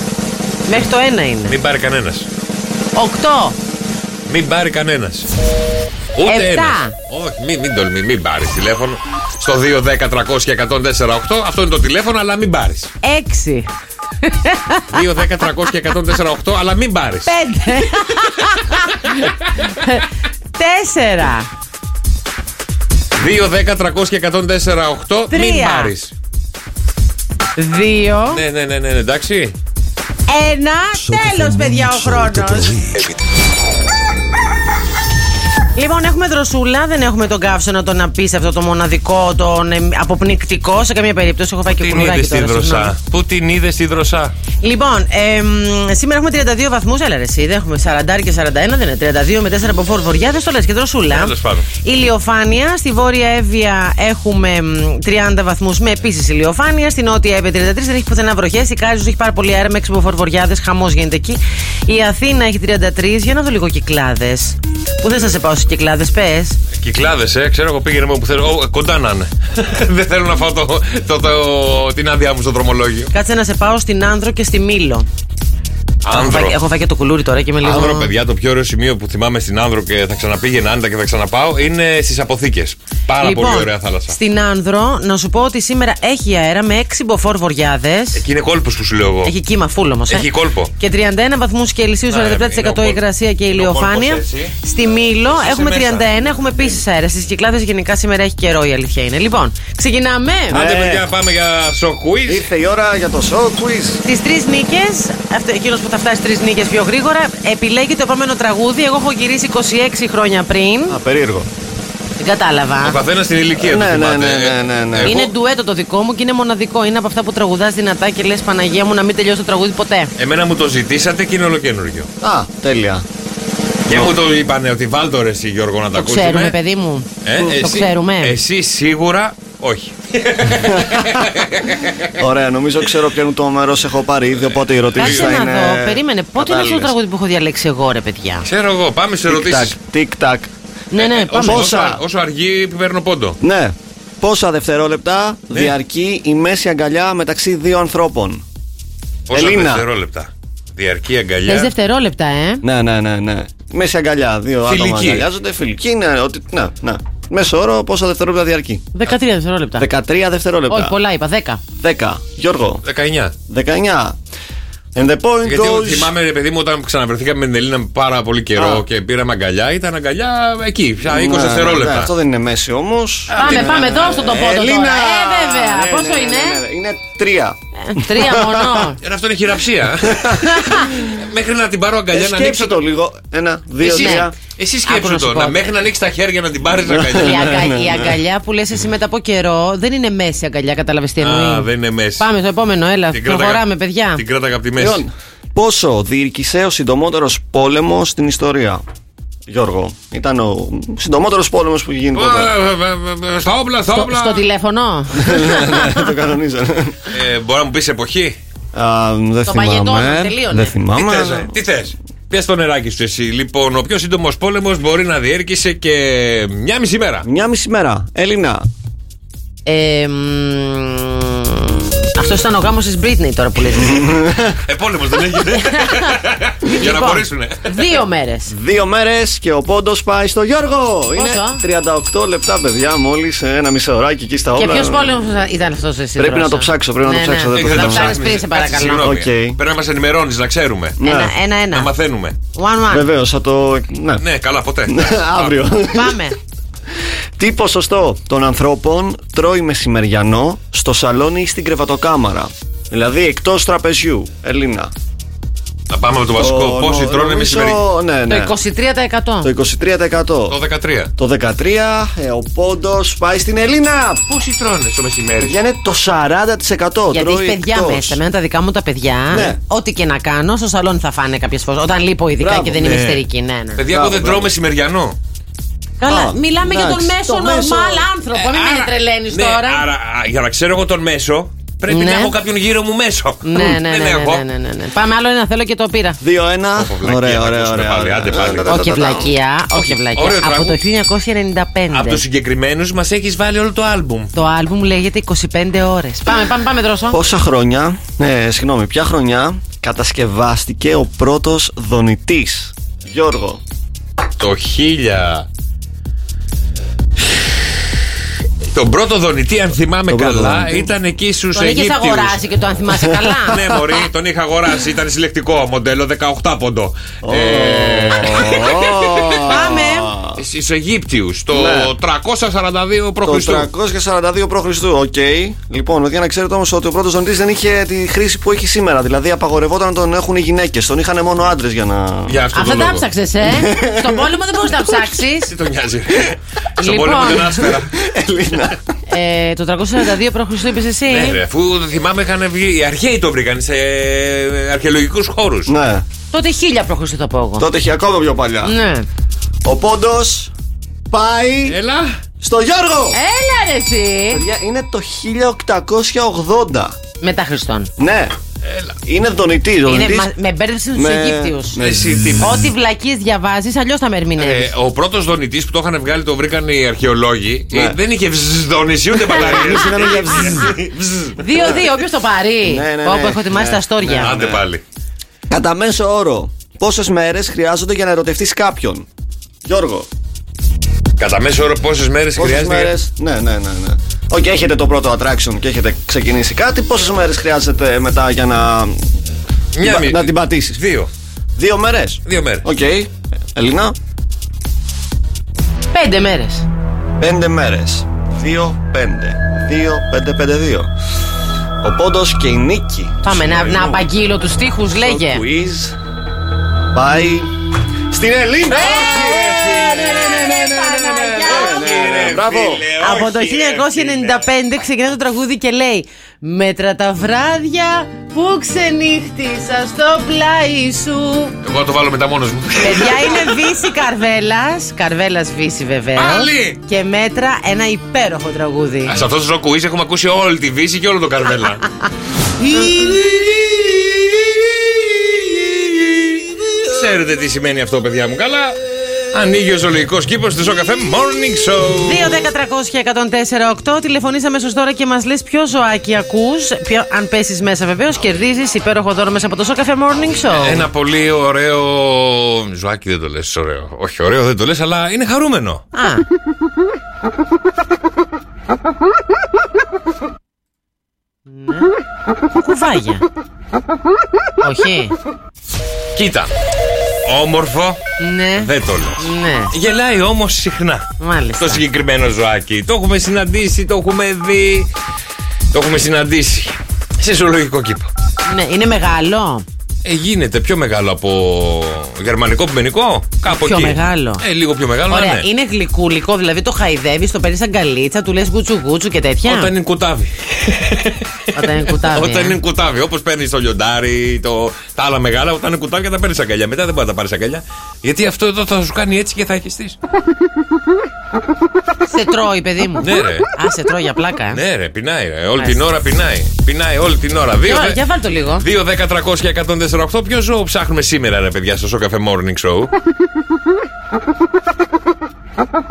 Speaker 6: Μέχρι το 1 είναι.
Speaker 5: Μην πάρει κανένας.
Speaker 6: 8.
Speaker 5: Μην πάρει κανένας. Ούτε
Speaker 6: Επτά.
Speaker 5: ένας. Όχι, μην, μην τολμεί, μην πάρεις τηλέφωνο. Στο 2, 10, 300 και 104, 8. Αυτό είναι το τηλέφωνο, αλλά μην πάρεις.
Speaker 6: 6.
Speaker 5: 2, 10, 300 και 104, 8, αλλά μην πάρεις.
Speaker 6: 5.
Speaker 5: 2,
Speaker 6: 4.
Speaker 5: 10, 300 και 104, 8, μην
Speaker 6: Τρία.
Speaker 5: πάρεις.
Speaker 6: 2. 1.
Speaker 5: Ναι, ναι, ναι, ναι, εντάξει.
Speaker 6: Τέλο, παιδιά, ο χρόνο. Λοιπόν, έχουμε δροσούλα, δεν έχουμε τον καύσωνα τον να πει αυτό το μοναδικό, τον εμ, αποπνικτικό σε καμία περίπτωση. Έχω φάει και
Speaker 5: Την είδε
Speaker 6: κουλουράκι
Speaker 5: στη
Speaker 6: τώρα. συγγνώμη.
Speaker 5: δροσά. Πού την είδες στη δροσά.
Speaker 6: Λοιπόν, εμ, σήμερα έχουμε 32 βαθμούς. Έλα, ρε, εσύ, δεν έχουμε 40 και 41, δεν είναι 32 με 4 από φόρ βοριά. Δεν το λες και δροσούλα.
Speaker 5: Ε, Τέλος πάντων.
Speaker 6: Ηλιοφάνεια. Στη βόρεια Εύβοια έχουμε εμ, 30 βαθμούς με επίσης ηλιοφάνεια. Στην νότια Εύβοια 33 δεν έχει πουθενά βροχές. Η Κάζο έχει πάρα πολύ αέρα με 6 από φόρ βοριάδε. Χαμός γίνεται εκεί. Η Αθήνα έχει 33. Για να δω λίγο κυκλάδες. Πού δεν θα σε πάω στου κυκλάδες, πες.
Speaker 5: Κυκλάδες, ε, ξέρω εγώ πήγαινε μόνο που θέλω. Ω, κοντά να είναι. Δεν θέλω να φάω το, το, το- την άδειά μου στο δρομολόγιο.
Speaker 6: Κάτσε να σε πάω στην Άνδρο και στη Μήλο. Έχω
Speaker 5: Άνδρο.
Speaker 6: φάει- Έχω φάει και το κουλούρι τώρα και με λίγο.
Speaker 5: Άνδρο, παιδιά, το πιο ωραίο σημείο που θυμάμαι στην Άνδρο και θα ξαναπήγαινα άνετα και θα ξαναπάω είναι στις αποθήκες. Πάρα
Speaker 6: Λοιπόν,
Speaker 5: πολύ ωραία θάλασσα.
Speaker 6: Στην Άνδρο, να σου πω ότι σήμερα έχει αέρα με 6 μποφόρ βοριάδες.
Speaker 5: Εκεί είναι κόλπος που σου λέω εγώ.
Speaker 6: Έχει κύμα φούλ όμως.
Speaker 5: Έχει κόλπο.
Speaker 6: Και 31 βαθμούς Κελσίου,
Speaker 5: Ναι, είναι ο
Speaker 6: 47%
Speaker 5: κόλπος.
Speaker 6: υγρασία και
Speaker 5: Είναι ο
Speaker 6: ηλιοφάνεια.
Speaker 5: κόλπος έτσι.
Speaker 6: Στη Μήλο
Speaker 5: Εσύ
Speaker 6: έχουμε 31,
Speaker 5: είσαι μέσα.
Speaker 6: έχουμε επίσης αέρα. Στις κυκλάδες γενικά σήμερα έχει καιρό, η αλήθεια είναι. Λοιπόν, ξεκινάμε.
Speaker 5: Άντε,
Speaker 2: Ναι.
Speaker 5: παιδιά, πάμε για σοκουί.
Speaker 2: Ήρθε η ώρα για το show quiz.
Speaker 6: Στι τρεις νίκες, εκείνος που θα φτάσει τρεις νίκες πιο γρήγορα, επιλέγει το επόμενο τραγούδι. Εγώ έχω γυρίσει 26 χρόνια πριν.
Speaker 2: Α, περίεργο.
Speaker 6: Δεν κατάλαβα.
Speaker 5: Ο καθένας στην ηλικία του.
Speaker 2: Ναι, ναι,
Speaker 5: θυμάται.
Speaker 2: ναι, ναι, ναι, ναι.
Speaker 5: Εγώ-
Speaker 6: Είναι ντουέτο το δικό μου και είναι μοναδικό. Είναι από αυτά που τραγουδάς δυνατά και λες Παναγία μου να μην τελειώσει το τραγούδι ποτέ.
Speaker 5: Εμένα μου το ζητήσατε και είναι ολοκένουργιο.
Speaker 2: Α, τέλεια.
Speaker 5: Και μου το είπανε ότι βάλτο ρε εσύ Γιώργο να τα
Speaker 6: Το
Speaker 5: ακούσουμε.
Speaker 6: ξέρουμε, παιδί μου.
Speaker 5: Ε,
Speaker 6: Το
Speaker 5: εσύ-
Speaker 6: ξέρουμε.
Speaker 5: Εσύ σίγουρα όχι.
Speaker 2: Ωραία, νομίζω ξέρω ποιο είναι το μέρος έχω πάρει ήδη, οπότε οι ερωτήσει
Speaker 6: Κάτσε
Speaker 2: θα είναι.
Speaker 6: να δω. Περίμενε. Πότε είναι αυτό το
Speaker 2: κατάλληλες.
Speaker 6: τραγούδι που έχω διαλέξει εγώ, ρε παιδιά.
Speaker 5: Ξέρω εγώ, πάμε σε ερωτήσει.
Speaker 2: Τικ τακ.
Speaker 5: Ε,
Speaker 6: Ναι, ναι, πάμε.
Speaker 5: Όσο, όσο,
Speaker 2: Πόσα?
Speaker 5: όσο αργεί, παίρνω πόντο.
Speaker 2: Ναι. Πόσα δευτερόλεπτα
Speaker 5: Ναι.
Speaker 2: διαρκεί η μέση αγκαλιά μεταξύ δύο ανθρώπων.
Speaker 5: Πόσα
Speaker 2: Ελίνα.
Speaker 5: δευτερόλεπτα. Διαρκή αγκαλιά.
Speaker 6: Θες δευτερόλεπτα, ε.
Speaker 11: Ναι, ναι, ναι, ναι. Μέση αγκαλιά. Δύο άτομα
Speaker 5: Φιλική.
Speaker 11: αγκαλιάζονται. Φιλική, ναι, ότι. Ναι, ναι. Μέσο όρο πόσα δευτερόλεπτα διαρκεί.
Speaker 6: 13 δευτερόλεπτα.
Speaker 11: 13 δευτερόλεπτα.
Speaker 6: Όχι, πολλά είπα. 10.
Speaker 11: 10. Γιώργο.
Speaker 5: 19.
Speaker 11: 19. And the point
Speaker 5: Γιατί
Speaker 11: goes.
Speaker 5: θυμάμαι, ρε παιδί μου, όταν ξαναβρεθήκαμε με την Ελίνα πάρα πολύ καιρό
Speaker 11: Α.
Speaker 5: και πήραμε αγκαλιά, ήταν αγκαλιά εκεί, πια 20
Speaker 11: Ναι, ναι,
Speaker 5: δευτερόλεπτα.
Speaker 11: ναι, αυτό δεν είναι μέση όμως.
Speaker 6: Πάμε, πάμε, δώστε το πόντο
Speaker 11: Ελίνα.
Speaker 6: τώρα. Ε, βέβαια.
Speaker 11: Ναι,
Speaker 6: Πόσο
Speaker 11: ναι, ναι,
Speaker 6: είναι?
Speaker 11: ναι, ναι, Είναι τρία.
Speaker 6: Ε, Τρία μόνο.
Speaker 5: Ένα αυτό είναι χειραψία. μέχρι να την πάρω αγκαλιά να ανοίξω
Speaker 11: Σκέψτε το λίγο. Ένα, Ε, δύο,
Speaker 5: Εσύ,
Speaker 11: τρία.
Speaker 5: εσύ
Speaker 6: Άκου να
Speaker 5: σκέψου
Speaker 6: σου
Speaker 5: το.
Speaker 6: πω.
Speaker 5: Να, μέχρι να ανοίξει τα χέρια να την πάρεις
Speaker 6: Η,
Speaker 5: αγκαλιά.
Speaker 6: αγκα- η αγκαλιά που λες εσύ μετά από καιρό δεν είναι μέση αγκαλιά, κατάλαβες τι
Speaker 5: Α,
Speaker 6: εννοεί.
Speaker 5: δεν είναι μέση.
Speaker 6: Πάμε στο επόμενο, έλα.
Speaker 5: Την κράταγα-
Speaker 6: Προχωράμε, παιδιά.
Speaker 5: Την κράταγα από τη Ναι. μέση.
Speaker 11: Λοιπόν, πόσο διήρκησε ο συντομότερος πόλεμος στην ιστορία. Γιώργο, ήταν ο συντομότερος πόλεμος που έχει γίνει ποτέ.
Speaker 5: Ε, ε, ε, Στα όπλα, στα
Speaker 6: Στο,
Speaker 5: όπλα.
Speaker 6: στο τηλέφωνο.
Speaker 11: Ναι, ναι, το κανονίζανε.
Speaker 5: Ε, Μπορεί να μου πεις εποχή.
Speaker 11: Α, Δεν
Speaker 6: Το παγετό μας
Speaker 11: θυμάμαι.
Speaker 6: τελείωνε.
Speaker 11: Δεν
Speaker 5: Τι
Speaker 11: θυμάμαι.
Speaker 5: θες, ε, Τι θες. Πια το νεράκι σου εσύ. Λοιπόν, ο πιο σύντομος πόλεμος μπορεί να διέρκησε και μια μισή μέρα.
Speaker 11: Μια μισή μέρα. Έλληνα.
Speaker 6: Ε, μ, αυτός ήταν ο γάμος της Britney τώρα που λες.
Speaker 5: Ε, πόλεμο δεν έγινε. Για να
Speaker 6: Λοιπόν,
Speaker 5: χωρίσουνε.
Speaker 6: Δύο μέρες.
Speaker 11: Δύο μέρες και ο πόντος πάει στο Γιώργο. Είναι 38 λεπτά, παιδιά, μόλις ένα μισεωράκι εκεί στα
Speaker 6: Και
Speaker 11: όπλα.
Speaker 6: ποιος πόλεμος ήταν αυτός εσύ.
Speaker 11: Πρέπει
Speaker 6: Δρόσο?
Speaker 11: να το ψάξω, πρέπει να το
Speaker 6: Ναι,
Speaker 11: ψάξω,
Speaker 6: ναι.
Speaker 11: δεν
Speaker 5: Ε,
Speaker 11: το
Speaker 5: θα
Speaker 6: Να
Speaker 11: θυμάμαι.
Speaker 6: ψάξεις πριν, σε
Speaker 5: Κάτσε,
Speaker 6: παρακαλώ.
Speaker 5: συγγνώμη.
Speaker 11: Οκ.
Speaker 5: Πρέπει να μας ενημερώνεις, να ξέρουμε.
Speaker 11: Ναι.
Speaker 6: Ένα, ένα,
Speaker 5: Να
Speaker 6: ένα.
Speaker 5: μαθαίνουμε.
Speaker 6: One, one.
Speaker 11: Βεβαίως, θα το. Ναι.
Speaker 5: Ναι, καλά, ποτέ.
Speaker 11: Αύριο.
Speaker 6: Πάμε.
Speaker 11: Τι ποσοστό των ανθρώπων τρώει μεσημεριανό στο σαλόνι ή στην κρεβατοκάμαρα. Δηλαδή εκτός τραπεζιού. Ελίνα.
Speaker 5: Να πάμε από το βασικό.
Speaker 11: Το-
Speaker 5: Πόσοι
Speaker 11: νο-
Speaker 5: τρώνε
Speaker 11: νομίζω-
Speaker 5: μεσημερί.
Speaker 11: Ναι, ναι.
Speaker 6: Το 23%.
Speaker 11: Το 23%.
Speaker 5: Το 13.
Speaker 11: Το 13% ε, ο πόντος πάει στην Ελίνα.
Speaker 5: Πόσοι τρώνε στο μεσημέρι.
Speaker 11: Βγαίνει το 40%.
Speaker 6: Γιατί
Speaker 11: τρώει
Speaker 6: έχεις παιδιά
Speaker 11: εκτός.
Speaker 6: μέσα. Εμένα τα δικά μου τα παιδιά,
Speaker 11: Ναι.
Speaker 6: ό,τι και να κάνω, στο σαλόνι θα φάνε κάποιες φορές. Όταν λείπω ειδικά
Speaker 11: Μπράβο,
Speaker 6: και δεν είμαι
Speaker 5: ναι.
Speaker 6: ιστερική. Ναι,
Speaker 5: Παιδιά,
Speaker 6: ναι.
Speaker 5: εγώ
Speaker 11: Μπράβο,
Speaker 5: δεν τρώω
Speaker 11: μπράβο.
Speaker 5: μεσημεριανό.
Speaker 6: Καλά,
Speaker 11: Α,
Speaker 6: μιλάμε για τον
Speaker 11: εντάξει,
Speaker 6: μέσο
Speaker 11: το
Speaker 6: normal
Speaker 11: μέσο- Ε,
Speaker 6: άνθρωπο. Μην
Speaker 5: Ε, Άρα-
Speaker 6: Ε, με τρελαίνεις
Speaker 5: ναι,
Speaker 6: τώρα.
Speaker 5: Άρα, α, για να ξέρω εγώ τον μέσο, πρέπει
Speaker 6: Ναι.
Speaker 5: να έχω κάποιον γύρω μου μέσο.
Speaker 6: Ναι, ναι,
Speaker 5: Δεν
Speaker 6: ναι,
Speaker 5: έχω.
Speaker 6: ναι, ναι, ναι, ναι. Πάμε άλλο ένα, θέλω και το πήρα.
Speaker 11: 2-1.
Speaker 5: Όπο, βλακεία,
Speaker 11: Ωραία,
Speaker 5: να
Speaker 11: ωραία,
Speaker 5: ακούσουμε
Speaker 11: ωραία.
Speaker 5: πάλι, άντε πάλι.
Speaker 11: ωραία.
Speaker 6: Όχι βλακεία, όχι βλακεία.
Speaker 5: Ωραίο
Speaker 6: Από το
Speaker 5: τραγούδι.
Speaker 6: 1995.
Speaker 5: Από του συγκεκριμένους μας έχεις βάλει όλο το άλμπουμ.
Speaker 6: Το άλμπουμ λέγεται 25 ώρε.
Speaker 5: Ε,
Speaker 6: Πάμε, πάμε, πάμε, δρόσο.
Speaker 11: Πόσα χρόνια, ε, συγγνώμη, ποια χρονιά κατασκευάστηκε ο πρώτος δονητής. Γιώργο.
Speaker 5: Το χίλια. Τον πρώτο δονητή, αν θυμάμαι
Speaker 11: Τον πρώτο
Speaker 5: καλά,
Speaker 11: δονητή.
Speaker 5: ήταν εκεί στους
Speaker 6: Τον είχες
Speaker 5: Αιγύπτιους
Speaker 6: αγοράσει και το αν θυμάσαι καλά.
Speaker 5: ναι, Μωρή, τον είχα αγοράσει. Ήταν συλλεκτικό μοντέλο, 18 ποντο. Ε,
Speaker 6: Πάμε.
Speaker 5: Στου Αιγύπτιους, το
Speaker 11: Ναι.
Speaker 5: 342
Speaker 11: Το
Speaker 5: π.Χ.
Speaker 11: 342 π.Χ. Οκ. Λοιπόν, για να ξέρετε όμως ότι ο πρώτος δονητή δεν είχε τη χρήση που έχει σήμερα. Δηλαδή, απαγορευόταν να τον έχουν οι γυναίκες. Τον είχαν μόνο άντρες για να.
Speaker 5: Για αυτόν
Speaker 6: Αυτά
Speaker 5: τον
Speaker 6: τα
Speaker 5: λόγο.
Speaker 6: ψάξε, ε. Στον πόλεμο δεν μπορείς να ψάξεις.
Speaker 5: Τι τον νοιάζει. Στον
Speaker 6: Λοιπόν.
Speaker 5: πόλεμο δεν άσφερα.
Speaker 11: Ελίνα.
Speaker 6: Ε, το 342 π.Χ. είπες εσύ.
Speaker 5: Ναι, ρε, αφού θυμάμαι είχαν βγει. Οι αρχαίοι το βρήκαν σε ε, αρχαιολογικούς χώρους.
Speaker 11: ναι.
Speaker 6: Τότε 1000 π.Χ. το πω εγώ.
Speaker 11: Τότε είχε ακόμα πιο παλιά.
Speaker 6: Ναι.
Speaker 11: Ο πόντος πάει
Speaker 5: Έλα.
Speaker 11: στο Γιώργο.
Speaker 6: Έλα ρε εσύ.
Speaker 11: Παιδιά, είναι το 1880.
Speaker 6: Μετά Χριστόν.
Speaker 11: Ναι. Είναι δονητή.
Speaker 6: Είναι,
Speaker 11: δονητής
Speaker 6: μα- με μπέρδεψε τους Αιγύπτιους.
Speaker 11: με
Speaker 5: Εσύ τι.
Speaker 6: Ό,τι βλακίε διαβάζεις, αλλιώς τα μερμηνεύει.
Speaker 5: Ε, ο πρώτος δονητής που το είχαν βγάλει, το βρήκαν οι αρχαιολόγοι.
Speaker 11: Ναι.
Speaker 5: Ε, δεν είχε βζζ δονησί ούτε μπαταρίε.
Speaker 11: Εμείς λέμε για
Speaker 5: ναι.
Speaker 11: βζζ.
Speaker 5: Ε,
Speaker 6: Δύο-δύο, όποιος το πάρει.
Speaker 11: Ναι, ναι, ναι.
Speaker 6: Όπου έχω ετοιμάσει
Speaker 11: Ναι,
Speaker 6: τα στόρια.
Speaker 5: Άντε πάλι.
Speaker 11: Κατά μέσο όρο, πόσες μέρες χρειάζονται για να ερωτευτείς κάποιον. Γιώργο,
Speaker 5: Κατά μέσο όρο πόσες μέρες
Speaker 11: πόσες
Speaker 5: χρειάζεται.
Speaker 11: μέρες. Ναι, ναι, ναι. ναι. Οκ, έχετε το πρώτο attraction και έχετε ξεκινήσει κάτι. Πόσες μέρες χρειάζεται μετά για να.
Speaker 5: Μια
Speaker 11: να-
Speaker 5: μη-
Speaker 11: να την πατήσεις.
Speaker 5: Δύο.
Speaker 11: Δύο μέρες.
Speaker 5: Δύο μέρες.
Speaker 11: Οκ. Ελίνα,
Speaker 5: Ναι.
Speaker 6: Πέντε μέρες.
Speaker 11: πέντε μέρες. Δύο, πέντε. Δύο, πέντε, πέντε, δύο. Ο πόντος και η νίκη.
Speaker 6: Πάμε να, να
Speaker 11: πάει.
Speaker 6: απαγγείλω τους τοίχου, λέγε.
Speaker 11: Quiz. Πάει. Στην Ελίνα!
Speaker 6: Ε,
Speaker 5: ναι,
Speaker 11: Μπράβο!
Speaker 6: Από το 1995 ξεκινά το τραγούδι και λέει Μέτρα τα βράδια που ξενύχτησα στο πλάι σου
Speaker 5: Εγώ θα το βάλω μετά μόνος μου.
Speaker 6: Παιδιά είναι Βύση Καρβέλας Καρβέλας Βύση βεβαίως.
Speaker 5: Πάλι!
Speaker 6: Και μέτρα ένα υπέροχο τραγούδι
Speaker 5: Ας, Σε αυτό το ζωκουίζ έχουμε ακούσει όλη τη Βύση και όλο τον Καρβέλα. Ξέρετε τι σημαίνει αυτό, παιδιά μου, καλά. Ανοίγει ο ζωολογικός κήπος του Σοκαφέ Morning Show.
Speaker 6: 2-10-300-1048. Τηλεφωνήσαμε αμέσω τώρα και μας λες ποιο ζωάκι ακούς. Αν πέσεις μέσα, βεβαίως κερδίζεις υπέροχο δώρο μέσα από το Σοκαφέ Morning Show.
Speaker 5: Ένα πολύ ωραίο. Ζωάκι δεν το λες, ωραίο. Όχι, ωραίο δεν το λες, αλλά είναι χαρούμενο.
Speaker 6: Α. Ναι. Κουβάγια. Όχι.
Speaker 5: Κοίτα. Όμορφο.
Speaker 6: Ναι.
Speaker 5: Δεν το λες.
Speaker 6: Ναι.
Speaker 5: Γελάει όμως συχνά.
Speaker 6: Μάλιστα.
Speaker 5: Το συγκεκριμένο ζωάκι. Το έχουμε συναντήσει, το έχουμε δει. Το έχουμε συναντήσει. Σε ζωολογικό κήπο.
Speaker 6: Ναι, είναι μεγάλο.
Speaker 5: Ε, γίνεται πιο μεγάλο από γερμανικό ποιμενικό, κάπου
Speaker 6: Πιο
Speaker 5: εκεί.
Speaker 6: μεγάλο.
Speaker 5: Ε, λίγο πιο μεγάλο,
Speaker 6: Ωραία,
Speaker 5: ναι.
Speaker 6: είναι γλυκούλικο, δηλαδή το χαϊδεύεις, το παίρνεις σαν καλίτσα, του λες γκουτσου γκουτσου και τέτοια.
Speaker 5: Όταν είναι κουτάβι.
Speaker 6: Όταν είναι κουτάβι.
Speaker 5: Όταν
Speaker 6: ε.
Speaker 5: είναι κουτάβι, όπως παίρνεις το λιοντάρι, το, τα άλλα μεγάλα, όταν είναι κουτάβια τα παίρνεις αγκαλιά. Μετά δεν μπορεί να τα πάρεις αγκαλιά. Γιατί αυτό εδώ θα σου κάνει έτσι και θα χεστεί.
Speaker 6: Σε τρώει, παιδί μου.
Speaker 5: Ναι, ρε.
Speaker 6: Α, σε τρώει για πλάκα. ε.
Speaker 5: ναι, ρε, πεινάει. Ρε. Όλη
Speaker 6: Μάλιστα.
Speaker 5: την ώρα πεινάει. Πεινάει όλη την ώρα. Δύο,
Speaker 6: Για,
Speaker 5: δε-
Speaker 6: για βάλ το λίγο.
Speaker 5: 2-10-300-1048. Ποιο ζώο ψάχνουμε σήμερα, ρε παιδιά, στο Σοκαφέ Morning Show.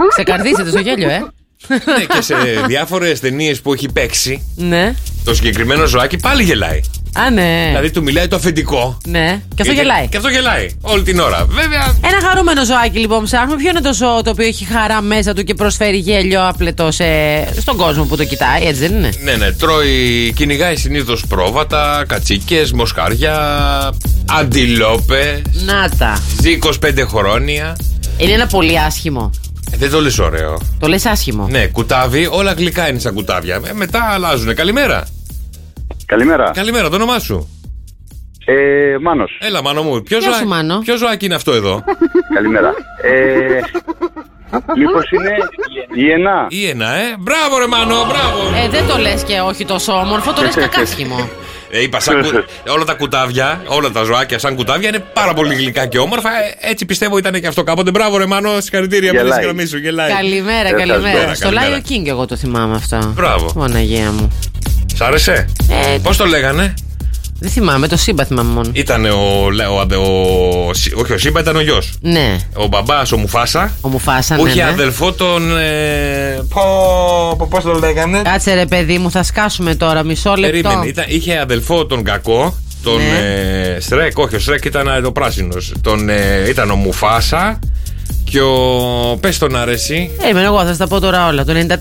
Speaker 6: Ξεκαρδίσετε στο γέλιο, ε.
Speaker 5: ναι, και σε διάφορες ταινίες που έχει παίξει,
Speaker 6: Ναι.
Speaker 5: το συγκεκριμένο ζωάκι πάλι γελάει.
Speaker 6: Α, ναι.
Speaker 5: Δηλαδή του μιλάει το αφεντικό.
Speaker 6: Ναι. Και αυτό γελάει.
Speaker 5: Και αυτό γελάει. Όλη την ώρα. Βέβαια.
Speaker 6: Ένα χαρούμενο ζωάκι λοιπόν ψάχνουμε. Ποιο είναι το ζώο το οποίο έχει χαρά μέσα του και προσφέρει γέλιο άπλετο σε... στον κόσμο που το κοιτάει, έτσι δεν είναι.
Speaker 5: Ναι, ναι, τρώει, κυνηγάει συνήθως πρόβατα, κατσίκες, μοσχάρια, αντιλόπε,
Speaker 6: Να τα.
Speaker 5: ζήκο πέντε χρόνια.
Speaker 6: Είναι ένα πολύ άσχημο.
Speaker 5: Ε, Δεν το λες ωραίο.
Speaker 6: Το λες άσχημο.
Speaker 5: Ναι, κουτάβι, όλα γλυκά είναι σαν κουτάβια. Ε, μετά αλλάζουν. Καλημέρα.
Speaker 12: Καλημέρα.
Speaker 5: Καλημέρα, το όνομά σου.
Speaker 12: Ε, Μάνος.
Speaker 5: Έλα, μάνο μου. Ποιο,
Speaker 6: Γεια σου,
Speaker 5: ζωά...
Speaker 6: Μάνο.
Speaker 5: ποιο ζωάκι είναι αυτό εδώ.
Speaker 12: Καλημέρα. Ε, μήπως είναι η Ενά.
Speaker 5: Ή ένα, ε. Μπράβο, ρε Μάνο, μπράβο.
Speaker 6: Ε, δεν το λες και όχι τόσο όμορφο, το λες κακάσχημο.
Speaker 5: Ε, είπα, σαν κου- όλα τα κουτάβια, όλα τα ζωάκια σαν κουτάβια είναι πάρα πολύ γλυκά και όμορφα. Ε, έτσι πιστεύω ήταν και αυτό κάποτε. Μπράβο, ρε Μάνο, συγχαρητήρια με τη
Speaker 12: Γελάει.
Speaker 5: γραμμή σου. Γελάει.
Speaker 6: καλημέρα,
Speaker 5: Ε,
Speaker 6: καλημέρα.
Speaker 5: καλημέρα,
Speaker 6: Στο
Speaker 5: καλημέρα.
Speaker 6: Lion King εγώ το θυμάμαι αυτό.
Speaker 5: Μπράβο.
Speaker 6: Παναγία μου.
Speaker 5: Σ' άρεσε.
Speaker 6: Ε,
Speaker 5: Πώς το λέγανε,
Speaker 6: Δεν θυμάμαι, το σύμπα θυμάμαι μόνο.
Speaker 5: Ήταν ο. Λε- ο, αντε- ο Σι- όχι, ο Σίμπα ήταν ο γιος.
Speaker 6: Ναι,
Speaker 5: Ο μπαμπάς, ο Μουφάσα.
Speaker 6: ο Μουφάσα,
Speaker 5: που
Speaker 6: ναι,
Speaker 5: είχε
Speaker 6: ναι.
Speaker 5: αδελφό τον. Ε, Πώ το λέγανε.
Speaker 6: Κάτσε ρε παιδί μου, θα σκάσουμε τώρα μισό λεπτό.
Speaker 5: Περίμενε. Ήταν, είχε αδελφό τον κακό. Τον
Speaker 6: Ναι.
Speaker 5: ε, Στρέκ, όχι, ο Στρέκ ήταν ε, ο πράσινος. Ε, ήταν ο Μουφάσα και ο. Πες τον αρέσει.
Speaker 6: Περίμενε, εγώ θα στα πω τώρα όλα. Το 94,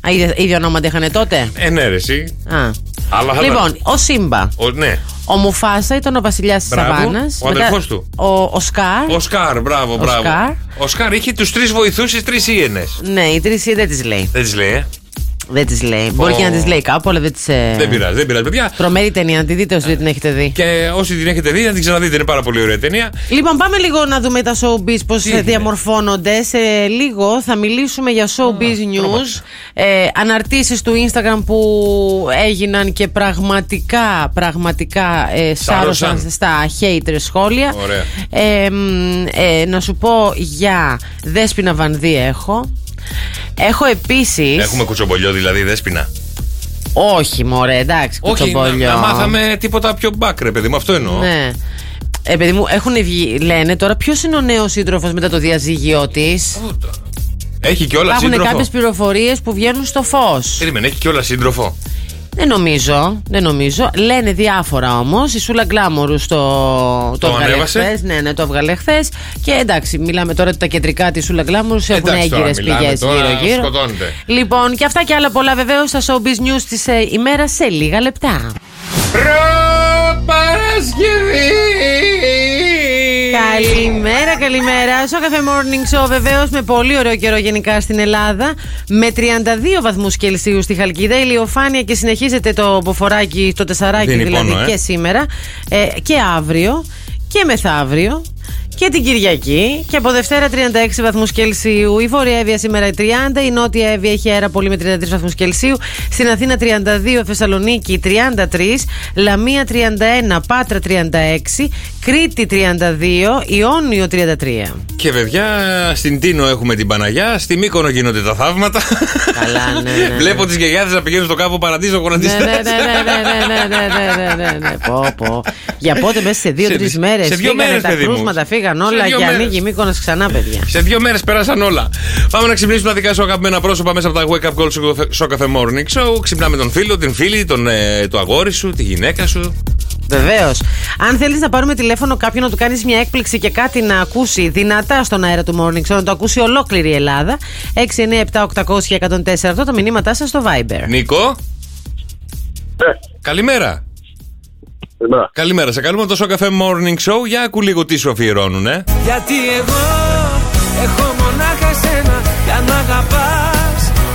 Speaker 6: α, ίδια, ίδια ονόματα είχαν τότε.
Speaker 5: Ε, Ενέρεση.
Speaker 6: Α.
Speaker 5: ναι, Αλλά θα τα-
Speaker 6: Λοιπόν, ο Σύμπα.
Speaker 5: Ο, ναι,
Speaker 6: Ο Μουφάσα ήταν ο βασιλιάς της
Speaker 5: Μπράβο,
Speaker 6: Σαββάνας.
Speaker 5: ο αδερφός του.
Speaker 6: Ο, ο Σκάρ.
Speaker 5: ο Σκάρ, μπράβο, μπράβο.
Speaker 6: Σκάρ.
Speaker 5: Ο Σκάρ είχε τους τρεις βοηθούς, τι τρεις ίενε.
Speaker 6: Ναι, η Τρίση δεν τη λέει.
Speaker 5: Δεν τις λέει, ε.
Speaker 6: Δεν τη λέει. Μπορεί και να τη λέει κάπου, αλλά δεν τη.
Speaker 5: Δεν πειράζει, δεν πειράζει, παιδιά.
Speaker 6: Τρομερή ταινία, να τη δείτε όσοι δεν την έχετε δει.
Speaker 5: Και όσοι την έχετε δει, να την ξαναδείτε. Είναι πάρα πολύ ωραία ταινία.
Speaker 6: Λοιπόν, πάμε λίγο να δούμε τα showbiz πώς
Speaker 5: έγινε?
Speaker 6: διαμορφώνονται. Σε λίγο θα μιλήσουμε για showbiz news. Ε, Αναρτήσεις του Instagram που έγιναν και πραγματικά, πραγματικά ε,
Speaker 5: Σάρωσαν.
Speaker 6: σάρωσαν στα hater σχόλια.
Speaker 5: Ωραία.
Speaker 6: Ε, μ, ε, να σου πω για Δέσποινα Βανδύ έχω. Έχω επίσης.
Speaker 5: Έχουμε κουτσομπολιό, δηλαδή, δέσπινα.
Speaker 6: Όχι, μωρέ, εντάξει,
Speaker 5: Όχι, να,
Speaker 6: κουτσομπόλιο.
Speaker 5: να μάθαμε τίποτα πιο μπακ, ρε παιδί μου, αυτό εννοώ.
Speaker 6: Ναι. Ε, παιδί μου, έχουν βγει, λένε τώρα ποιος είναι ο νέος σύντροφος μετά το διαζύγιο της.
Speaker 5: Ούτε. Έχει κιόλα
Speaker 6: Υπάρχουν
Speaker 5: σύντροφο.
Speaker 6: κάποιες πληροφορίες που βγαίνουν στο φως.
Speaker 5: Περίμενε, έχει κιόλα σύντροφο.
Speaker 6: Δεν νομίζω, δεν νομίζω. Λένε διάφορα όμως. Η Σούλα Γκλάμορου στο... το, έβγαλε
Speaker 5: ανέβασε?
Speaker 6: χθες. Ναι, ναι, το έβγαλε χθες. Και εντάξει, μιλάμε τώρα ότι τα κεντρικά της Σούλα Γκλάμορου έχουν
Speaker 5: Εντάξει, τώρα
Speaker 6: έγκυρες
Speaker 5: μιλάμε,
Speaker 6: πηγές
Speaker 5: τώρα
Speaker 6: γύρω-γύρω.
Speaker 5: σκοτώνεται.
Speaker 6: Λοιπόν, και αυτά και άλλα πολλά βεβαίως στα showbiz news της ημέρα σε λίγα λεπτά.
Speaker 5: Προπαρασκευή!
Speaker 6: Καλημέρα, καλημέρα. Στο καφέ Morning Show, βεβαίως, με πολύ ωραίο καιρό γενικά στην Ελλάδα. Με 32 βαθμούς Κελσίου στη Χαλκίδα, ηλιοφάνεια και συνεχίζεται το μποφοράκι, το τεσσαράκι
Speaker 5: Δίνει
Speaker 6: δηλαδή
Speaker 5: πόνο, ε.
Speaker 6: και σήμερα ε, και αύριο και μεθαύριο. Και την Κυριακή και από Δευτέρα 36 βαθμούς Κελσίου. Η Βόρεια Εύβοια σήμερα 30, η Νότια Εύβοια έχει αέρα πολύ με 33 βαθμούς Κελσίου. Στην Αθήνα 32, Θεσσαλονίκη 33, Λαμία 31, Πάτρα 36, Κρήτη 32, Ιόνιο 33.
Speaker 5: Και παιδιά, στην Τίνο έχουμε την Παναγιά, στη Μύκονο γίνονται τα θαύματα.
Speaker 6: Καλά, ναι, ναι, ναι.
Speaker 5: Βλέπω τις γιαγιάδε να πηγαίνουν στο κάπο παραδείσο
Speaker 6: Ναι,
Speaker 5: γονατιστέ.
Speaker 6: ναι, ναι, ναι, ναι, ναι, ναι, ναι, ναι, ναι, ναι, ναι, ναι, ναι. Πω, πω. Για πότε μέσα σε
Speaker 5: Σε-
Speaker 6: δύο-τρει
Speaker 5: σε
Speaker 6: μέρε
Speaker 5: δύο μέρες,
Speaker 6: τα
Speaker 5: παιδί μου.
Speaker 6: κρούσματα, φύγανε Πήγαν όλα
Speaker 5: δύο
Speaker 6: για
Speaker 5: μέρες.
Speaker 6: ανοίγει μήκονο ξανά, παιδιά.
Speaker 5: Σε δύο μέρες πέρασαν όλα. Πάμε να ξυπνήσουμε τα δικά σου αγαπημένα πρόσωπα μέσα από τα Wake Up Call στο Cafe Morning Show. Ξυπνάμε τον φίλο, την φίλη, τον, ε, το αγόρι σου, τη γυναίκα σου.
Speaker 6: Βεβαίως. Αν θέλεις να πάρουμε τηλέφωνο κάποιον να του κάνεις μια έκπληξη και κάτι να ακούσει δυνατά στον αέρα του Morning Show, να το ακούσει ολόκληρη η Ελλάδα. 697-800-1048 τα μηνύματά σας στο Viber.
Speaker 5: Νίκο. Καλημέρα. Καλημέρα. Σε καλούμε από το Show Cafe Morning Show. Για ακού λίγο τι σου αφιερώνουν, ε.
Speaker 9: Γιατί εγώ έχω μονάχα εσένα για να αγαπάς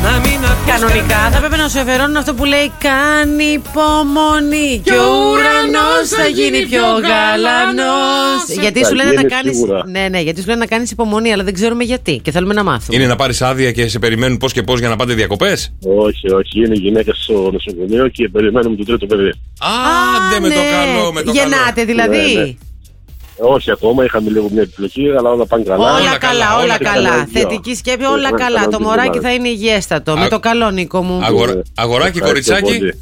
Speaker 9: να μην ακούς
Speaker 6: Κανονικά θα πρέπει να σου εφερώνουν αυτό που λέει Κάνει υπομονή και ο ουρανός θα γίνει πιο γαλανός Γιατί
Speaker 5: Θα
Speaker 6: σου λένε να
Speaker 5: γίνει
Speaker 6: κάνεις
Speaker 5: σίγουρα.
Speaker 6: Ναι, ναι, γιατί σου λένε να κάνεις υπομονή Αλλά δεν ξέρουμε γιατί και θέλουμε να μάθουμε
Speaker 5: Είναι να πάρεις άδεια και σε περιμένουν πώς και πώς για να πάτε διακοπές.
Speaker 13: Όχι, όχι. Είναι γυναίκα στο νοσοκομείο και περιμένουμε το τρίτο παιδί. Ε,
Speaker 5: Άντε ναι, με το καλό, με το
Speaker 6: ναι, Γεννάτε δηλαδή
Speaker 13: Ναι, ναι. Όχι ακόμα, είχαμε λίγο μια επιπλοκή, αλλά όλα πάνε καλά.
Speaker 6: Όλα, καλά, όλα καλά.
Speaker 13: δύο.
Speaker 6: Θετική
Speaker 13: Ε,
Speaker 6: σκέψη, όλα καλά. Το
Speaker 13: δύο,
Speaker 6: μωράκι
Speaker 13: μάλλον.
Speaker 6: θα είναι υγιέστατο. Με
Speaker 13: Α-
Speaker 6: το καλό, Νίκο μου.
Speaker 5: Αγορα... Αγοράκι,
Speaker 13: Ε, Ευχαριστώ
Speaker 5: κοριτσάκι.
Speaker 13: πολύ.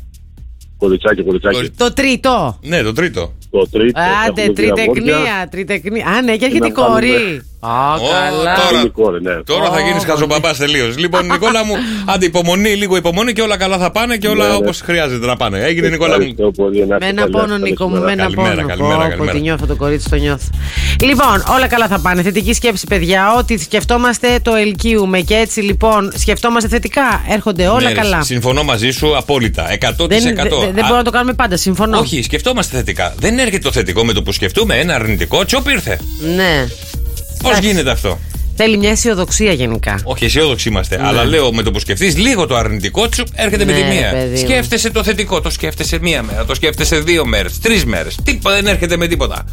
Speaker 13: Κοριτσάκι, κοριτσάκι.
Speaker 6: Το τρίτο.
Speaker 5: Ναι, το τρίτο.
Speaker 13: Το τρίτο.
Speaker 6: Άντε, τριτεκνία, τριτεκνία. Α, ναι, και έρχεται η κόρη. Α, καλά.
Speaker 5: Τώρα,
Speaker 13: ναι.
Speaker 5: τώρα θα γίνει χαζομπαμπάς τελείως. Λοιπόν, Νικόλα μου, άντε υπομονή, λίγο υπομονή και όλα καλά θα πάνε και όλα
Speaker 13: Ναι, ναι.
Speaker 5: όπως χρειάζεται να πάνε. Έγινε, Νικόλα μου.
Speaker 6: Με ένα πόνο, Νίκο μου, με ένα
Speaker 5: Καλημέρα,
Speaker 6: πόνο.
Speaker 5: καλημέρα,
Speaker 6: Πω, πω,
Speaker 5: καλημέρα.
Speaker 6: τι νιώθω το κορίτσι, το νιώθω. Λοιπόν, όλα καλά θα πάνε. Θετική σκέψη, παιδιά. Ό,τι σκεφτόμαστε, το ελκύουμε. Και έτσι, λοιπόν, σκεφτόμαστε θετικά. Έρχονται όλα
Speaker 5: Ναι, ρε,
Speaker 6: καλά.
Speaker 5: Συμφωνώ μαζί σου απόλυτα. 100%.
Speaker 6: Δεν, δεν, δεν μπορούμε να το κάνουμε πάντα. Συμφωνώ.
Speaker 5: Όχι, σκεφτόμαστε θετικά. Δεν έρχεται το θετικό με το που σκεφτούμε. Ένα αρνητικό, τσοπ ήρθε.
Speaker 6: Ναι.
Speaker 5: Πώς γίνεται αυτό.
Speaker 6: Θέλει μια αισιοδοξία γενικά.
Speaker 5: Όχι, αισιόδοξοι είμαστε.
Speaker 6: Ναι.
Speaker 5: Αλλά λέω με το που σκεφτείς λίγο το αρνητικό, τσουπ έρχεται με
Speaker 6: Ναι,
Speaker 5: τη μία.
Speaker 6: ρε, παιδί μου.
Speaker 5: Σκέφτεσαι το θετικό, το σκέφτεσαι μία μέρα, το σκέφτεσαι δύο μέρες, τρεις μέρες. Τίποτα δεν έρχεται με τίποτα.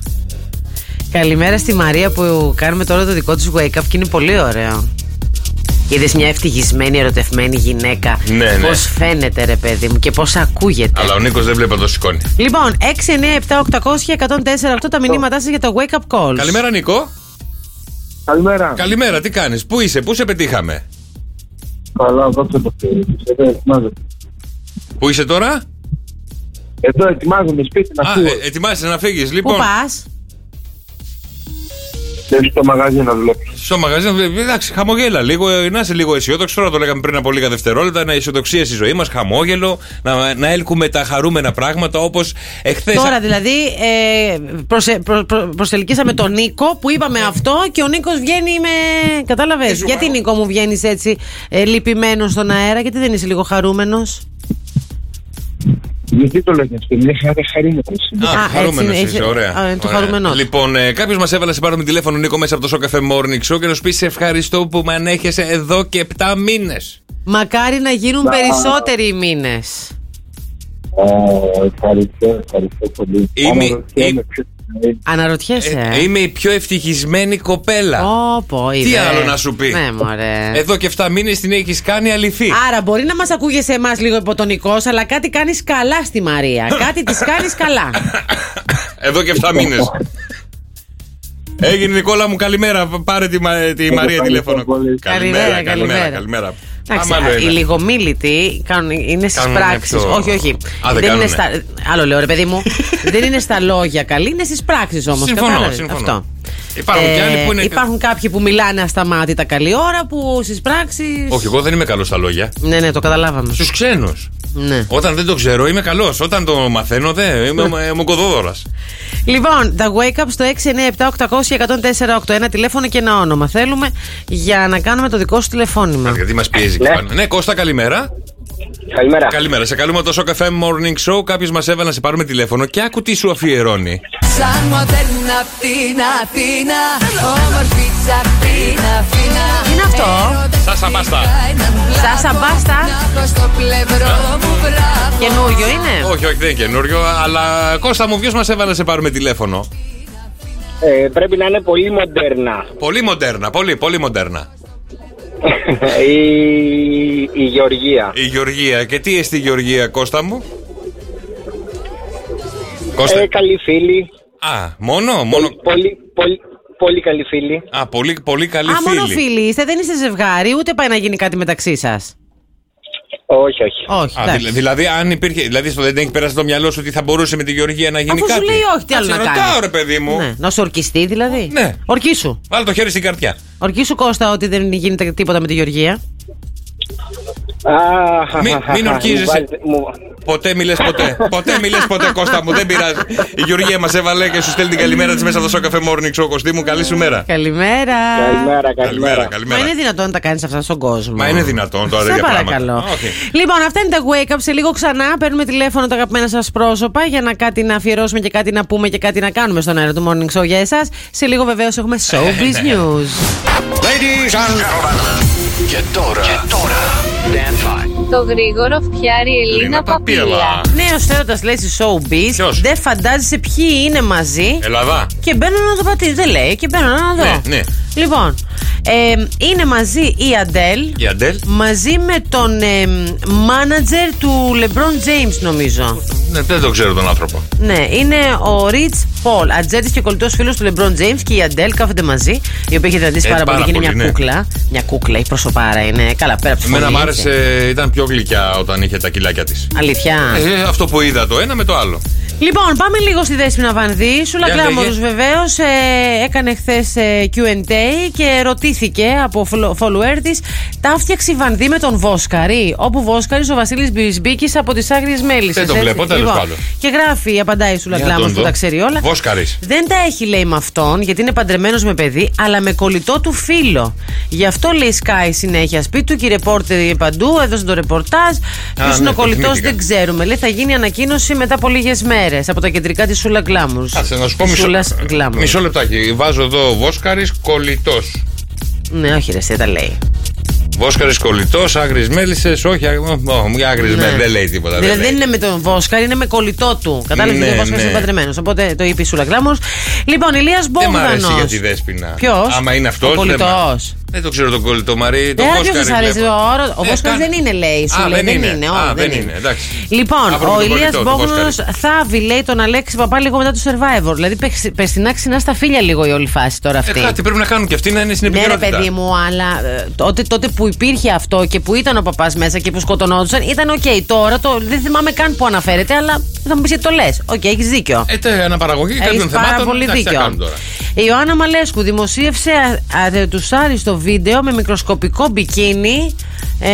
Speaker 6: Καλημέρα στη Μαρία που κάνουμε τώρα το δικό της wake up και είναι πολύ ωραίο. Είδες μια ευτυχισμένη, ερωτευμένη γυναίκα.
Speaker 5: Ναι, ναι.
Speaker 6: Πώς φαίνεται, ρε παιδί μου, και πώς ακούγεται.
Speaker 5: Αλλά ο Νίκος δεν βλέπει να το σηκώνει.
Speaker 6: Λοιπόν, 697-800-1048 τα μηνύματά σας για το wake up call.
Speaker 5: Καλημέρα, Νίκο. Καλημέρα. Καλημέρα, τι κάνεις, πού είσαι, πού σε πετύχαμε.
Speaker 14: Καλά, δώσε το Θεό. Εδώ Ε, ετοιμάζομαι.
Speaker 5: Πού είσαι τώρα,
Speaker 14: Εδώ ετοιμάζομαι σπίτι να
Speaker 5: Α,
Speaker 14: φύγω.
Speaker 5: ε, ετοιμάσαι να φύγεις, λοιπόν.
Speaker 6: πα.
Speaker 14: Ε, στο μαγαζί να δουλέψω.
Speaker 5: Στο μαγαζί, ε, εντάξει, χαμογέλα λίγο, ε, να είσαι λίγο αισιόδοξο. Τώρα το λέγαμε πριν από λίγα δευτερόλεπτα. Να αισιοδοξία στη ζωή μας, χαμόγελο, να, να έλκουμε τα χαρούμενα πράγματα όπως εχθές.
Speaker 6: Τώρα δηλαδή ε, προσε- προ- προ- προσελκύσαμε τον Νίκο που είπαμε αυτό και ο Νίκος βγαίνει με. Κατάλαβες. Γιατί Νίκο μου βγαίνεις έτσι ε, λυπημένος στον αέρα, γιατί δεν είσαι λίγο χαρούμενος.
Speaker 14: Γιατί το λέτε αυτό, μια χαρά χαρούμενος.
Speaker 5: Α,
Speaker 6: Α,
Speaker 5: χαρούμενο
Speaker 6: έτσι είναι,
Speaker 5: είσαι,
Speaker 6: είχε-
Speaker 5: ωραία.
Speaker 6: α, είναι το
Speaker 5: Ωραία.
Speaker 6: χαρούμενο.
Speaker 5: Λοιπόν, ε, κάποιος μας έβαλε σε πάρουμε τηλέφωνο Νίκο μέσα από το Show Cafe Morning Show και να σου πει σε ευχαριστώ που με ανέχεσαι εδώ και 7 μήνες.
Speaker 6: Μακάρι να γίνουν
Speaker 5: Να.
Speaker 6: περισσότεροι οι μήνες.
Speaker 14: Ε, Ευχαριστώ, ευχαριστώ πολύ.
Speaker 5: Είμαι-
Speaker 14: Αναρωτιέμαι ποιος είναι.
Speaker 6: Αναρωτιέσαι. ε.
Speaker 5: είμαι η πιο ευτυχισμένη κοπέλα.
Speaker 6: Όπο,
Speaker 5: Τι
Speaker 6: είδες.
Speaker 5: άλλο να σου πει. Ε,
Speaker 6: Ναι, μωρέ.
Speaker 5: Εδώ και 7 μήνες την έχεις κάνει αληθή.
Speaker 6: Άρα μπορεί να μας ακούγεσαι εμάς λίγο υποτονικός, αλλά κάτι κάνεις καλά στη Μαρία. κάτι της κάνεις καλά.
Speaker 5: Εδώ και 7 μήνες. Έγινε Νικόλα μου, καλημέρα. Πάρε τη, Μα- τη Μαρία τηλέφωνο.
Speaker 6: Καλημέρα,
Speaker 5: καλημέρα.
Speaker 6: καλημέρα.
Speaker 5: καλημέρα.
Speaker 6: Εντάξει,
Speaker 5: Πάμε άλλο
Speaker 6: α, οι
Speaker 5: ένα.
Speaker 6: λιγομίλητοι κάνουν, είναι στις
Speaker 5: Κάνουν
Speaker 6: πράξεις.
Speaker 5: αυτό.
Speaker 6: Όχι, όχι.
Speaker 5: Α, δεν
Speaker 6: είναι
Speaker 5: κάνουνε.
Speaker 6: στα, άλλο λέω, ρε παιδί μου. δεν είναι στα λόγια καλή, είναι στις πράξεις όμως.
Speaker 5: Συμφωνώ, συμφωνώ.
Speaker 6: Αυτό. Ε,
Speaker 5: Υπάρχουν κι άλλοι που είναι.
Speaker 6: Υπάρχουν κάποιοι που μιλάνε ασταμάτητα καλή ώρα, που στις πράξεις.
Speaker 5: Όχι, εγώ δεν είμαι καλός στα λόγια.
Speaker 6: Ναι, ναι, το καταλάβαμε.
Speaker 5: Στους ξένους.
Speaker 6: Ναι.
Speaker 5: Όταν δεν το ξέρω είμαι καλός. Όταν το μαθαίνω δεν. Είμαι μοκοδόδωρα.
Speaker 6: Λοιπόν, τα wake up στο 697-800-1048. Ένα τηλέφωνο και ένα όνομα θέλουμε για να κάνουμε το δικό σου τηλεφώνημα.
Speaker 5: Γιατί μας πιέζει και πάνω. Ναι, Κώστα, καλημέρα.
Speaker 15: Καλημέρα.
Speaker 5: Καλημέρα. Σε καλούμε από το Show Cafe Morning Show. Κάποιος μας έβαλε να σε πάρουμε τηλέφωνο και άκου τι σου αφιερώνει.
Speaker 4: Σαν μοντέρνα απ' την Αθήνα Όμορφη τσαρτίνα φίνα
Speaker 6: Τι είναι αυτό?
Speaker 5: Σάσα μπάστα.
Speaker 6: Σάσα μπάστα. Καινούριο είναι.
Speaker 5: Όχι, όχι, δεν είναι καινούριο. Αλλά Κώστα μου, ποιος μας έβαλε να σε πάρουμε τηλέφωνο.
Speaker 15: Ε, πρέπει να είναι πολύ μοντέρνα.
Speaker 5: Πολύ μοντέρνα, πολύ, πολύ μοντέρνα.
Speaker 15: η, η Γεωργία.
Speaker 5: Η Γεωργία. Και τι εστί η Γεωργία, Κώστα μου.
Speaker 15: Ε, καλή φίλη.
Speaker 5: Α, μόνο, μόνο.
Speaker 15: Πολύ, πολύ, πολύ καλή φίλη.
Speaker 5: Α, πολύ, πολύ καλή
Speaker 6: Α, μόνο
Speaker 5: φίλη.
Speaker 6: φίλοι είστε, δεν είστε ζευγάρι, ούτε πάει να γίνει κάτι μεταξύ σας.
Speaker 15: Όχι, όχι.
Speaker 6: Όχι.
Speaker 5: Α, δηλα- δηλαδή, αν υπήρχε. Δηλαδή, στο δεν έχει περάσει το μυαλό σου ότι θα μπορούσε με τη Γεωργία να γίνει
Speaker 6: Αφού σου
Speaker 5: κάτι.
Speaker 6: λέει όχι, τι άλλο
Speaker 5: Α,
Speaker 6: να
Speaker 5: σε
Speaker 6: κάνει.
Speaker 5: ρωτάω, ρε παιδί μου.
Speaker 6: Ναι. Να σου ορκιστεί δηλαδή. Ναι. Ορκίσου.
Speaker 5: Βάλε το χέρι στην καρδιά.
Speaker 6: Ορκίσου Κώστα ότι δεν γίνεται τίποτα με τη Γεωργία.
Speaker 5: Μην, μην ορκίζεσαι. Ποτέ μιλέ ποτέ. ποτέ μιλέ ποτέ, Κώστα μου, δεν πειράζει. Η Γεωργία μας έβαλε και σου στέλνει την καλημέρα της μέσα από το σοκαφέ Morning Show, Κωστή μου. Καλή σου μέρα.
Speaker 6: Καλημέρα.
Speaker 5: καλημέρα.
Speaker 6: Μα
Speaker 5: καλημέρα.
Speaker 6: είναι δυνατόν να τα κάνεις αυτά στον κόσμο.
Speaker 5: Μα είναι δυνατόν τώρα
Speaker 6: Σε
Speaker 5: για πράγματα.
Speaker 6: παρακαλώ.
Speaker 5: Όχι.
Speaker 6: Λοιπόν, αυτά είναι τα wake up. Σε λίγο ξανά παίρνουμε τηλέφωνο τα αγαπημένα σας πρόσωπα για να κάτι να αφιερώσουμε και κάτι να πούμε και κάτι να κάνουμε στον αέρα του morning show για εσάς. Σε λίγο βεβαίως έχουμε showbiz
Speaker 3: ναι. Ladies
Speaker 6: news.
Speaker 3: and gentlemen. Και τώρα. Και τώρα. Stand by.
Speaker 16: Το γρήγορο φτιάρι Ελίνα Παπίλα.
Speaker 6: Νέο θέατα λέει στη showbiz. Δεν φαντάζεσαι ποιοι είναι μαζί.
Speaker 5: Ελλάδα.
Speaker 6: Και μπαίνω να το πατήσω. Δεν λέει και μπαίνω να δω.
Speaker 5: Ε, Ναι, ναι.
Speaker 6: Λοιπόν, ε, είναι μαζί η Αντέλ.
Speaker 5: Η Αντέλ.
Speaker 6: Μαζί με τον ε, μάνατζερ του LeBron James νομίζω.
Speaker 5: Ναι, δεν τον ξέρω τον άνθρωπο.
Speaker 6: Ναι, είναι ο Ριτ Πολ. Ατζέντης και κολλητός φίλος του LeBron James και η Αντέλ κάθονται μαζί. Η οποία έχει δραντήσει
Speaker 5: Ε,
Speaker 6: πάρα,
Speaker 5: πάρα
Speaker 6: πολύ και είναι
Speaker 5: πολύ,
Speaker 6: μια
Speaker 5: ναι.
Speaker 6: κούκλα. Μια κούκλα, η προσωπάρα είναι. Καλά, πέρα από τη
Speaker 5: Εμένα
Speaker 6: φωνή,
Speaker 5: μ'
Speaker 6: έτσι.
Speaker 5: άρεσε, ήταν πιο γλυκιά όταν είχε τα κιλάκια της.
Speaker 6: Αλήθεια.
Speaker 5: Ε, αυτό που είδα το ένα με το άλλο.
Speaker 6: Λοιπόν, πάμε λίγο στη Δέσποινα Βανδύ. Σούλα
Speaker 5: Για λέγε.
Speaker 6: Κλάμορος βεβαίω έκανε ε, χθε QA και ρωτήθηκε από φλο- follower της τα φτιάξει η Βανδύ με τον Βόσκαρη. Όπου Βόσκαρης ο Βασίλης Μπισμπίκη από τις Άγριες Μέλισσες.
Speaker 5: Δεν το βλέπω, τέλος πάντων.
Speaker 6: Λοιπόν, Και γράφει, απαντάει η Σούλα
Speaker 5: Για να τον
Speaker 6: Κλάμορος που
Speaker 5: δω.
Speaker 6: τα ξέρει όλα.
Speaker 5: Βόσκαρης.
Speaker 6: Δεν τα έχει λέει με αυτόν γιατί είναι παντρεμένος με παιδί, αλλά με κολλητό του φίλο. Γι' αυτό λέει σκάει συνέχεια σπίτι του και οι ρεπόρτερ παντού, έδωσε το ρεπορτάζ. Ποιος
Speaker 5: ναι,
Speaker 6: είναι ο
Speaker 5: το
Speaker 6: κολλητός
Speaker 5: θυμήθηκα.
Speaker 6: δεν ξέρουμε. Λέει θα γίνει ανακοίνωση μετά από λίγες μέρες από τα κεντρικά της Σούλα Γκλάμουρ.
Speaker 5: Κάτσε να σου πω μισό,
Speaker 6: Σούλας Glamour.
Speaker 5: μισό λεπτάκι. Βάζω εδώ Βόσκαρης κολλητός.
Speaker 6: Ναι, όχι, ρε, εσύ τα λέει.
Speaker 5: Βόσκαρης κολλητός, άγριε μέλισσες. Όχι, άγριε
Speaker 6: Ναι.
Speaker 5: μέλισσες. Δεν λέει τίποτα.
Speaker 6: Δηλαδή
Speaker 5: Δεν λέει.
Speaker 6: δεν είναι με τον Βόσκαρ, είναι με κολλητό του. Κατάλαβες
Speaker 5: Ναι,
Speaker 6: ότι ο Βόσκαρ
Speaker 5: ναι.
Speaker 6: είναι παντρεμένο. Οπότε το είπε η Σούλα Γκλάμουρ. Λοιπόν, Ηλίας
Speaker 5: Δεν μ' αρέσει
Speaker 6: Μπόγδανος.
Speaker 5: για τη δέσπινα.
Speaker 6: Ποιος?
Speaker 5: Άμα είναι αυτό.
Speaker 6: Ο κολλητός.
Speaker 5: Δεν το ξέρω τον κολλητό Μαρή. Τον
Speaker 6: Ε, άρα ποιο
Speaker 5: Βόσκαρη
Speaker 6: σα αρέσει.
Speaker 5: βλέπω.
Speaker 6: Ο, όρο- ο
Speaker 5: Ε,
Speaker 6: Βόσκαρ
Speaker 5: κάνε-
Speaker 6: δεν είναι, λέει. Σου
Speaker 5: Α,
Speaker 6: λέει.
Speaker 5: δεν
Speaker 6: Δεν
Speaker 5: είναι.
Speaker 6: είναι.
Speaker 5: Α,
Speaker 6: όχι,
Speaker 5: δεν είναι. Εντάξει.
Speaker 6: Λοιπόν,
Speaker 5: Αύριο
Speaker 6: ο
Speaker 5: τον
Speaker 6: Ηλίας
Speaker 5: κολλητό, τον
Speaker 6: Μπόγνος
Speaker 5: Βόσκαρη.
Speaker 6: θαύει, λέει, τον Αλέξη Παπά λίγο μετά το Survivor. Δηλαδή, πεξι- πεστινά ξινά στα φίλια λίγο η όλη φάση τώρα
Speaker 5: Ε,
Speaker 6: αυτή.
Speaker 5: κάτι πρέπει να κάνουν και αυτοί να είναι στην
Speaker 6: Ναι, ρε
Speaker 5: επικαιρότητα.
Speaker 6: παιδί μου, αλλά ε, τότε, τότε που υπήρχε αυτό και που ήταν ο παπάς μέσα και που σκοτωνόντουσαν ήταν οκ. Τώρα το, δεν θυμάμαι καν που αναφέρεται, αλλά θα μου πεις γιατί το λες. Οκ, έχεις δίκιο.
Speaker 5: Ε, τε, αναπαραγωγή
Speaker 6: Έχεις
Speaker 5: κάποιων
Speaker 6: πάρα
Speaker 5: θεμάτων.
Speaker 6: πολύ
Speaker 5: εντάξει, τι να
Speaker 6: δίκιο.
Speaker 5: κάνουμε τώρα.
Speaker 6: Η Ιωάννα Μαλέσκου δημοσίευσε α- αρετουσάριστο βίντεο με μικροσκοπικό μπικίνι. Ε,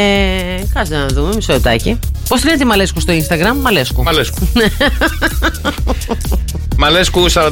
Speaker 6: κάτσε να δούμε, μισό λεπτάκι. Πώς λένε τη Μαλέσκου στο Instagram, Μαλέσκου.
Speaker 5: Μαλέσκου. Μαλέσκου 42-15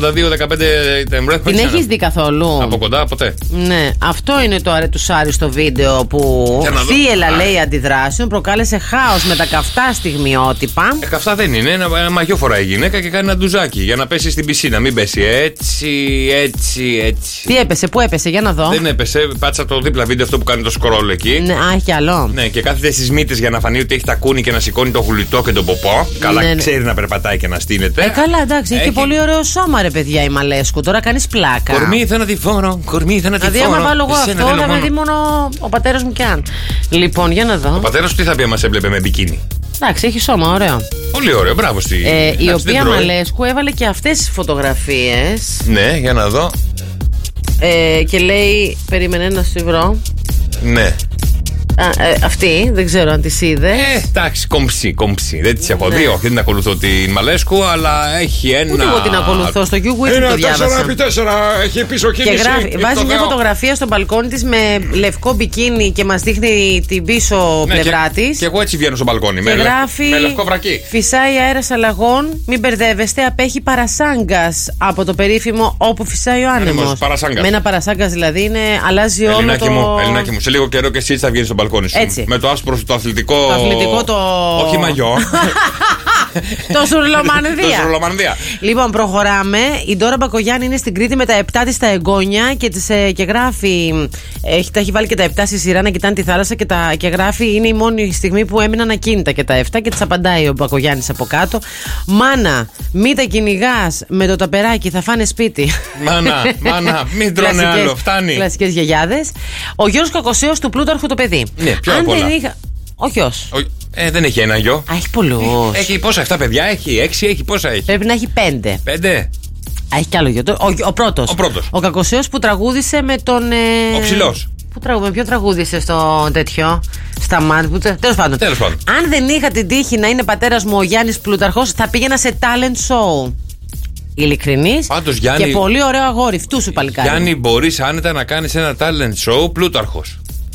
Speaker 5: Τεμβρέ.
Speaker 6: Την έχεις δει καθόλου.
Speaker 5: Από κοντά, ποτέ.
Speaker 6: Ναι, αυτό είναι το αρετουσάριστο βίντεο που
Speaker 5: Για να δω.
Speaker 6: θύελα λέει αντιδράσεων προκάλεσε χάος με τα καυτά στιγμιότυπα.
Speaker 5: Ε, καυτά δεν είναι. Ένα, ένα μαγιό φοράει η γυναίκα και κάνει ένα ντουζάκι για να πέσει στην πισίνα. Μην πέσει έτσι, έτσι, έτσι.
Speaker 6: Τι έπεσε, πού έπεσε, για να δω.
Speaker 5: Δεν έπεσε. Πάτσα το δίπλα βίντεο αυτό που κάνει το σκρόλ εκεί.
Speaker 6: Ναι, α, έχει κι άλλο.
Speaker 5: Ναι, και κάθεται στις μύτες για να φανεί ότι έχει τα κούνη και να σηκώνει το γουλιτό και τον ποπό. Καλά,
Speaker 6: Ναι, ναι.
Speaker 5: ξέρει να περπατάει και να στείνεται.
Speaker 6: Ε, καλά, εντάξει, έχει
Speaker 5: Έχει.
Speaker 6: και πολύ ωραίο σώμα, ρε παιδιά, η Μαλέσκου. Τώρα κάνεις πλάκα.
Speaker 5: Κορμί θανατηφόρο, κορμί θανατηφόρο.
Speaker 6: Δηλαδή, άμα βάλω εγώ
Speaker 5: Εσένα
Speaker 6: αυτό,
Speaker 5: θέλω
Speaker 6: θα με
Speaker 5: μόνο.
Speaker 6: δει μόνο ο πατέρας μου κι αν. Λοιπόν, για να δω.
Speaker 5: Ο πατέρας του τι θα πει, μας έβλεπε με μπικίνι.
Speaker 6: Εντάξει, έχει σώμα, ωραίο.
Speaker 5: Πολύ ωραίο, μπράβο στη.
Speaker 6: Ε,
Speaker 5: εντάξει,
Speaker 6: η
Speaker 5: δεν
Speaker 6: οποία
Speaker 5: τρώει.
Speaker 6: Μαλέσκου έβαλε και αυτές τις φωτογραφίες.
Speaker 5: Ναι, για να δω.
Speaker 6: Ε, και λέει, περίμενε να σου τη βρω.
Speaker 5: Ναι.
Speaker 6: Α, ε, αυτή, δεν ξέρω αν τις είδες.
Speaker 5: Ε, Εντάξει, κομψή, κομψή. Δεν τη έχω
Speaker 6: Ναι.
Speaker 5: δει, όχι, δεν την ακολουθώ την Μαλέσκου, αλλά έχει ένα.
Speaker 6: Ούτε εγώ την ακολουθώ, στο YouGov
Speaker 5: Ένα
Speaker 6: το διάβασα.
Speaker 5: 4x4, έχει πίσω
Speaker 6: και
Speaker 5: ε,
Speaker 6: γράφει, βάζει μια φωτογραφία στο μπαλκόνι της με λευκό μπικίνι και μας δείχνει την πίσω πλευρά της.
Speaker 5: Ναι, Και εγώ έτσι βγαίνω στο μπαλκόνι.
Speaker 6: Και
Speaker 5: με, λευκό-
Speaker 6: γράφει.
Speaker 5: με λευκό βρακί.
Speaker 6: Φυσάει αέρας αλλαγών. Μην μπερδεύεστε. Απέχει παρασάγκας από το περίφημο όπου φυσάει ο άνεμο.
Speaker 5: Άνεμος, παρασάγκας.
Speaker 6: Με ένα παρασάγκας δηλαδή είναι, αλλάζει όλο
Speaker 5: Ελληνάκι
Speaker 6: το.
Speaker 5: μου, Ελληνάκι μου, σε λίγο καιρό και εσύ έτσι θα βγαίνει στο μπαλκόνι σου.
Speaker 6: Έτσι.
Speaker 5: Με το άσπρο σου το αθλητικό.
Speaker 6: Το αθλητικό το.
Speaker 5: Όχι μαγιό.
Speaker 6: Το
Speaker 5: Το
Speaker 6: σουρλομανδία.
Speaker 5: Σουρλομανδία.
Speaker 6: Λοιπόν, προχωράμε. Η Ντόρα Μπακογιάννη είναι στην Κρήτη με τα 7 της στα εγγόνια και, της, ε, και γράφει. ε, Έχει, τα έχει βάλει και τα 7 στη σειρά να κοιτάνε τη θάλασσα και, τα, και γράφει. Είναι η μόνη στιγμή που έμειναν ακίνητα και τα 7 και της απαντάει ο Μπακογιάννης από κάτω. Μάνα, μη τα κυνηγάς με το ταπεράκι, θα φάνε σπίτι.
Speaker 5: Μάνα, μάνα, μην τρώνε
Speaker 6: Κλασικές-
Speaker 5: άλλο, φτάνει.
Speaker 6: Κλασικές γιαγιάδες. Ο Γιώργος Κακοσέος του Πλούταρχου το παιδί.
Speaker 5: Ναι, πιο
Speaker 6: Αν
Speaker 5: απ'
Speaker 6: δεν
Speaker 5: όλα.
Speaker 6: είχα. Όχι, όχι.
Speaker 5: Ο- Ε, δεν έχει ένα γιο.
Speaker 6: Α, έχει πολλούς.
Speaker 5: Έχει πόσα, 7 παιδιά έχει, 6 έχει, πόσα έχει.
Speaker 6: Πρέπει να έχει πέντε.
Speaker 5: Πέντε.
Speaker 6: Α, έχει κι άλλο γιο. Το- Ο, ο πρώτος.
Speaker 5: Ο πρώτος.
Speaker 6: Ο Κακοσέο που τραγούδισε με τον. ε,
Speaker 5: Ο ψηλός.
Speaker 6: Που τραγου, με ποιο τραγούδισε στο τέτοιο. Στα μάτια. Τέλος πάντων.
Speaker 5: Τέλος πάντων.
Speaker 6: Αν δεν είχα την τύχη να είναι πατέρας μου ο Γιάννης Πλούταρχο, θα πήγαινα σε talent show. Ειλικρινής.
Speaker 5: Πάντως, Γιάννη-
Speaker 6: Και πολύ ωραίο αγόρι. Φτού σου παλικάρι.
Speaker 5: Γιάννη, μπορείς άνετα να κάνεις ένα talent show πλούταρχο.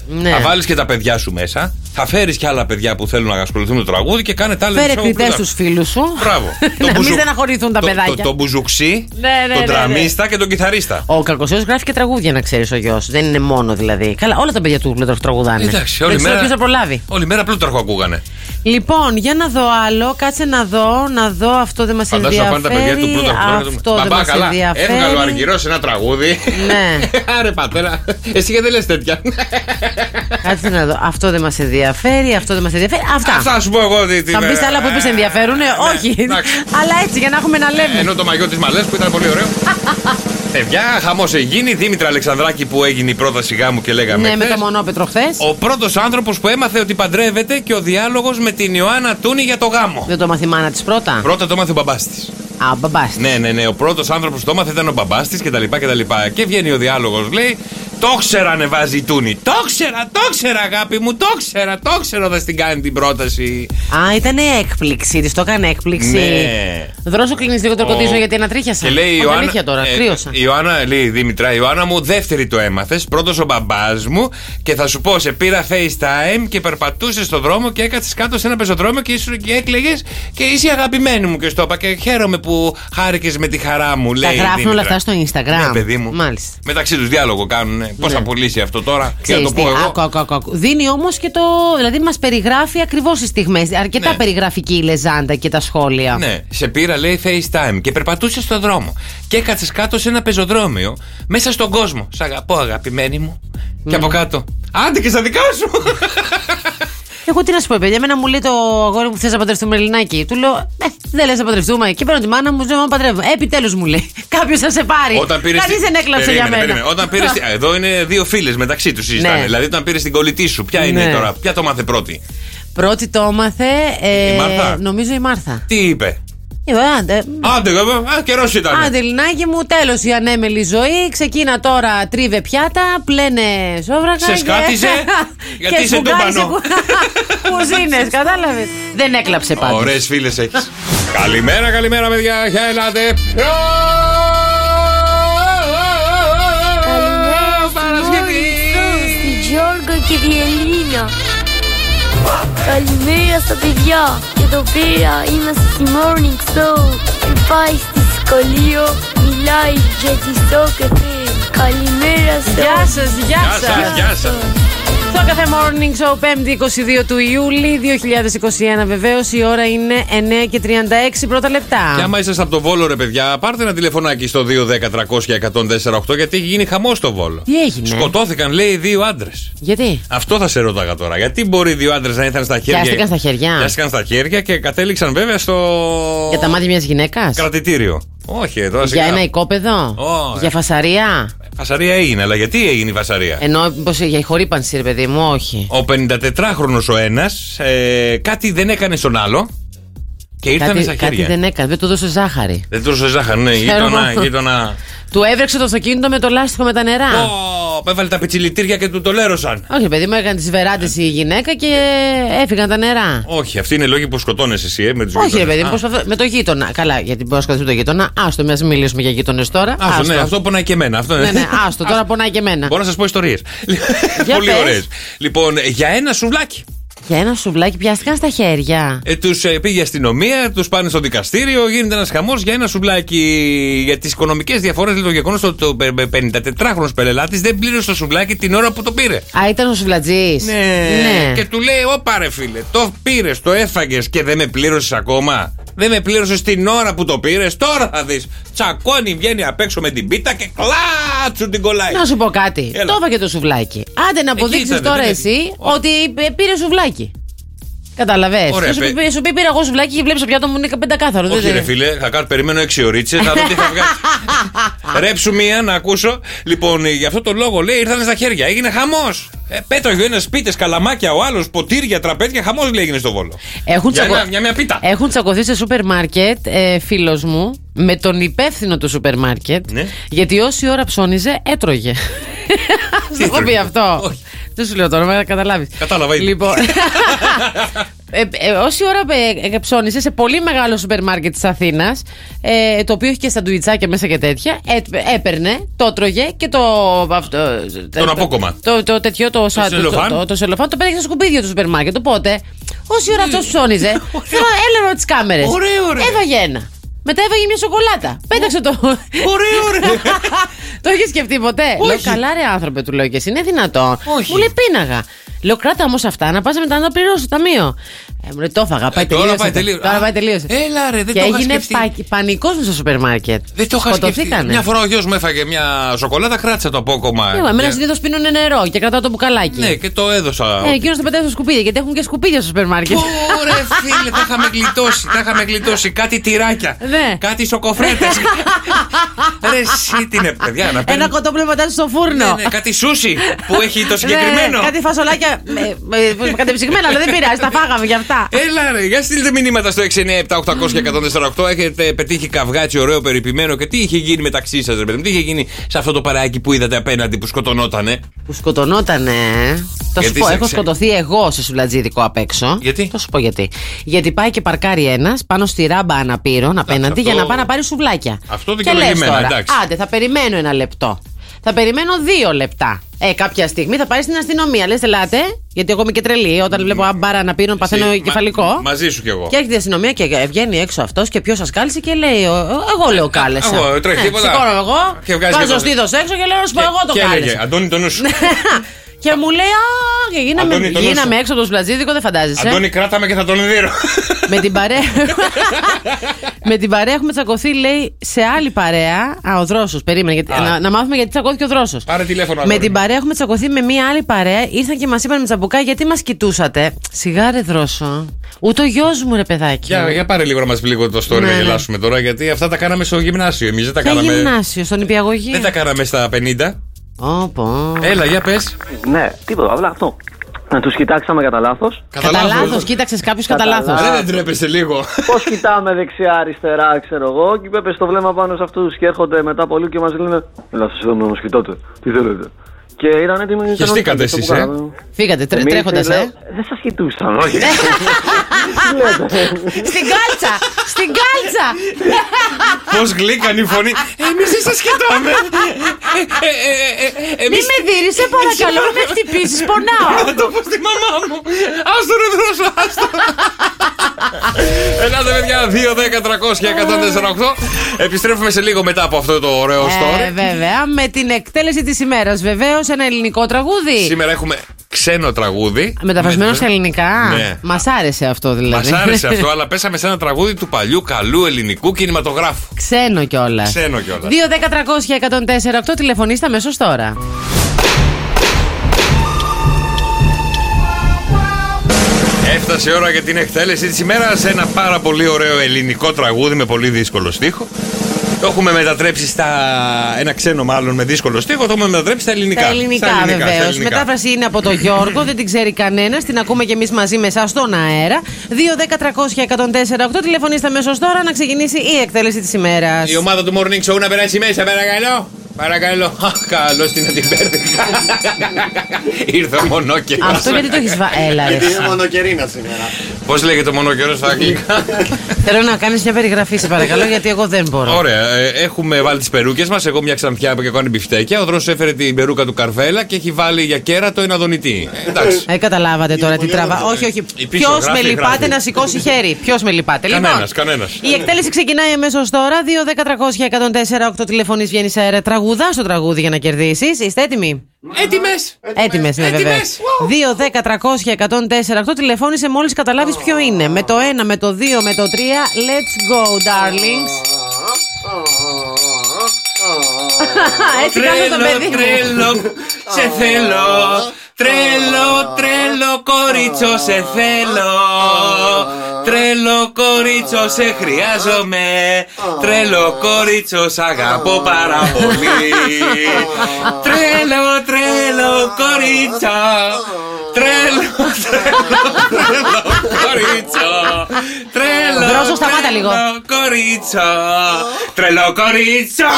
Speaker 6: Ναι.
Speaker 5: Θα βάλεις και τα παιδιά σου μέσα, θα φέρεις και άλλα παιδιά που θέλουν να ασχοληθούν με το τραγούδι και κάνε talent
Speaker 6: Φέρε
Speaker 5: show.
Speaker 6: κριτέ
Speaker 5: πλούταρχο.
Speaker 6: στου φίλους σου.
Speaker 5: Μπράβο.
Speaker 6: να μην
Speaker 5: μπουζου-
Speaker 6: στεναχωρηθούν τα
Speaker 5: το-
Speaker 6: παιδάκια.
Speaker 5: Το, το μπουζουξί,
Speaker 6: Ναι, ναι, ναι,
Speaker 5: τον
Speaker 6: ναι.
Speaker 5: τραμίστα και τον κιθαρίστα.
Speaker 6: Ο Καρκοσέο γράφει και τραγούδια, να ξέρεις ο γιος. Δεν είναι μόνο δηλαδή. Καλά, όλα τα παιδιά του Πλούταρχου τραγουδάνε.
Speaker 5: Εντάξει,
Speaker 6: Δεν
Speaker 5: όλη
Speaker 6: ξέρω
Speaker 5: μέρα,
Speaker 6: ποιος θα προλάβει.
Speaker 5: όλη μέρα πλούταρχο ακούγανε.
Speaker 6: Λοιπόν, για να δω άλλο, κάτσε να δω, να δω αυτό δεν μας
Speaker 5: Φαντάζομαι να
Speaker 6: ενδιαφέρει.
Speaker 5: πάνε τα παιδιά του πλούταρχου. τώρα να του-
Speaker 6: Αυτό δεν
Speaker 5: Μπαμπά,
Speaker 6: μας
Speaker 5: καλά.
Speaker 6: ενδιαφέρει.
Speaker 5: Έβγαλε ο Αργυρός ένα τραγούδι.
Speaker 6: Ναι.
Speaker 5: Άρε πατέρα, εσύ γιατί λες τέτοια.
Speaker 6: Κάτσε να δω. Αυτό δεν μας ενδιαφέρει, αυτό δεν μας ενδιαφέρει. Αυτά.
Speaker 5: Αυτά Ναι, σου πω εγώ. ε, τι- τι-
Speaker 6: Θα μου πει άλλα που είπες ενδιαφέρουνε, όχι. Αλλά έτσι για να έχουμε να λέμε.
Speaker 5: Ενώ το μαγιό της Μαλές που ήταν πολύ ωραίο. Παιδιά, χαμό γίνει. Δήμητρα Αλεξανδράκη που έγινε η πρώτα σιγά μου και λέγαμε.
Speaker 6: Ναι, με
Speaker 5: χθες.
Speaker 6: το μονόπετρο χθες.
Speaker 5: Ο πρώτος άνθρωπος που έμαθε ότι παντρεύεται και ο διάλογος με την Ιωάννα Τούνη για το γάμο.
Speaker 6: Δεν το μαθημάνα της πρώτα.
Speaker 5: Πρώτα το έμαθε ο μπαμπάς της.
Speaker 6: Α, μπαμπά.
Speaker 5: Ναι, ναι, ναι. Ο πρώτος άνθρωπος που το έμαθε ήταν ο μπαμπάς της κτλ. κτλ. Και βγαίνει ο διάλογος, λέει. Το ξέρα ανεβάζει η Τούνη. Το ξέρα, το ξέρα, αγάπη μου, το ξέρα, το ξέρα. Θα στην κάνει την πρόταση.
Speaker 6: Α, ήταν έκπληξη. Της το έκανε έκπληξη.
Speaker 5: Ναι.
Speaker 6: Δρόσο κλείνεις λίγο το
Speaker 5: Ο-
Speaker 6: κοντίζο γιατί ανατρίχιασα.
Speaker 5: Και λέει η
Speaker 6: Όχι,
Speaker 5: Ιωάννα.
Speaker 6: αλήθεια τώρα,
Speaker 5: ε,
Speaker 6: κρύωσα.
Speaker 5: Η Ιωάννα, λέει η Δήμητρα, η Ιωάννα μου δεύτερη το έμαθες. Πρώτος ο μπαμπάς μου και θα σου πω, σε πήρα FaceTime και περπατούσες στον δρόμο και έκατσες κάτω σε ένα πεζοδρόμιο και, ήσουν- και έκλαιγες και είσαι η αγαπημένη μου και στο είπα. Και χαίρομαι που χάρηκες με τη χαρά μου, λέει.
Speaker 6: Τα
Speaker 5: η
Speaker 6: γράφουν όλα
Speaker 5: Δήμητρα.
Speaker 6: αυτά στο Instagram.
Speaker 5: Ναι, παιδί μου.
Speaker 6: Μάλιστα.
Speaker 5: Μεταξύ τους διάλογο κάνουν. Πώς θα πουλήσει αυτό τώρα, και να
Speaker 6: Ναι. Ξέρεις
Speaker 5: το πω
Speaker 6: τι,
Speaker 5: εγώ.
Speaker 6: άκου, άκου, άκου, άκου. Δίνει όμως και το. Δηλαδή μας περιγράφει ακριβώς τις στιγμές. Αρκετά
Speaker 5: Ναι.
Speaker 6: περιγραφική η λεζάντα και τα σχόλια.
Speaker 5: Ναι, σε πήρα λέει FaceTime και περπατούσε στον δρόμο. Και έκατσε κάτω σε ένα πεζοδρόμιο μέσα στον κόσμο. Σ' αγαπώ, αγαπημένη μου. Και από κάτω. Άντε και στα δικά σου!
Speaker 6: Εγώ τι να σου πω, παιδιά, εμένα μου λέει το αγόρι μου θες να παντρευτούμε Ελληνάκι. Του λέω, ε, δεν λες να παντρευτούμε. Και παίρνω τη μάνα μου, λέω, «Μα παντρεύω. Ε, επιτέλους μου λέει. Κάποιος θα σε πάρει.
Speaker 5: πήρες
Speaker 6: Κανείς
Speaker 5: τη-
Speaker 6: δεν έκλαψε
Speaker 5: Περίμενε,
Speaker 6: για μένα.
Speaker 5: περίμενε. Όταν πήρες τη- Εδώ είναι δύο φίλες μεταξύ τους συζητάνε.
Speaker 6: Ναι.
Speaker 5: Δηλαδή, όταν πήρες την κολλητή σου, ποια είναι
Speaker 6: Ναι.
Speaker 5: τώρα, ποια το μάθε πρώτη.
Speaker 6: Πρώτη το έμαθε. Ε,
Speaker 5: Η Μάρθα.
Speaker 6: Νομίζω η Μάρθα. Ε,
Speaker 5: Τι είπε.
Speaker 6: Είπα, άντε,
Speaker 5: Άντε, γαμπά, Ναι. α, καιρός ήταν.
Speaker 6: Άντε, Ελληνάκι μου, τέλος η ανέμελη ζωή. Ξεκίνα τώρα τρίβε πιάτα, πλένε σόβρακα.
Speaker 5: Σε
Speaker 6: και-
Speaker 5: σκάτιζε, γιατί
Speaker 6: και
Speaker 5: είσαι
Speaker 6: σφουγγάρισε
Speaker 5: ντομπανό.
Speaker 6: κου- Κουζίνε, κατάλαβες. Δεν έκλαψε πάντως.
Speaker 5: Ωραίες φίλες έχεις. καλημέρα, καλημέρα, παιδιά. Γεια, ελάτε.
Speaker 10: Παρασκευή! Στη Γιώργο και τη Ελίνα. Καλημέρα στα παιδιά. Εδώ πέρα είμαστε στη Morning Show. Πάει στη σχολείο, μιλάει για τη στόκεφη. Καλημέρα σε
Speaker 6: Γεια
Speaker 10: όλους.
Speaker 6: σας, γεια
Speaker 5: Γεια σας, γεια σας.
Speaker 6: Το κάθε morning show 5η 22 του Ιούλη 2021 βεβαίως. Η ώρα είναι 9 και 36 πρώτα
Speaker 5: Και
Speaker 6: λεπτά.
Speaker 5: άμα είσαστε από το Βόλο, ρε παιδιά, πάρτε ένα τηλεφωνάκι στο 210-300-1048 γιατί έχει γίνει χαμός στο Βόλο.
Speaker 6: Τι έγινε?
Speaker 5: Σκοτώθηκαν, λέει, δύο άντρες.
Speaker 6: Γιατί?
Speaker 5: Αυτό θα σε ρώταγα τώρα. Γιατί μπορεί δύο άντρες να ήρθαν στα χέρια.
Speaker 6: Πιάστηκαν στα χέρια.
Speaker 5: Πιάστηκαν στα χέρια και κατέληξαν βέβαια στο.
Speaker 6: Για τα μάτια μιας γυναίκας.
Speaker 5: Κρατητήριο. Όχι, τώρα
Speaker 6: Για
Speaker 5: σιγά.
Speaker 6: ένα οικόπεδο.
Speaker 5: Ω,
Speaker 6: Για
Speaker 5: ε.
Speaker 6: φασαρία.
Speaker 5: Φασαρία έγινε, αλλά γιατί έγινε η φασαρία.
Speaker 6: Ενώ πως, για χορύπανση, ρε παιδί μου, όχι.
Speaker 5: Ο 54χρονο ο ένας ε, κάτι δεν έκανε στον άλλο και ήρθαν
Speaker 6: κάτι,
Speaker 5: στα
Speaker 6: κάτι
Speaker 5: χέρια.
Speaker 6: δεν έκανε, δεν του δώσε ζάχαρη.
Speaker 5: δεν τρώσε ζάχαρη, ναι,
Speaker 6: Ξέρω.
Speaker 5: γείτονα, γείτονα.
Speaker 6: Του έβρεξε το αυτοκίνητο με το λάστιχο με τα νερά.
Speaker 5: Ω, έβαλε τα πιτσιλιτήρια και του το λέρωσαν.
Speaker 6: Όχι, παιδί μου, έκανε τις βεράντες η γυναίκα και έφυγαν τα νερά.
Speaker 5: Όχι, αυτή είναι λόγοι που σκοτώνεσαι εσύ, ε, με τους
Speaker 6: Όχι, ρε παιδί μου, προσπαθώ- με το γείτονα. Καλά, γιατί μπορεί να σκοτωθεί με το γείτονα. Άστο, μιας μιλήσουμε για γείτονες τώρα.
Speaker 5: Αυτό, ναι, αυτό πονάει και εμένα. Αυτό,
Speaker 6: Ναι, ναι, άστο, τώρα πονάει και εμένα.
Speaker 5: Μπορώ να σας πω ιστορίες.
Speaker 6: Για
Speaker 5: Πολύ
Speaker 6: πες.
Speaker 5: ωραίες. Λοιπόν, για ένα σουβλάκι.
Speaker 6: Για ένα σουβλάκι πιάστηκαν στα χέρια.
Speaker 5: Ε, τους πήγε η αστυνομία, τους πάνε στο δικαστήριο, γίνεται ένας χαμός για ένα σουβλάκι. Για τις οικονομικές διαφορές, λέει το γεγονός ότι ο 54χρονο πελελάτης δεν πλήρωσε το σουβλάκι την ώρα που το πήρε.
Speaker 6: Α, ήταν ο σουβλατζής. ναι.
Speaker 5: Και του λέει, Ωπα ρε φίλε, το πήρες, το έφαγες και δεν με πλήρωσες ακόμα. Δεν με πλήρωσες την ώρα που το πήρες. Τώρα θα δεις. Τσακώνει, βγαίνει απ' έξω με την πίτα και κλάτσου την κολλάει.
Speaker 6: Να σου πω κάτι.
Speaker 5: Έλα.
Speaker 6: Το έφαγε το σουβλάκι. Άντε να
Speaker 5: Εκεί
Speaker 6: αποδείξεις
Speaker 5: ήταν, ναι,
Speaker 6: τώρα
Speaker 5: δεν
Speaker 6: εσύ ότι ε, πήρε σουβλάκι. Καταλαβέ.
Speaker 5: Ωραία,
Speaker 6: Σου,
Speaker 5: παι-
Speaker 6: πει- σου πει πήρα εγώ σουβλάκι και βλέπει το πιάτο μου είναι πεντακάθαρο.
Speaker 5: Όχι
Speaker 6: δεν-
Speaker 5: ρε φίλε, θα κάνω, περιμένω 6 ωρίτσε, θα δω τι θα βγάλει. Ρέψου μία να ακούσω. Λοιπόν, ε, γι' αυτό το λόγο λέει ήρθανε στα χέρια, έγινε χαμός. Ε, πέταγε ο ένας πίτε, καλαμάκια, ο άλλος ποτήρια, τραπέζια, χαμός λέει έγινε στο βόλο.
Speaker 6: Έχουν,
Speaker 5: Για
Speaker 6: τσακω...
Speaker 5: ένα- μια, μια πίτα.
Speaker 6: Έχουν τσακωθεί σε σούπερ μάρκετ ε, φίλος μου με τον υπεύθυνο του σούπερ
Speaker 5: Ναι.
Speaker 6: μάρκετ. Γιατί όση ώρα ψώνιζε, έτρωγε.
Speaker 5: Τι
Speaker 6: Στο έχω πει
Speaker 5: έτρωγε?
Speaker 6: αυτό. Δεν σου λέω τώρα, με καταλάβεις.
Speaker 5: Κατάλαβα ήδη.
Speaker 6: Λοιπόν. ε, ε, όση ώρα ε, ε, ψώνισε σε πολύ μεγάλο σούπερ μάρκετ της Αθήνας, ε, το οποίο είχε και σαντουιτσάκια μέσα και τέτοια, ε, έπαιρνε, το τρώγε και το. ε, Αυτό,
Speaker 5: Τον απόκομα.
Speaker 6: Το, το, το τέτοιο, το, σα- το-
Speaker 5: σελοφάν.
Speaker 6: Το, το, το σελοφάν, το πέταξε στο σκουπίδιο του σούπερ μάρκετ. Οπότε, όση
Speaker 5: Ναι.
Speaker 6: ώρα αυτός ψώνιζε, θέλω έλεγα τις κάμερες.
Speaker 5: Ωραίο, ωραίο.
Speaker 6: Έβαγε ένα. Μετά έβαγε μια σοκολάτα. Πέταξε το. Ωραίο, ωραίο. το είχε σκεφτεί ποτέ. Λέω, καλά, ρε άνθρωπε, του λέω και εσύ, είναι δυνατόν. Μου λέει πίναγα. Λέω, κράτα όμως αυτά να πας μετά να τα πληρώσω στο ταμείο. Ε, μου λέει, το έφαγα. Πάει
Speaker 5: Ε, τώρα
Speaker 6: τελείωσε
Speaker 5: πάει
Speaker 6: το.
Speaker 5: τελείω-
Speaker 6: Τώρα
Speaker 5: Α,
Speaker 6: πάει τελείωσε.
Speaker 5: έλα, ρε, δεν
Speaker 6: Και
Speaker 5: το είχα
Speaker 6: έγινε
Speaker 5: σκεφτεί.
Speaker 6: πανικό στο σούπερ μάρκετ.
Speaker 5: Δεν το είχα σκεφτεί.
Speaker 6: Σκοτωθήκανε.
Speaker 5: Μια φορά ο γιος μου έφαγε μια σοκολάτα, κράτησα το απόκομα.
Speaker 6: Ναι, μα Εμένα
Speaker 5: Ναι.
Speaker 6: συνήθω πίνουν νερό και κρατάω το μπουκαλάκι.
Speaker 5: Ναι, και το έδωσα.
Speaker 6: Ε, εκείνος το πετάει στο σκουπίδι, γιατί έχουν και σκουπίδια στο σούπερ μάρκετ.
Speaker 5: Ωραία, φίλε, θα είχαμε γλιτώσει. Θα είχαμε γλιτώσει κάτι τυράκια.
Speaker 6: Ναι.
Speaker 5: Κάτι σοκοφρέτες. Ρε, εσύ τι είναι, παιδιά, να
Speaker 6: Ένα
Speaker 5: παίρνει.
Speaker 6: κοτόπουλο μετά στο φούρνο.
Speaker 5: Ναι, ναι, κάτι σούσι που έχει το συγκεκριμένο.
Speaker 6: Ναι, κάτι φασολάκια. ε, ε, ε, Κατεψυγμένα, αλλά δεν πειράζει, τα φάγαμε για αυτά.
Speaker 5: Έλα ρε, για στείλτε μηνύματα στο 697-800 και 148. Έχετε πετύχει καυγάτσι ωραίο περιποιημένο και τι είχε γίνει μεταξύ σας, ρε παιδί μου, τι είχε γίνει σε αυτό το παράκι που είδατε απέναντι που σκοτωνότανε.
Speaker 6: Που σκοτωνότανε. ε. Θα σου
Speaker 5: Γιατί
Speaker 6: πω,
Speaker 5: σε
Speaker 6: έχω
Speaker 5: ξέ-
Speaker 6: σκοτωθεί εγώ σε σουλατζίδικο απ' έξω.
Speaker 5: Γιατί?
Speaker 6: Θα σου πω γιατί. Γιατί πάει και παρκάρει ένας πάνω στη ράμπα αναπήρων απέναντι για
Speaker 5: αυτό-
Speaker 6: να πάει να πάρει σουβλάκια.
Speaker 5: Αυτό
Speaker 6: Και λες
Speaker 5: δικαιολογημένα,
Speaker 6: τώρα,
Speaker 5: εντάξει.
Speaker 6: άντε, θα περιμένω ένα λεπτό. Θα περιμένω δύο λεπτά. Ε, κάποια στιγμή θα πάει στην αστυνομία. Λες, ελάτε, γιατί εγώ είμαι και τρελή. Όταν βλέπω αμπάρα να πίνω, παθαίνω
Speaker 5: Ναι. Εσύ, μα-
Speaker 6: κεφαλικό.
Speaker 5: μαζί σου κι εγώ.
Speaker 6: Και έρχεται η αστυνομία και βγαίνει έξω αυτός και ποιος σας κάλεσε και λέει: «Ο- ο- Εγώ λέω κάλεσα.
Speaker 5: Ε, εγώ, τρέχει
Speaker 6: Ναι,
Speaker 5: τίποτα.
Speaker 6: Σηκώνω εγώ,
Speaker 5: Και βγάζει και
Speaker 6: βάζω
Speaker 5: το-
Speaker 6: στήθος έξω και λέω: Να σου πω, εγώ το
Speaker 5: και έλεγε,
Speaker 6: κάλεσα. Ναι.
Speaker 5: Αντώνη τον νου σου.
Speaker 6: Και μου λέει, Α, και γίναμε,
Speaker 5: Αντώνη, τον
Speaker 6: γίναμε
Speaker 5: νόσο.
Speaker 6: έξω από το σπλατζίδικο, δεν φαντάζεσαι. ε?».
Speaker 5: Αντώνη, κράταμε και θα τον δίνω.
Speaker 6: Με την παρέα. με την παρέα έχουμε τσακωθεί, λέει, σε άλλη παρέα. Α, ο δρόσος, περίμενε. Γιατί, να, να, μάθουμε γιατί τσακώθηκε ο δρόσος.
Speaker 5: Πάρε τηλέφωνο,
Speaker 6: Με
Speaker 5: Αντώνη.
Speaker 6: την παρέα έχουμε τσακωθεί με μία άλλη παρέα. Ήρθαν και μας είπαν με τσαμπουκά γιατί μας κοιτούσατε. Σιγά ρε δρόσο. Ούτε ο γιος μου ρε παιδάκι.
Speaker 5: Για, για πάρε λίγο να μας πει λίγο το
Speaker 6: Ναι,
Speaker 5: story να γελάσουμε τώρα, γιατί αυτά τα κάναμε στο γυμνάσιο. Εμείς δεν τα
Speaker 6: Σε
Speaker 5: κάναμε.
Speaker 6: γυμνάσιο, στον υπηαγωγή.
Speaker 5: Δεν Ε, τα κάναμε στα 50.
Speaker 6: Όπω.
Speaker 5: Έλα, για πες.
Speaker 17: Ναι, τίποτα, απλά αυτό. Να τους κοιτάξαμε κατά λάθος.
Speaker 6: Κατά λάθο, κοίταξε κάποιο κατά λάθο.
Speaker 5: δεν τρέπεσαι λίγο.
Speaker 17: Πώς κοιτάμε δεξιά-αριστερά, ξέρω εγώ, και πέπε στο βλέμμα πάνω σε αυτούς και έρχονται μετά από λίγο και μας λένε Ελά, σας είδαμε να μα κοιτάτε. Τι θέλετε. Και ήταν έτοιμοι.
Speaker 5: Χεστήκατε εσείς, ε.
Speaker 6: Φύγατε τρε-
Speaker 17: Εμείς,
Speaker 6: τρέχοντας,
Speaker 17: λέω,
Speaker 6: ε.
Speaker 17: Δεν σας κοιτούσαν, όχι.
Speaker 6: Στην κάλτσα! Στην κάλτσα!
Speaker 5: Πώς γλύκαν η φωνή. Εμείς δεν σας κοιτάμε. Ε,
Speaker 6: Μη με δίνεις, σε παρακαλώ, μην με χτυπήσεις, πονάω.
Speaker 5: Να το πω στη μαμά μου. Άστο ρε δρόσο, άστο. Ελάτε παιδιά, 2, 10, 300 148. Επιστρέφουμε σε λίγο μετά από αυτό το ωραίο
Speaker 6: Ε,
Speaker 5: story.
Speaker 6: βέβαια, με την εκτέλεση της ημέρας. Βεβαίως, ένα ελληνικό τραγούδι.
Speaker 5: Σήμερα έχουμε ξένο τραγούδι.
Speaker 6: Μεταφρασμένο σε ελληνικά.
Speaker 5: Ναι.
Speaker 6: Μας άρεσε αυτό δηλαδή.
Speaker 5: Μας άρεσε αυτό, αλλά πέσαμε σε ένα τραγούδι του παλιού καλού ελληνικού κινηματογράφου.
Speaker 6: Ξένο κιόλας.
Speaker 5: Ξένο κιόλας.
Speaker 6: 2-10-300-104-8 τηλεφωνήστε αμέσως τώρα.
Speaker 5: Έφτασε η ώρα για την εκτέλεση της ημέρας. Ένα πάρα πολύ ωραίο ελληνικό τραγούδι με πολύ δύσκολο στίχο. Το έχουμε μετατρέψει στα. ένα ξένο μάλλον με δύσκολο στίχο. Το έχουμε μετατρέψει στα ελληνικά.
Speaker 6: Τα ελληνικά,
Speaker 5: στα στα
Speaker 6: βεβαίω. Η
Speaker 5: ελληνικά.
Speaker 6: μετάφραση είναι από τον Γιώργο, δεν την ξέρει κανένας. Την ακούμε και εμείς μαζί με εσάς στον αέρα. 2-10-300-104-8 τηλεφωνήστε αμέσως τώρα να ξεκινήσει η εκτέλεση της ημέρας.
Speaker 5: Η ομάδα του Morning Show να περάσει μέσα, παρακαλώ. Παρακαλώ. Καλώς την αντιπέρδεκα. Ήρθε ο μονόκερο.
Speaker 6: Αυτό γιατί το έχεις βάλει. Έλα, ρε.
Speaker 11: Γιατί είναι μονοκερίνας σήμερα.
Speaker 5: Πώς λέγεται ο μονόκερο στα αγγλικά.
Speaker 6: Θέλω να κάνεις μια περιγραφή, σε παρακαλώ, γιατί εγώ δεν μπορώ.
Speaker 5: Ωραία, ε, έχουμε βάλει τις περούκες μας. Εγώ μια ξανθιά που έκανε μπιφτέκια. Ο Δρόσος έφερε την περούκα του Καρβέλα και έχει βάλει για κέρατο ένα δονητή. Ε, εντάξει.
Speaker 6: Ε, καταλάβατε τώρα τι τραβά. Όχι, όχι.
Speaker 5: Η πίσω
Speaker 6: Ποιος
Speaker 5: γράφει,
Speaker 6: με λυπάται
Speaker 5: γράφει.
Speaker 6: να σηκώσει χέρι. Ποιος με λυπάται. Λοιπόν,
Speaker 5: Κανένας, κανένας.
Speaker 6: Η εκτέλεση ξεκινάει αμέσως τώρα. 2-10-300-104-8 τηλεφωνεί βγαίνει σε αέρα. Τραγουδά το τραγούδι για να κερδίσεις. Είστε έτοιμοι.
Speaker 5: Έτοιμε!
Speaker 6: Έτοιμε, ναι, βεβαίω. 2-10-300-104-8 τηλεφώνησε μόλις καταλάβεις ποιο είναι. Με το 1, με το 2, με το 3. Let's go, darlings. Έτσι κάνω το παιδί.
Speaker 5: τρέλο, σε θέλω. Τρέλο, τρέλο, κορίτσο, σε θέλω. Τρέλο, κορίτσο, σε χρειάζομαι. Τρέλο, κορίτσο, σ' αγαπώ πάρα πολύ. Τρέλο, τρέλο, κορίτσο. Τρέλο, τρέλο, τρέλο, κορίτσο. Τρελό.
Speaker 6: Μπρόσο, σταμάτα λίγο.
Speaker 5: τρελό Κορίτσο. Τρελό κορίτσο.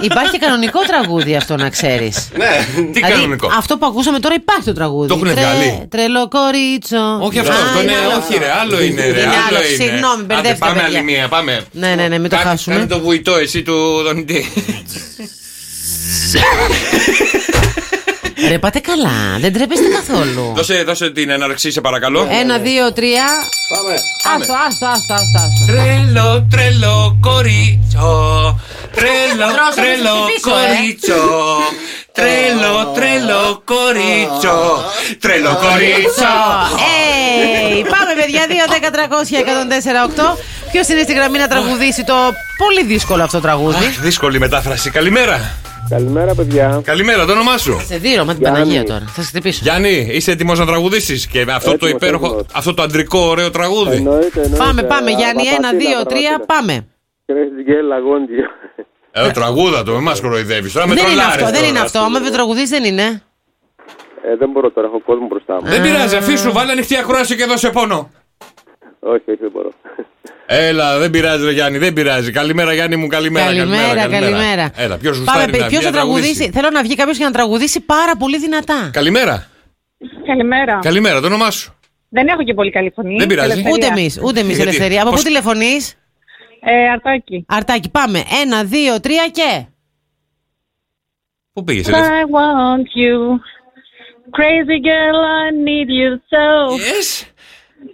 Speaker 6: Υπάρχει και κανονικό τραγούδι αυτό να ξέρεις.
Speaker 5: Ναι,
Speaker 6: Δηλαδή,
Speaker 5: τι κανονικό.
Speaker 6: Αυτό που ακούσαμε τώρα υπάρχει το τραγούδι.
Speaker 5: Το έχουνε
Speaker 6: Τρε-
Speaker 5: βγάλει.
Speaker 6: Τρελό κορίτσο.
Speaker 5: Όχι αυτό,
Speaker 6: Α,
Speaker 5: αυτό είναι,
Speaker 6: είναι άλλο.
Speaker 5: όχι ρε, άλλο είναι ρε,
Speaker 6: Είναι
Speaker 5: άλλο
Speaker 6: άλλο,
Speaker 5: είναι.
Speaker 6: συγγνώμη,
Speaker 5: Άντε,
Speaker 6: μπερδεύτηκα,
Speaker 5: Πάμε
Speaker 6: παιδιά.
Speaker 5: άλλη μία, πάμε.
Speaker 6: Ναι, ναι, ναι, μην το
Speaker 5: Κάνε- Κάνε
Speaker 6: χάσουμε. Ε.
Speaker 5: το βουητό εσύ του δονητή.
Speaker 6: Ρε, πάτε καλά. Δεν τρέπεστε καθόλου.
Speaker 5: Δώσε, δώσε την έναρξή σε παρακαλώ.
Speaker 6: Ένα, δύο, τρία. Άστο, άστο, άστο, άστο. άστο.
Speaker 5: Τρελό, τρελό κορίτσο. Τρελό,
Speaker 6: Δρόσο,
Speaker 5: τρελό
Speaker 6: μην σε
Speaker 5: κορίτσο. Τρελό, τρελό κορίτσο. Τρελό κορίτσο.
Speaker 6: Hey, πάμε, παιδιά. 2, 10, 300, 104, 8. Ποιος είναι στην γραμμή να τραγουδήσει το πολύ δύσκολο αυτό τραγούδι.
Speaker 5: Δύσκολη μετάφραση. Καλημέρα.
Speaker 15: Καλημέρα, παιδιά.
Speaker 5: Καλημέρα, το όνομά σου.
Speaker 6: Σε δίρο με την
Speaker 5: Γιάννη.
Speaker 6: Παναγία τώρα. Θα σε χτυπήσω.
Speaker 5: Γιάννη, είσαι έτοιμος να τραγουδήσεις και αυτό το
Speaker 6: Έτοιμος,
Speaker 5: υπέροχο,
Speaker 6: έτοιμος.
Speaker 5: αυτό το αντρικό ωραίο τραγούδι.
Speaker 6: Πάμε,
Speaker 11: ε,
Speaker 6: πάμε, Γιάννη. Ένα, δύο, τρία, πάμε.
Speaker 5: Ε, τραγούδα το, με μας κοροϊδεύεις. Τώρα με
Speaker 6: Δεν είναι
Speaker 5: τρολάρεις
Speaker 6: αυτό, δεν
Speaker 5: τώρα.
Speaker 6: είναι αυτό. Άμα δεν τραγουδείς δεν είναι.
Speaker 14: Ε, δεν μπορώ τώρα, έχω κόσμο μπροστά μου.
Speaker 6: Ε.
Speaker 5: Δεν πειράζει, αφήσου, βάλε ανοιχτή ακρόαση και δώσε πόνο.
Speaker 14: Όχι, όχι, δεν μπορώ.
Speaker 5: Έλα, δεν πειράζει, ρε Γιάννη, δεν πειράζει. Καλημέρα, Γιάννη μου, καλημέρα.
Speaker 6: Καλημέρα, καλημέρα.
Speaker 5: Έλα, ποιος
Speaker 6: Πάμε,
Speaker 5: γουστάρει να
Speaker 6: ποιος
Speaker 5: βγει
Speaker 6: θα
Speaker 5: να
Speaker 6: τραγουδήσει. Θέλω να βγει κάποιος για να τραγουδήσει πάρα πολύ δυνατά.
Speaker 5: Καλημέρα.
Speaker 16: Καλημέρα.
Speaker 5: Καλημέρα, το όνομά σου.
Speaker 16: Δεν έχω και πολύ καλή φωνή.
Speaker 5: Δεν πειράζει. Ε,
Speaker 16: Ελευθερία.
Speaker 6: Ούτε εμείς, ούτε εμείς
Speaker 5: Γιατί,
Speaker 6: ελευθερία. Από πού
Speaker 5: πώς-
Speaker 6: τηλεφωνείς,
Speaker 16: Ε, αρτάκι.
Speaker 6: Αρτάκι, πάμε. Ένα, δύο, τρία και.
Speaker 5: Πού πήγες,
Speaker 16: I want you. Crazy girl, I need you so.
Speaker 5: Yes.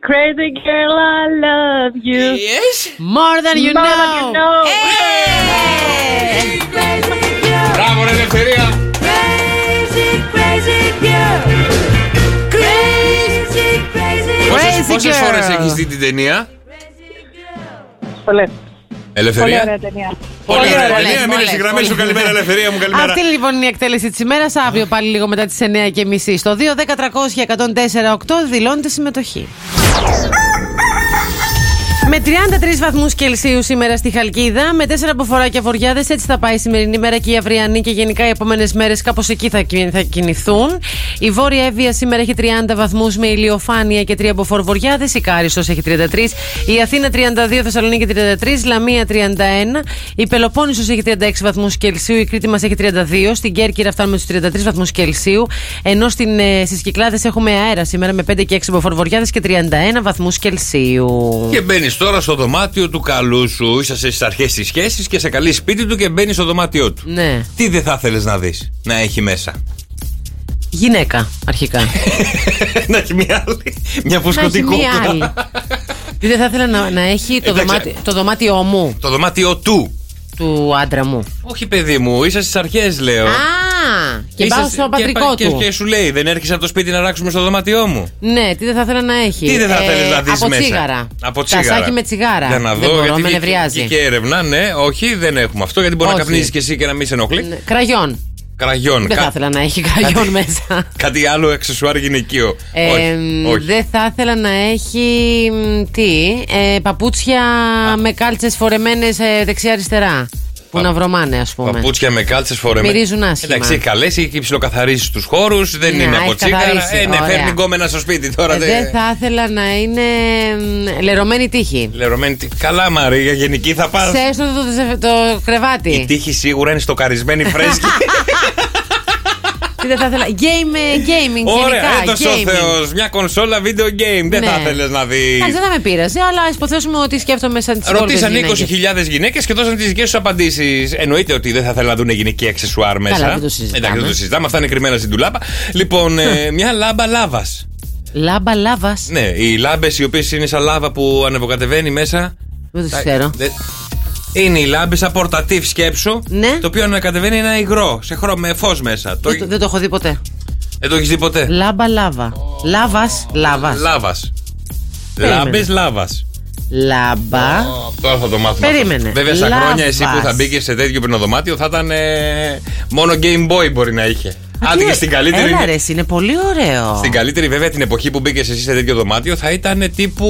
Speaker 16: Crazy girl, I love you.
Speaker 5: Yes.
Speaker 6: More than you
Speaker 16: More
Speaker 6: know.
Speaker 16: than you know.
Speaker 5: Μπράβο, ρε ελευθερία. Πόσες- Πόσες φορές έχεις δει την ταινία.
Speaker 16: Πολλές. Πολύ
Speaker 5: Ελευθερία.
Speaker 16: ωραία ταινία.
Speaker 5: Πολύ ωραία
Speaker 6: Πολλές,
Speaker 5: ταινία. Μείνε
Speaker 6: πολλές,
Speaker 5: στη γραμμή σου.
Speaker 6: πολλές.
Speaker 5: Καλημέρα, ελευθερία μου. Καλημέρα.
Speaker 6: Αυτή λοιπόν η εκτέλεση της ημέρας. Αύριο πάλι λίγο μετά τις 9 και μισή. Στο 2-10-300-1048 δηλώνεται συμμετοχή. Με 33 βαθμούς Κελσίου σήμερα στη Χαλκίδα, με 4 αποφοράκια βοριάδες, έτσι θα πάει η σημερινή μέρα και η αυριανή και γενικά οι επόμενες μέρες κάπως εκεί θα, κι- θα κινηθούν. Η Βόρεια Εύβοια σήμερα έχει 30 βαθμούς με ηλιοφάνεια και 3 αποφόρ βοριάδες, η Κάριστο έχει 33, η Αθήνα 32, Θεσσαλονίκη 33, Λαμία 31, η Πελοπόννησος έχει 36 βαθμούς Κελσίου, η Κρήτη μας έχει 32, στην Κέρκυρα φτάνουμε στους 33 βαθμούς Κελσίου, ενώ στην, ε, στις Κυκλάδες έχουμε αέρα σήμερα με 5 και 6 αποφόρ βοριάδες και 31 βαθμούς Κελσίου.
Speaker 5: Και μπαίνει τώρα στο δωμάτιο του καλού σου. Είσαστε στις αρχές της σχέσης και σε καλεί σπίτι του και μπαίνεις στο δωμάτιό του.
Speaker 6: Ναι.
Speaker 5: Τι δεν θα θέλεις να δεις να έχει μέσα.
Speaker 6: Γυναίκα, αρχικά.
Speaker 5: να έχει μια άλλη. Μια
Speaker 6: να έχει
Speaker 5: φουσκωτικότητα.
Speaker 6: μία άλλη. Δεν θα ήθελα να, να έχει το,
Speaker 5: Εντάξει.
Speaker 6: δωμάτι, το δωμάτιό μου,
Speaker 5: Το δωμάτιό του.
Speaker 6: του άντρα μου.
Speaker 5: Όχι, παιδί μου, είσαι στις αρχές, λέω.
Speaker 6: Α, και
Speaker 5: Είσαι
Speaker 6: πάω
Speaker 5: σ-
Speaker 6: στο πατρικό
Speaker 5: Ε. και,
Speaker 6: του.
Speaker 5: Και, και σου λέει, δεν έρχεσαι από το σπίτι να ράξουμε στο δωμάτιό μου.
Speaker 6: Ναι, τι δεν θα ήθελα να έχει.
Speaker 5: Τι δεν θα θέλεις να δεις
Speaker 6: Ε, Από
Speaker 5: μέσα.
Speaker 6: τσίγαρα.
Speaker 5: Από τσίγαρα.
Speaker 6: Τασάκι με τσιγάρα.
Speaker 5: Για να δω,
Speaker 6: δεν μπορώ,
Speaker 5: γιατί
Speaker 6: με
Speaker 5: βγήκε-
Speaker 6: νευριάζει.
Speaker 5: βγήκε έρευνα, ναι, όχι, δεν έχουμε αυτό. Γιατί μπορεί
Speaker 6: Όχι.
Speaker 5: να καπνίζει κι εσύ και να μην σε ενοχλεί.
Speaker 6: Κραγιόν.
Speaker 5: Κραγιόν.
Speaker 6: Δεν
Speaker 5: κα-
Speaker 6: θα ήθελα να έχει κραγιόν μέσα.
Speaker 5: Κάτι άλλο εξεσουάρ γυναικείο.
Speaker 6: Ε,
Speaker 5: όχι. όχι.
Speaker 6: Δεν θα ήθελα να έχει μ, τι, ε, παπούτσια με κάλτσες φορεμένες ε, δεξιά-αριστερά. Που να βρωμάνε, ας πούμε.
Speaker 5: Παπούτσια με κάλτσες φορεμένα.
Speaker 6: Μυρίζουν άσχημα.
Speaker 5: Εντάξει, έχει καλέσει, έχει ψιλοκαθαρίσει τους χώρους, δεν
Speaker 6: Ναι,
Speaker 5: είναι
Speaker 6: έχει
Speaker 5: από τσίγαρα.
Speaker 6: καθαρίσει.
Speaker 5: Ε, ναι,
Speaker 6: Ωραία.
Speaker 5: φέρνει γκόμενα στο σπίτι τώρα.
Speaker 6: Ε,
Speaker 5: δεν-
Speaker 6: Δεν θα ήθελα να είναι μ, λερωμένη τύχη.
Speaker 5: Λερωμένη. τι- Καλά, Μαρία, για γενική θα πας.
Speaker 6: Σε έστω το, το, το
Speaker 5: Η
Speaker 6: κρεβάτι.
Speaker 5: τύχη σίγουρα είναι στοκαρισμένη φρέσκη.
Speaker 6: Τι δεν θα ήθελα. Game, ε, gaming,
Speaker 5: Ωραία,
Speaker 6: γενικά.
Speaker 5: έδωσε ο
Speaker 6: gaming.
Speaker 5: Θεός. Μια κονσόλα video game. Δεν
Speaker 6: Ναι.
Speaker 5: θα ήθελε να δεις.
Speaker 6: Εντάξει, δεν θα με πείραζε, αλλά α υποθέσουμε ότι σκέφτομαι σαν τις
Speaker 5: Ρωτήσαν 20.000 γυναίκες και δώσαν τις δικές τους απαντήσεις. Εννοείται ότι δεν θα θέλουν να δουν γυναικεία αξεσουάρ μέσα.
Speaker 6: Καλά, δεν το συζητάμε.
Speaker 5: Εντάξει, δεν το συζητάμε. Αυτά είναι κρυμμένα στην τουλάπα. Λοιπόν, ε, μια λάμπα λάβας.
Speaker 6: Λάμπα λάβας.
Speaker 5: Ναι, οι λάμπες οι οποίες είναι σαν λάβα που ανεβοκατεβαίνει μέσα.
Speaker 6: Δεν τους
Speaker 5: Τα-
Speaker 6: ξέρω.
Speaker 5: δε- Είναι η λάμπη σαν πορτατήφ σκέψου.
Speaker 6: Ναι.
Speaker 5: Το οποίο ανακατεβαίνει ένα υγρό σε χρώμα, με φως μέσα. Το...
Speaker 6: Δεν το- Δεν το έχω δει ποτέ.
Speaker 5: Δεν το έχεις δει ποτέ.
Speaker 6: Λάμπα λάβα. Λάβας λάβας.
Speaker 5: Λάβας.
Speaker 6: Περίμενε.
Speaker 5: Λάμπες λάβας.
Speaker 6: Λάμπα.
Speaker 5: Τώρα θα το μάθουμε.
Speaker 6: Περίμενε.
Speaker 5: αυτό. Βέβαια, στα
Speaker 6: Λάβας.
Speaker 5: χρόνια εσύ που θα μπήκες σε τέτοιο πυρηνοδωμάτιο θα ήταν. ε, μόνο Game Boy μπορεί να είχε. Άντε και στην καλύτερη.
Speaker 6: Έλα ρε, εσύ, είναι πολύ ωραίο.
Speaker 5: Στην καλύτερη, βέβαια, την εποχή που μπήκες εσύ σε τέτοιο δωμάτιο θα ήταν τύπου.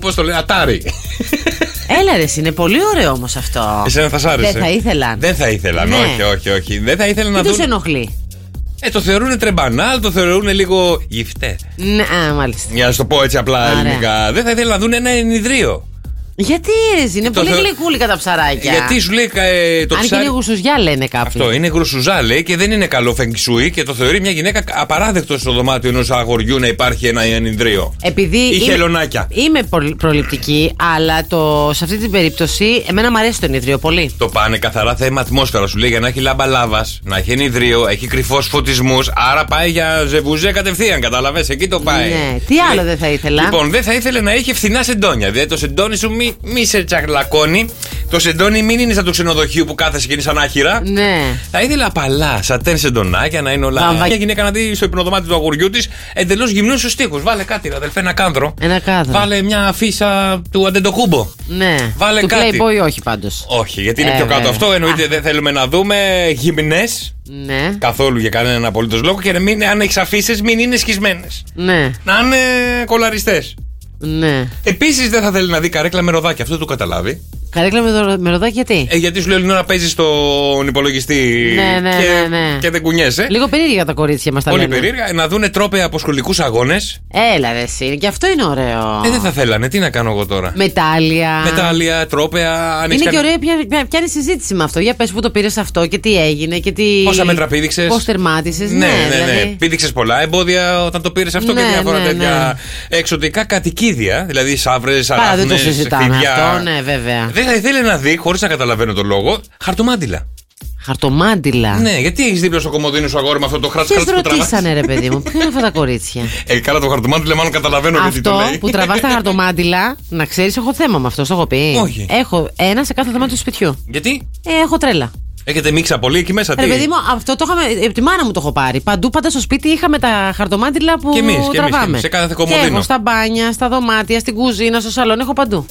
Speaker 5: Πώς το λένε, Ατάρι.
Speaker 6: Έλα ρε, εσύ, είναι πολύ ωραίο όμως αυτό.
Speaker 5: Εσένα θα σ' άρεσε.
Speaker 6: Δεν θα ήθελαν.
Speaker 5: Δεν θα ήθελαν,
Speaker 6: Ναι.
Speaker 5: όχι, όχι, όχι. Δεν θα ήθελαν
Speaker 6: Τι
Speaker 5: να
Speaker 6: τους
Speaker 5: δουν.
Speaker 6: ενοχλεί.
Speaker 5: Ε, το θεωρούν τρεμπανάλ, το θεωρούν λίγο γυφτέ.
Speaker 6: Ναι, α, μάλιστα.
Speaker 5: Για να σου το πω έτσι απλά
Speaker 6: Ωραία.
Speaker 5: ελληνικά. Δεν θα ήθελα να δουν ένα ενιδρίο.
Speaker 6: Γιατί ρε, εσύ, είναι
Speaker 5: Το
Speaker 6: πολύ
Speaker 5: θεω-
Speaker 6: γλυκούλικα τα ψαράκια.
Speaker 5: Γιατί σου λέει ε, το
Speaker 6: Αν και
Speaker 5: ψάρι.
Speaker 6: είναι γουσουζιά λένε κάποιοι.
Speaker 5: Αυτό είναι γρουσουζά, λέει, και δεν είναι καλό φεγγσούι και το θεωρεί μια γυναίκα απαράδεκτο στο δωμάτιο ενός αγοριού να υπάρχει ένα ενιδρίο.
Speaker 6: Επειδή
Speaker 5: Ή
Speaker 6: είμαι-
Speaker 5: χελωνάκια.
Speaker 6: Είμαι πολ- προληπτική, αλλά το, σε αυτή την περίπτωση εμένα μου αρέσει το ενιδρίο πολύ.
Speaker 5: Το πάνε καθαρά θέμα ατμόσφαιρα, σου λέει, για να έχει λάμπα λάβας, να έχει ενιδρίο, έχει κρυφός φωτισμούς, άρα πάει για ζεβουζέ κατευθείαν, κατάλαβες, εκεί το πάει.
Speaker 6: Ναι. Τι άλλο δεν θα ήθελα.
Speaker 5: Λοιπόν, δεν θα ήθελε να έχει φθηνά σεντόνια. Δηλαδή το σεντόνι σου μη, μη σε τσακλακώνει. Το σεντόνι μην είναι σαν το ξενοδοχείο που κάθεσαι και είναι σαν άχυρα.
Speaker 6: Ναι.
Speaker 5: Θα ήθελα απαλά, σατέν σεντονάκια να είναι όλα.
Speaker 6: Βαμβα-
Speaker 5: Μια γυναίκα να δει στο υπνοδωμάτιο του αγοριού της εντελώς γυμνού στου τοίχου. Βάλε κάτι, ρε αδελφέ, ένα κάνδρο.
Speaker 6: Ένα κάδρο.
Speaker 5: Βάλε μια αφίσα του αντεντοκούμπο.
Speaker 6: Ναι.
Speaker 5: Βάλε
Speaker 6: του
Speaker 5: κάτι.
Speaker 6: Playboy όχι πάντως.
Speaker 5: Όχι, γιατί είναι
Speaker 6: Ε,
Speaker 5: πιο κάτω
Speaker 6: βέβαια.
Speaker 5: αυτό. Εννοείται δεν θέλουμε να δούμε γυμνές.
Speaker 6: Ναι.
Speaker 5: Καθόλου για κανέναν απολύτως λόγο. Και να μην, αν έχεις αφήσει, μην είναι σκισμένες.
Speaker 6: Ναι.
Speaker 5: Να είναι κολαριστές.
Speaker 6: Ναι.
Speaker 5: Επίσης δεν θα θέλει να δει καρέκλα με ροδάκι. Αυτό το καταλάβει.
Speaker 6: Καρέκλα με, δωρο- με ροδάκι γιατί.
Speaker 5: Ε, γιατί σου λέει να παίζεις στον υπολογιστή
Speaker 6: Ναι, ναι,
Speaker 5: και,
Speaker 6: ναι, ναι.
Speaker 5: και δεν κουνιέσαι.
Speaker 6: Λίγο περίεργα τα κορίτσια μας τα
Speaker 5: ε. Πολύ
Speaker 6: λένε.
Speaker 5: περίεργα. Να δούνε τρόπε από σχολικούς αγώνες.
Speaker 6: Έλα ρε εσύ, και αυτό είναι ωραίο.
Speaker 5: Ε, δεν θα θέλανε. Τι να κάνω εγώ τώρα.
Speaker 6: Μετάλλια.
Speaker 5: Μετάλλια, τρόπεα, αν έχεις
Speaker 6: Είναι και
Speaker 5: κάνει-
Speaker 6: ωραία, πια, πια- πιάνει συζήτηση με αυτό. Για πες που το πήρες αυτό και τι έγινε και τι.
Speaker 5: Πόσα μέτρα πήδηξες.
Speaker 6: Πώς τερμάτισες.
Speaker 5: Ναι, ναι, ναι.
Speaker 6: δηλαδή.
Speaker 5: Πήδηξες πολλά εμπόδια όταν το πήρες αυτό και
Speaker 6: Ναι,
Speaker 5: διάφορα
Speaker 6: ναι,
Speaker 5: τέτοια εξωτικά κατοικίδια. Δηλαδή σαύρες,
Speaker 6: Πάρα δεν το
Speaker 5: αράχνες,
Speaker 6: συζητάμε αυτό, ναι, βέβαια.
Speaker 5: Δεν θα ήθελε να δει, χωρίς να καταλαβαίνω το λόγο, χαρτομάντιλα.
Speaker 6: Χαρτομάντιλα.
Speaker 5: Ναι, γιατί έχεις δίπλα στο κομμωδίνο σου αγόρι με αυτό το χράτ
Speaker 6: Ποιε
Speaker 5: που τραβάς.
Speaker 6: ρωτήσανε, ρε παιδί μου, ποια είναι αυτά τα κορίτσια.
Speaker 5: Ε, καλά το χαρτομάντιλα, μάλλον καταλαβαίνω γιατί το
Speaker 6: αυτό
Speaker 5: λέει.
Speaker 6: που τραβάς τα χαρτομάντιλα, να ξέρεις, έχω θέμα με αυτό, το έχω πει.
Speaker 5: Όχι.
Speaker 6: Έχω ένα σε κάθε δωμάτιο του σπιτιού.
Speaker 5: Γιατί
Speaker 6: Ε, έχω τρέλα.
Speaker 5: έχετε μίξα πολύ εκεί μέσα,
Speaker 6: Ρε
Speaker 5: τι.
Speaker 6: παιδί μου, αυτό το είχαμε. ε, Από τη μάνα μου το έχω πάρει. Παντού, πάντα στο σπίτι είχαμε τα χαρτομάτιλα που
Speaker 5: Κι εμείς, κι εμείς,
Speaker 6: τραβάμε.
Speaker 5: κι εμείς, σε κάθε
Speaker 6: και
Speaker 5: κομμωδίνο.
Speaker 6: εγώ στα μπάνια, στα δωμάτια, στην κουζίνα, στο σαλόν, έχω παντού.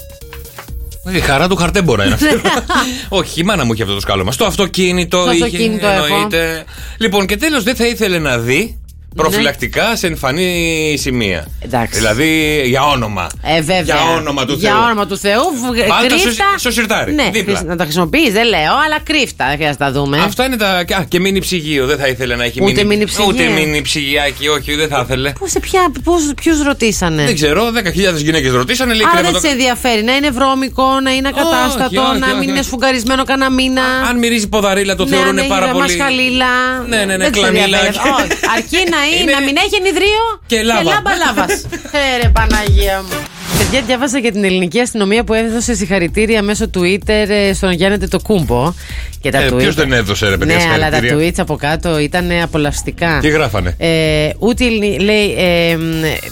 Speaker 5: Ε, Η χαρά του χαρτέμπορα είναι αυτό. Όχι, η μάνα μου είχε αυτό το σκάλωμα. Στο αυτοκίνητο
Speaker 6: Ναι. Στο
Speaker 5: είχε.
Speaker 6: αυτοκίνητο έχω.
Speaker 5: εννοείται. Λοιπόν, και τέλος δεν θα ήθελε να δει προφυλακτικά σε εμφανή σημεία.
Speaker 6: Ναι. Εντάξει.
Speaker 5: Δηλαδή για όνομα.
Speaker 6: Ε, βέβαια.
Speaker 5: Για όνομα του
Speaker 6: Για
Speaker 5: Θεού.
Speaker 6: όνομα του Θεού, βγ-
Speaker 5: Πάντα στο-
Speaker 6: κρύφτα.
Speaker 5: στο σιρτάρι,
Speaker 6: Ναι,
Speaker 5: δίπλα.
Speaker 6: χρησι- να τα χρησιμοποιείς, δεν λέω, αλλά κρύφτα. Δεν χρειάζεται να τα δούμε.
Speaker 5: Αυτά είναι τα. Α, και μήνυ ψυγείο. Δεν θα ήθελε να έχει
Speaker 6: Ε. Ούτε
Speaker 5: μήνυ-
Speaker 6: μήνυ ψυγεία.
Speaker 5: Ούτε μήνυ ψυγιάκι, όχι, δεν θα ήθελε.
Speaker 6: Πού σε ποια, πώς, ποιους ρωτήσανε.
Speaker 5: Δεν ξέρω, 10.000 γυναίκες ρωτήσανε. Λέει,
Speaker 6: Άρα
Speaker 5: κρέμα
Speaker 6: δεν
Speaker 5: το-
Speaker 6: σε ενδιαφέρει να είναι βρώμικο, να είναι ακατάστατο,
Speaker 5: Όχι, όχι,
Speaker 6: να
Speaker 5: όχι,
Speaker 6: μην
Speaker 5: όχι.
Speaker 6: είναι σφουγγαρισμένο κανένα μήνα.
Speaker 5: Αν μυρίζει ποδαρίλα, το
Speaker 6: ναι,
Speaker 5: θεωρούν
Speaker 6: αν έχει
Speaker 5: πάρα πολύ.
Speaker 6: ραμασχαλίλα.
Speaker 5: Ναι, ναι, ναι,
Speaker 6: Δεν σε
Speaker 5: κλανίλα.
Speaker 6: ενδιαφέρει. Όχι. Αρκεί να, είναι,
Speaker 5: Είναι-
Speaker 6: να μην έχει ενιδρίο
Speaker 5: Και λάβα.
Speaker 6: λάβα. Φέρε Ε, Παναγία μου. Παιδιά, διάβασα για την ελληνική αστυνομία που έδωσε συγχαρητήρια μέσω Twitter ε, στον Γιάννη το κούμπο. Και τα
Speaker 5: Ε,
Speaker 6: tweet-
Speaker 5: Ποιος δεν έδωσε, ρε παιδιά,
Speaker 6: Ναι, αλλά τα
Speaker 5: συγχαρητήρια.
Speaker 6: tweets από κάτω ήταν απολαυστικά.
Speaker 5: Τι γράφανε.
Speaker 6: Ε, ούτε η Ελλην- λέει ε, μ,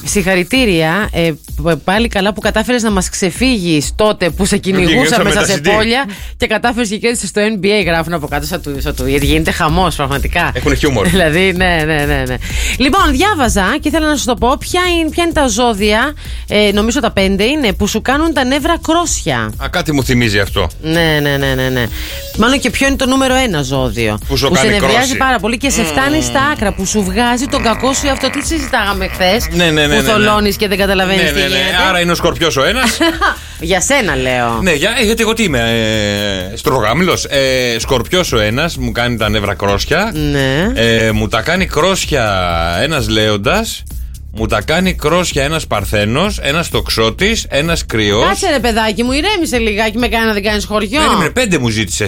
Speaker 6: συγχαρητήρια. ε, π- πάλι καλά που κατάφερες να μας ξεφύγεις τότε που σε κυνηγούσαμε
Speaker 5: Κυνηγούσαμε
Speaker 6: μέσα
Speaker 5: τα
Speaker 6: σε
Speaker 5: CD.
Speaker 6: πόλια και κατάφερες και κέρδισε στο NBA. Γράφουν από κάτω στο του- στο Twitter. Γίνεται χαμός πραγματικά.
Speaker 5: Έχουν χιούμορ.
Speaker 6: δηλαδή, ναι, ναι, ναι, ναι. Λοιπόν, διάβαζα και ήθελα να σου το πω ποια είναι, ποια είναι τα ζώδια, ε, νομίζω τα πέντε είναι, που σου κάνουν τα νεύρα κρόσια.
Speaker 5: Α, κάτι μου θυμίζει αυτό.
Speaker 6: Ναι, ναι, ναι, ναι, ναι. Μάλλον και ποιο είναι το νούμερο ένα ζώδιο.
Speaker 5: Που σου
Speaker 6: σε
Speaker 5: κάνει
Speaker 6: νευριάζει
Speaker 5: κρόση.
Speaker 6: πάρα πολύ και σε φτάνει στα άκρα, που σου βγάζει τον κακό σου αυτό. Τι συζητάγαμε χθες.
Speaker 5: Ναι, ναι, ναι,
Speaker 6: που
Speaker 5: ναι, ναι.
Speaker 6: θολώνεις και δεν καταλαβαίνεις
Speaker 5: Ναι,
Speaker 6: τι
Speaker 5: ναι, ναι.
Speaker 6: γίνεται.
Speaker 5: Άρα είναι ο σκορπιός ο ένας.
Speaker 6: Για σένα λέω.
Speaker 5: ναι, για, ε, γιατί εγώ τι είμαι, ε, στρογάμιλος. Ε, σκορπιός ο ένας μου κάνει τα νεύρα κρόσια.
Speaker 6: Ναι.
Speaker 5: Ε, μου τα κάνει κρόσια ένας λέοντας. Μου τα κάνει κρόσια ένας παρθένος, ένας τοξότης, ένας κρυός.
Speaker 6: Κάτσε ρε παιδάκι μου, ηρέμησε λιγάκι με κανένα δεν κάνεις χωριό.
Speaker 5: Περίμενε, πέντε μου ζήτησες.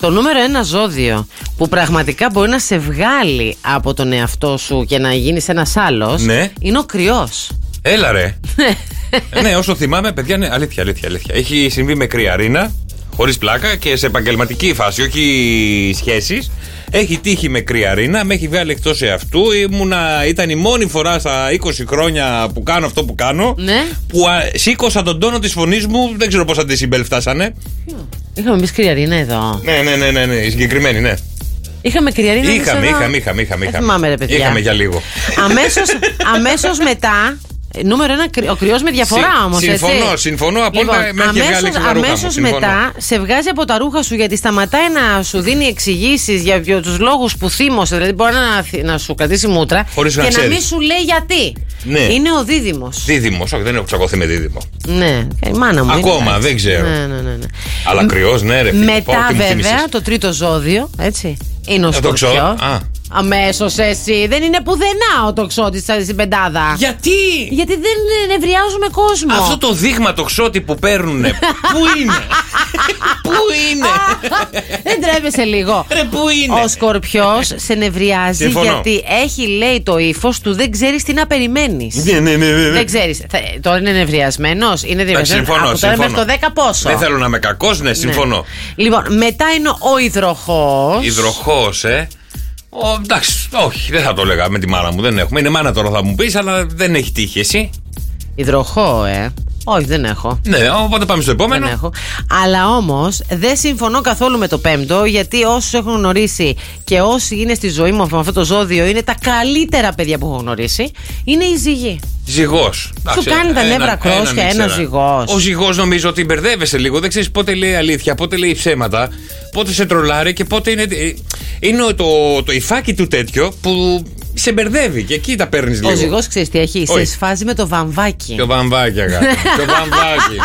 Speaker 6: Το νούμερο ένα ζώδιο που πραγματικά μπορεί να σε βγάλει από τον εαυτό σου και να γίνεις ένας άλλος
Speaker 5: Ναι.
Speaker 6: είναι ο κρυός.
Speaker 5: Έλα ρε. ναι, όσο θυμάμαι, παιδιά, ναι, αλήθεια, αλήθεια, αλήθεια. Έχει συμβεί με κρυαρίνα, χωρίς πλάκα και σε επαγγελματική φάση, όχι σχέσεις. Έχει τύχει με κρυαρίνα, με έχει βγάλει εκτός εαυτού. Ήμουνα, ήταν η μόνη φορά στα 20 χρόνια που κάνω αυτό που κάνω.
Speaker 6: Ναι.
Speaker 5: Που α, σήκωσα τον τόνο της φωνής μου, δεν ξέρω πώς αντισυμπέλ φτάσανε.
Speaker 6: Είχαμε εμείς κρυαρίνα εδώ.
Speaker 5: Ναι, ναι, ναι, ναι, ναι, η συγκεκριμένη, ναι.
Speaker 6: Είχαμε κρυαρίνα εμείς
Speaker 5: Είχαμε,
Speaker 6: Ε, εδώ.
Speaker 5: είχαμε, είχαμε, είχαμε.
Speaker 6: Δεν θυμάμαι, ρε παιδιά.
Speaker 5: Είχαμε για λίγο.
Speaker 6: Αμέσως, αμέσως μετά, ε, νούμερο ένα, κρυ- ο κρυός με διαφορά
Speaker 5: Συ-
Speaker 6: όμως,
Speaker 5: συμφωνώ,
Speaker 6: έτσι. Λοιπόν,
Speaker 5: συμφωνώ απόλυτα, με έχει βγάλει
Speaker 6: αμέσως,
Speaker 5: έξω τα ρούχα μου,
Speaker 6: αμέσως
Speaker 5: συμφωνώ.
Speaker 6: μετά σε βγάζει από τα ρούχα σου γιατί σταματάει να σου δίνει εξηγήσεις για ποιο- τους λόγους που θύμωσε, δηλαδή μπορεί να, θυ- να σου κρατήσει μούτρα
Speaker 5: Χωρίς
Speaker 6: και
Speaker 5: να
Speaker 6: να,
Speaker 5: ξέρεις.
Speaker 6: μην σου λέει γιατί.
Speaker 5: Ναι.
Speaker 6: Είναι ο δίδυμος.
Speaker 5: Δίδυμος, όχι, δεν έχω τσακωθεί με δίδυμο.
Speaker 6: Ναι, η μάνα μου.
Speaker 5: Ακόμα,
Speaker 6: είναι, εντάξει.
Speaker 5: δεν ξέρω.
Speaker 6: Ναι, ναι, ναι, ναι.
Speaker 5: Αλλά κρυός, ναι, ρε. φίλε, πω,
Speaker 6: Μετά
Speaker 5: τι μου θύμισες.
Speaker 6: βέβαια το τρίτο ζώδιο, έτσι, είναι ο
Speaker 5: Ε, το ξέρω.
Speaker 6: σκορπιός.
Speaker 5: Α,
Speaker 6: Αμέσως εσύ. Δεν είναι πουθενά ο τοξότης στην πεντάδα.
Speaker 5: Γιατί?
Speaker 6: Γιατί δεν νευριάζουμε κόσμο.
Speaker 5: Αυτό το δείγμα το ξότι που παίρνουν. Πού είναι? Πού είναι?
Speaker 6: δεν τρέπεσαι λίγο.
Speaker 5: Ρε, πού είναι?
Speaker 6: Ο σκορπιό σε νευριάζει
Speaker 5: Συμφωνώ.
Speaker 6: γιατί έχει, λέει, το ύφος του δεν ξέρεις τι να περιμένεις.
Speaker 5: Ναι, ναι, ναι, ναι, ναι.
Speaker 6: Δεν ξέρεις. Τώρα είναι νευριασμένος. Είναι
Speaker 5: Εντάξει,
Speaker 6: νευριασμένο.
Speaker 5: συμφωνώ.
Speaker 6: Από τώρα μέχρι το
Speaker 5: συμφωνώ.
Speaker 6: 10 πόσο.
Speaker 5: Δεν θέλω να είμαι κακός, ναι, συμφωνώ.
Speaker 6: Λοιπόν, μετά είναι ο υδροχός.
Speaker 5: Υδροχός, ε. Ο, εντάξει, όχι, δεν θα το λέγα με τη μάνα μου. Δεν έχουμε. Είναι μάνα τώρα θα μου πεις, αλλά δεν έχει τύχη εσύ.
Speaker 6: Υδροχό, ε. Όχι, δεν έχω.
Speaker 5: Ναι, οπότε πάμε στο επόμενο.
Speaker 6: Δεν έχω. Αλλά όμως δεν συμφωνώ καθόλου με το πέμπτο, γιατί όσους έχω γνωρίσει και όσοι είναι στη ζωή μου με αυτό το ζώδιο είναι τα καλύτερα παιδιά που έχω γνωρίσει. Είναι η ζυγή.
Speaker 5: Ζυγός.
Speaker 6: κάνει τα νεύρα κρόσια, ένας ζυγός.
Speaker 5: Ο ζυγός νομίζω ότι μπερδεύεσαι λίγο. Δεν ξέρεις πότε λέει αλήθεια, πότε λέει ψέματα, πότε σε τρολάρει και πότε είναι. ε, Είναι το, το υφάκι του τέτοιο που σε μπερδεύει και εκεί τα παίρνεις λίγο.
Speaker 6: Ο ζυγός ξέρεις τι έχει. Σε
Speaker 5: Όχι.
Speaker 6: σφάζει με το βαμβάκι.
Speaker 5: Το βαμβάκι, αγάπη. το βαμβάκι.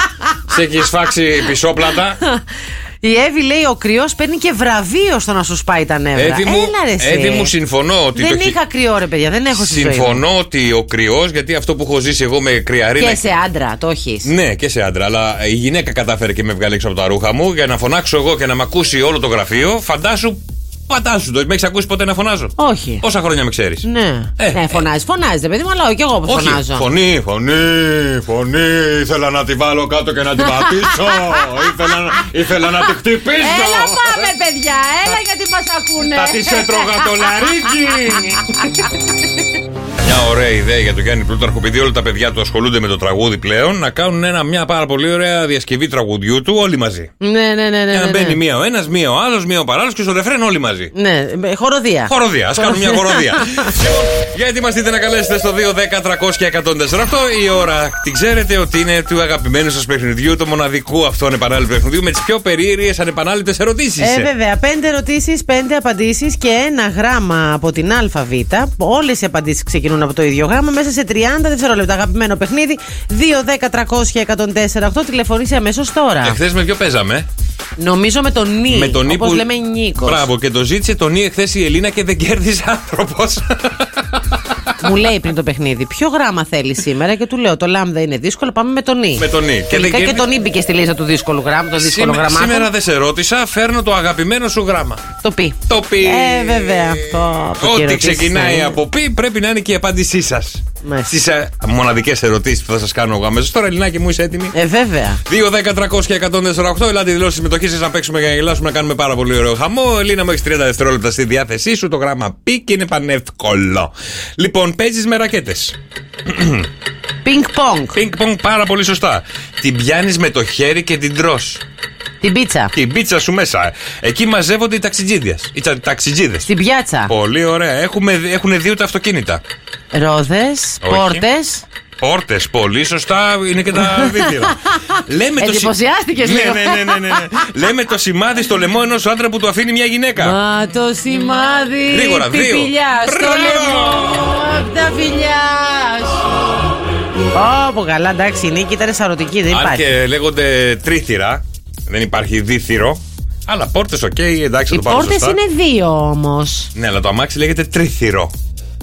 Speaker 5: σε έχει σφάξει πισόπλατα.
Speaker 6: Η Εύη λέει: Ο κρυός παίρνει και βραβείο στο να σου σπάει τα νεύρα.
Speaker 5: Εύη μου,
Speaker 6: Έλα ρε, εσύ.
Speaker 5: Εύη μου, συμφωνώ ότι
Speaker 6: Δεν
Speaker 5: το χι-
Speaker 6: είχα κρυό, ρε παιδιά, δεν έχω στη ζωή μου.
Speaker 5: Συμφωνώ ότι ο κρυός, γιατί αυτό που έχω ζήσει εγώ με κρυαρίνα.
Speaker 6: Και σε άντρα, το έχεις.
Speaker 5: Ναι, και σε άντρα. Αλλά η γυναίκα κατάφερε και με βγάλει έξω από τα ρούχα μου για να φωνάξω εγώ και να με ακούσει όλο το γραφείο. Φαντάσου, πατάσου το. Με έχεις ακούσει ποτέ να φωνάζω.
Speaker 6: Όχι.
Speaker 5: Πόσα χρόνια με ξέρεις.
Speaker 6: Ναι. ναι, φωνάζει, φωνάζει, ρε παιδί μου, αλλά και εγώ που
Speaker 5: Ε, Όχι,
Speaker 6: φωνάζω.
Speaker 5: φωνή, φωνή, φωνή. Ήθελα να τη βάλω κάτω και να την πατήσω. ήθελα, να- ήθελα να τη χτυπήσω.
Speaker 6: Έλα πάμε παιδιά, έλα γιατί μας ακούνε
Speaker 5: Θα της έτρωγα το
Speaker 6: λαρίκι
Speaker 5: Μια ωραία ιδέα για τον Γιάννη Πλούταρχο, επειδή όλα τα παιδιά του ασχολούνται με το τραγούδι πλέον, να κάνουν ένα, μια πάρα πολύ ωραία διασκευή τραγουδιού του όλοι μαζί.
Speaker 6: Ναι, ναι, ναι, ναι,
Speaker 5: Για να
Speaker 6: ναι,
Speaker 5: μπαίνει
Speaker 6: ναι.
Speaker 5: μία ο ένας, μία ο άλλος, μία ο παράλληλος και στο ρεφρέν όλοι μαζί.
Speaker 6: Ναι, ε, χοροδία
Speaker 5: Χοροδία, ας κάνουμε μια χοροδία. λοιπόν, για ετοιμαστείτε να καλέσετε στο 2-10-300-148. Η ώρα την ξέρετε ότι είναι του αγαπημένου σας παιχνιδιού, του μοναδικού αυτού ανεπανάληπτου παιχνιδιού με τις πιο περίεργες ανεπανάληπτες ερωτήσεις.
Speaker 6: Ε, βέβαια, πέντε ερωτήσεις, πέντε απαντήσεις και ένα γράμμα από την ΑΒ. Όλες οι απαντήσεις ξεκινούν από το ίδιο γράμμα μέσα σε 30 δευτερόλεπτα. Αγαπημένο παιχνίδι, 2-10-300-1048, τηλεφωνήσει αμέσως τώρα.
Speaker 5: Εχθέ με ποιο παίζαμε.
Speaker 6: Νομίζω με τον Νι,
Speaker 5: με τον Νι
Speaker 6: όπως
Speaker 5: που-
Speaker 6: λέμε Νίκος.
Speaker 5: Μπράβο, και το ζήτησε τον Νι εχθέ η Ελίνα και δεν κέρδισε άνθρωπος.
Speaker 6: Μου λέει πριν το παιχνίδι, ποιο γράμμα θέλεις σήμερα και του λέω το λάμδα είναι δύσκολο, πάμε με τον Νι.
Speaker 5: Με τον Νι.
Speaker 6: Και,
Speaker 5: δεν
Speaker 6: Τελικά και
Speaker 5: κέρδισε.
Speaker 6: τον Νι μπήκε στη λίστα του δύσκολου γράμμα, των δύσκολων
Speaker 5: Σήμερα,
Speaker 6: γραμμάτων.
Speaker 5: σήμερα δεν σε ρώτησα, φέρνω το αγαπημένο σου γράμμα.
Speaker 6: Το πει.
Speaker 5: Το πει.
Speaker 6: Ε, βέβαια αυτό. ναι. από εκεί
Speaker 5: Ό,τι
Speaker 6: ρωτήσεις
Speaker 5: ξεκινάει
Speaker 6: είναι.
Speaker 5: από πι πρέπει να είναι και η απάντησή σας.
Speaker 6: Ναι.
Speaker 5: Στις μοναδικές ερωτήσεις που θα σας κάνω εγώ αμέσως. Τώρα, Ελληνάκι μου, είσαι έτοιμη.
Speaker 6: Ε, βέβαια.
Speaker 5: 2, 10, 300 και 148. Ελάτε δηλώσεις συμμετοχής σας να παίξουμε και να γελάσουμε να κάνουμε πάρα πολύ ωραίο χαμό. Ελίνα μου έχεις 30 δευτερόλεπτα στη διάθεσή σου. Το γράμμα πι και είναι πανεύκολο. Λοιπόν, παίζεις με ρακέτες.
Speaker 6: Πινκ πονγκ.
Speaker 5: Πινκ πονγκ πάρα πολύ σωστά. Την πιάνεις με το χέρι και την τρώ.
Speaker 6: Την πίτσα.
Speaker 5: Την πίτσα σου μέσα. Εκεί μαζεύονται οι ταξιτζίδες. Οι ταξιτζίδες.
Speaker 6: Στην πιάτσα.
Speaker 5: Πολύ ωραία. Έχουμε, έχουν δύο τα αυτοκίνητα.
Speaker 6: Ρόδες,
Speaker 5: Όχι.
Speaker 6: πόρτες.
Speaker 5: Πόρτες, πολύ σωστά. Είναι και τα δίκτυα. Λέμε το συ-
Speaker 6: Εντυπωσιάστηκες
Speaker 5: Ναι,
Speaker 6: λίγο.
Speaker 5: ναι, ναι, ναι, ναι, ναι. Λέμε το σημάδι στο λαιμό ενός άντρα που του αφήνει μια γυναίκα.
Speaker 6: Μα το σημάδι.
Speaker 5: Γρήγορα,
Speaker 6: τη
Speaker 5: δύο.
Speaker 6: φιλιά στο
Speaker 5: Μπράβο.
Speaker 6: λαιμό. απ' τα φιλιά σου. Ω, καλά, εντάξει, η νίκη ήταν σαρωτική, δεν
Speaker 5: Αν
Speaker 6: υπάρχει.
Speaker 5: και λέγονται τρίθυρα, δεν υπάρχει δίθυρο. Αλλά πόρτες, οκ, εντάξει,
Speaker 6: Οι
Speaker 5: θα το πάμε
Speaker 6: πόρτες
Speaker 5: σωστά.
Speaker 6: είναι δύο όμως.
Speaker 5: Ναι, αλλά το αμάξι λέγεται τρίθυρο.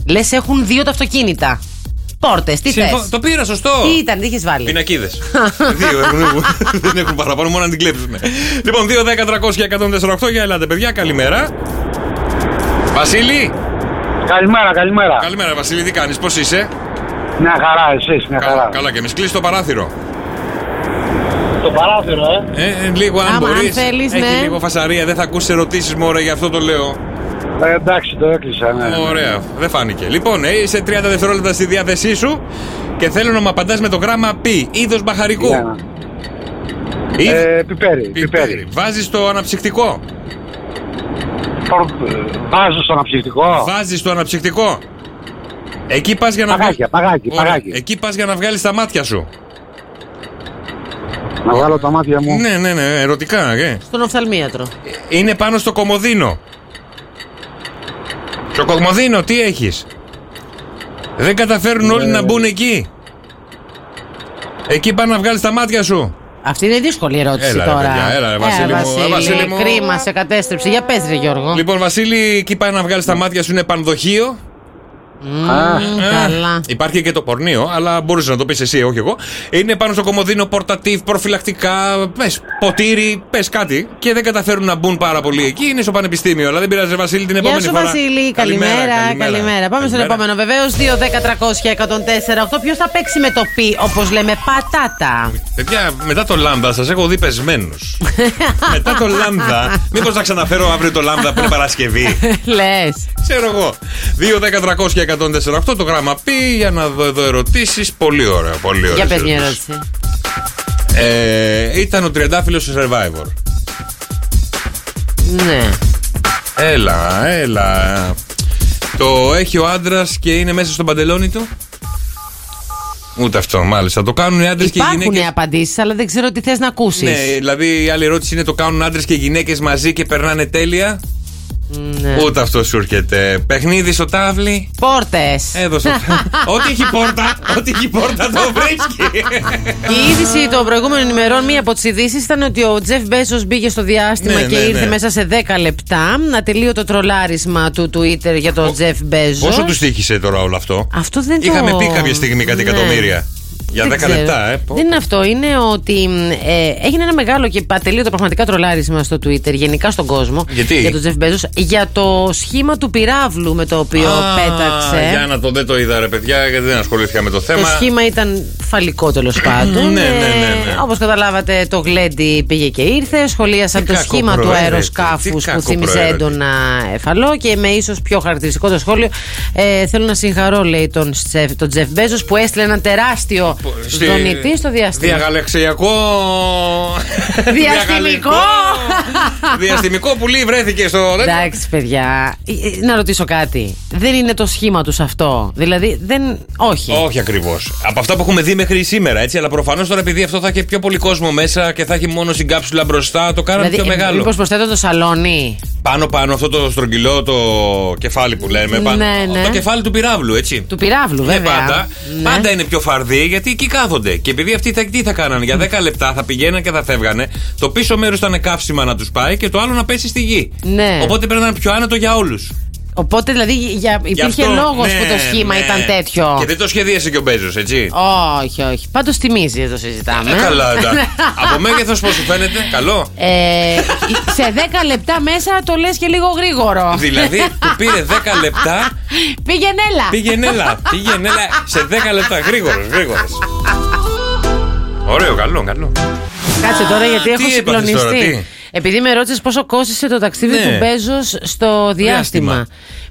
Speaker 6: Λε έχουν δύο τα αυτοκίνητα. Πόρτε, τι θε.
Speaker 5: Συμφω- Το πήρα, σωστό.
Speaker 6: Τι ήταν, τι είχες βάλει.
Speaker 5: Πινακίδες. Δύο έχουν. Δεν έχουν παραπάνω, μόνο να την κλέψουν. Λοιπόν, 2, 10, 300 και 148 για ελάτε, παιδιά. Καλημέρα. Βασίλη.
Speaker 9: Καλημέρα, καλημέρα.
Speaker 5: Καλημέρα, Βασίλη, τι κάνεις, πώς είσαι.
Speaker 9: Μια χαρά, εσείς, μια
Speaker 5: Καλά,
Speaker 9: χαρά.
Speaker 5: καλά και εμείς. Κλείσει το παράθυρο.
Speaker 9: Το παράθυρο, ε.
Speaker 5: Ε, ε, λίγο, αν
Speaker 9: Άμα, αν
Speaker 5: μπορείς.
Speaker 9: θέλεις,
Speaker 5: Έχει
Speaker 9: ναι.
Speaker 5: λίγο φασαρία, δεν θα ακούσεις ερωτήσεις μου, γι' αυτό το λέω.
Speaker 9: Ε, εντάξει, το έκλεισα, ναι.
Speaker 5: Ωραία, δεν φάνηκε. Λοιπόν, ε, είσαι 30 δευτερόλεπτα στη διάθεσή σου και θέλω να μου απαντάς με το γράμμα π. Είδος μπαχαρικού.
Speaker 9: Ε, πιπέρι, πιπέρι.
Speaker 5: Βάζεις το αναψυκτικό.
Speaker 9: Βάζω στο αναψυκτικό.
Speaker 5: Βάζεις το αναψυκτικό. Εκεί πας για να βγάλει.
Speaker 9: παγάκι, παγάκι.
Speaker 5: Εκεί πας για να βγάλεις τα μάτια σου.
Speaker 9: Να βγάλω τα μάτια μου.
Speaker 5: Ναι, ναι, ναι, ερωτικά. Ε.
Speaker 6: Στον οφθαλμίατρο.
Speaker 5: Είναι πάνω στο κομμωδίνο. Στο κομμωδίνο τι έχεις.
Speaker 9: Ναι.
Speaker 5: Δεν καταφέρουν όλοι να μπουν εκεί. Εκεί πάνε να βγάλεις τα μάτια σου.
Speaker 6: Αυτή είναι δύσκολη ερώτηση
Speaker 5: Έλα, ρε,
Speaker 6: τώρα.
Speaker 5: παιδιά, έλα, ρε, Βασίλη μου, ε, Βασίλη μου.
Speaker 6: Κρίμα, σε κατέστρεψε. Για πες ρε Γιώργο.
Speaker 5: Λοιπόν, Βασίλη, εκεί πάει να βγάλεις τα μάτια σου είναι πανδοχείο.
Speaker 6: Μμμ,
Speaker 5: Ε,
Speaker 6: Καλά.
Speaker 5: Υπάρχει και το πορνείο, αλλά μπορούσε να το πεις εσύ, όχι εγώ. Είναι πάνω στο κομμωδίνο πορτατίβ, προφυλακτικά, πες, ποτήρι, πες κάτι. Και δεν καταφέρουν να μπουν πάρα πολύ εκεί. Είναι στο πανεπιστήμιο, αλλά δεν πειράζει, ρε Βασίλη, την
Speaker 6: Γεια
Speaker 5: επόμενη
Speaker 6: σου
Speaker 5: φορά.
Speaker 6: Βασίλη, καλημέρα, καλημέρα. Πάμε στον επόμενο βεβαίως. 2, 10, 300 104, 8. Ποιος θα παίξει με το πι, όπως λέμε, πατάτα.
Speaker 5: Παιδιά, μετά το λάμδα σας έχω δει πεσμένους. μετά το λάμδα, μήπως να ξαναφέρω αύριο το λάμδα που είναι Παρασκευή.
Speaker 6: Λες.
Speaker 5: Ξέρω εγώ. 2, 10, 300 και 148 το γράμμα πει για να δω εδώ ερωτήσεις. Πολύ ωραία, πολύ ωραία.
Speaker 6: Για πες μια ερώτηση.
Speaker 5: Ε, ήταν ο τριαντάφυλλος στο survivor.
Speaker 6: Ναι.
Speaker 5: Έλα, έλα. Το έχει ο άντρας και είναι μέσα στο παντελόνι του. Ούτε αυτό, μάλιστα. Το κάνουν οι άντρες και οι
Speaker 6: Υπάρχουν
Speaker 5: γυναίκες.
Speaker 6: απαντήσεις, αλλά δεν ξέρω τι θες να ακούσεις.
Speaker 5: Ναι, δηλαδή η άλλη ερώτηση είναι το κάνουν άντρες και γυναίκες μαζί και περνάνε τέλεια. Ναι.
Speaker 6: Ναι.
Speaker 5: Ούτε αυτός σου έρχεται. Παιχνίδι στο τάβλι.
Speaker 6: Πόρτες.
Speaker 5: Έδωσε. ό,τι έχει πόρτα, ό,τι έχει πόρτα το βρίσκει.
Speaker 6: Και η είδηση των προηγούμενων ημερών, μία από τις ειδήσεις ήταν ότι ο Τζεφ Μπέζος μπήκε στο διάστημα
Speaker 5: Ναι,
Speaker 6: και
Speaker 5: ναι,
Speaker 6: ήρθε
Speaker 5: ναι.
Speaker 6: μέσα σε 10 λεπτά. Να τελείω το τρολάρισμα του Twitter για τον Τζεφ Μπέζος.
Speaker 5: Πόσο τους τύχησε τώρα όλο αυτό.
Speaker 6: Αυτό δεν το-
Speaker 5: Είχαμε πει κάποια στιγμή κάτι
Speaker 6: Ναι.
Speaker 5: εκατομμύρια. Για 10
Speaker 6: Δεν ξέρω.
Speaker 5: λεπτά, ε. Πω.
Speaker 6: Δεν είναι αυτό. Είναι ότι μ, ε, έγινε ένα μεγάλο και ατελείωτο πραγματικά τρολάρισμα στο Twitter, γενικά στον κόσμο.
Speaker 5: Γιατί?
Speaker 6: Για τον Τζεφ Μπέζος. Για το σχήμα του πυράβλου με το οποίο
Speaker 5: Α,
Speaker 6: πέταξε.
Speaker 5: Για να το δεν το είδα, ρε παιδιά, γιατί δεν ασχολήθηκα με το θέμα.
Speaker 6: Το σχήμα ήταν φαλικό τέλος πάντων.
Speaker 5: Ναι, ναι, ναι, ναι.
Speaker 6: Όπως καταλάβατε, το γλέντι πήγε και ήρθε. Σχολίασαν
Speaker 5: Τι
Speaker 6: το
Speaker 5: κακό
Speaker 6: σχήμα του
Speaker 5: προαίρετη,
Speaker 6: αεροσκάφους
Speaker 5: τι
Speaker 6: που
Speaker 5: κακό
Speaker 6: θύμιζε
Speaker 5: προαίρετη.
Speaker 6: έντονα εφαλό και με ίσως πιο χαρακτηριστικό το σχόλιο. Ε, θέλω να συγχαρώ, λέει τον, Τσεφ- τον Τζεφ Μπέζος που έστειλε ένα τεράστιο
Speaker 5: Στη-
Speaker 6: δονητή στο διάστημα.
Speaker 5: Διαγαλαξιακό.
Speaker 6: Διαστημικό!
Speaker 5: Διαστημικό πουλί βρέθηκε στο.
Speaker 6: Εντάξει, παιδιά. Ε, ε, Να ρωτήσω κάτι. Δεν είναι το σχήμα τους αυτό. Δηλαδή, δεν. Όχι.
Speaker 5: Όχι ακριβώς. Από αυτά που έχουμε δει μέχρι σήμερα, έτσι. Αλλά προφανώς τώρα επειδή αυτό θα έχει πιο πολύ κόσμο μέσα και θα έχει μόνο στην κάψουλα μπροστά, το κάναμε πιο μεγάλο.
Speaker 6: Μήπως Δηλαδή, προσθέτω το σαλόνι.
Speaker 5: Πάνω πάνω αυτό το στρογγυλό το κεφάλι που λέμε.
Speaker 6: Ναι,
Speaker 5: πάνω,
Speaker 6: ναι.
Speaker 5: Το κεφάλι του πυράβλου, έτσι.
Speaker 6: Του πυράβλου,
Speaker 5: Ναι,
Speaker 6: βέβαια.
Speaker 5: πάντα.
Speaker 6: Ναι.
Speaker 5: Πάντα είναι πιο φαρδί γιατί εκεί κάθονται. Και επειδή αυτοί θα, τι θα κάνανε, για 10 λεπτά θα πηγαίναν και θα φεύγανε. Το πίσω μέρος ήταν καύσιμα να τους πάει και το άλλο να πέσει στη γη.
Speaker 6: Ναι.
Speaker 5: Οπότε πρέπει να είναι πιο άνετο για όλους.
Speaker 6: Οπότε δηλαδή για, υπήρχε λόγος που το σχήμα ήταν τέτοιο.
Speaker 5: ναι, Και δεν το σχεδίασε και ο Μπέζος, έτσι.
Speaker 6: Όχι, όχι. Πάντως τιμίζει, δεν το συζητάμε.
Speaker 5: Ε, καλά, εντάξει. Από μέγεθος πώς σου φαίνεται, καλό.
Speaker 6: Ε, σε 10 λεπτά μέσα το λες και λίγο γρήγορο.
Speaker 5: δηλαδή, του πήρε 10 λεπτά.
Speaker 6: Πήγαινε έλα.
Speaker 5: Πήγαινε έλα, πήγαινε έλα σε 10 λεπτά. Γρήγορος, γρήγορος. Ωραίο, καλό, καλό.
Speaker 6: Κάτσε τώρα γιατί έχω
Speaker 5: Τι έπαθες τώρα,
Speaker 6: συγκλονιστεί.
Speaker 5: τι?
Speaker 6: Επειδή με ρώτησες πόσο κόστησε το ταξίδι
Speaker 5: Ναι.
Speaker 6: του Μπέζος στο διάστημα.
Speaker 5: Διάστημα.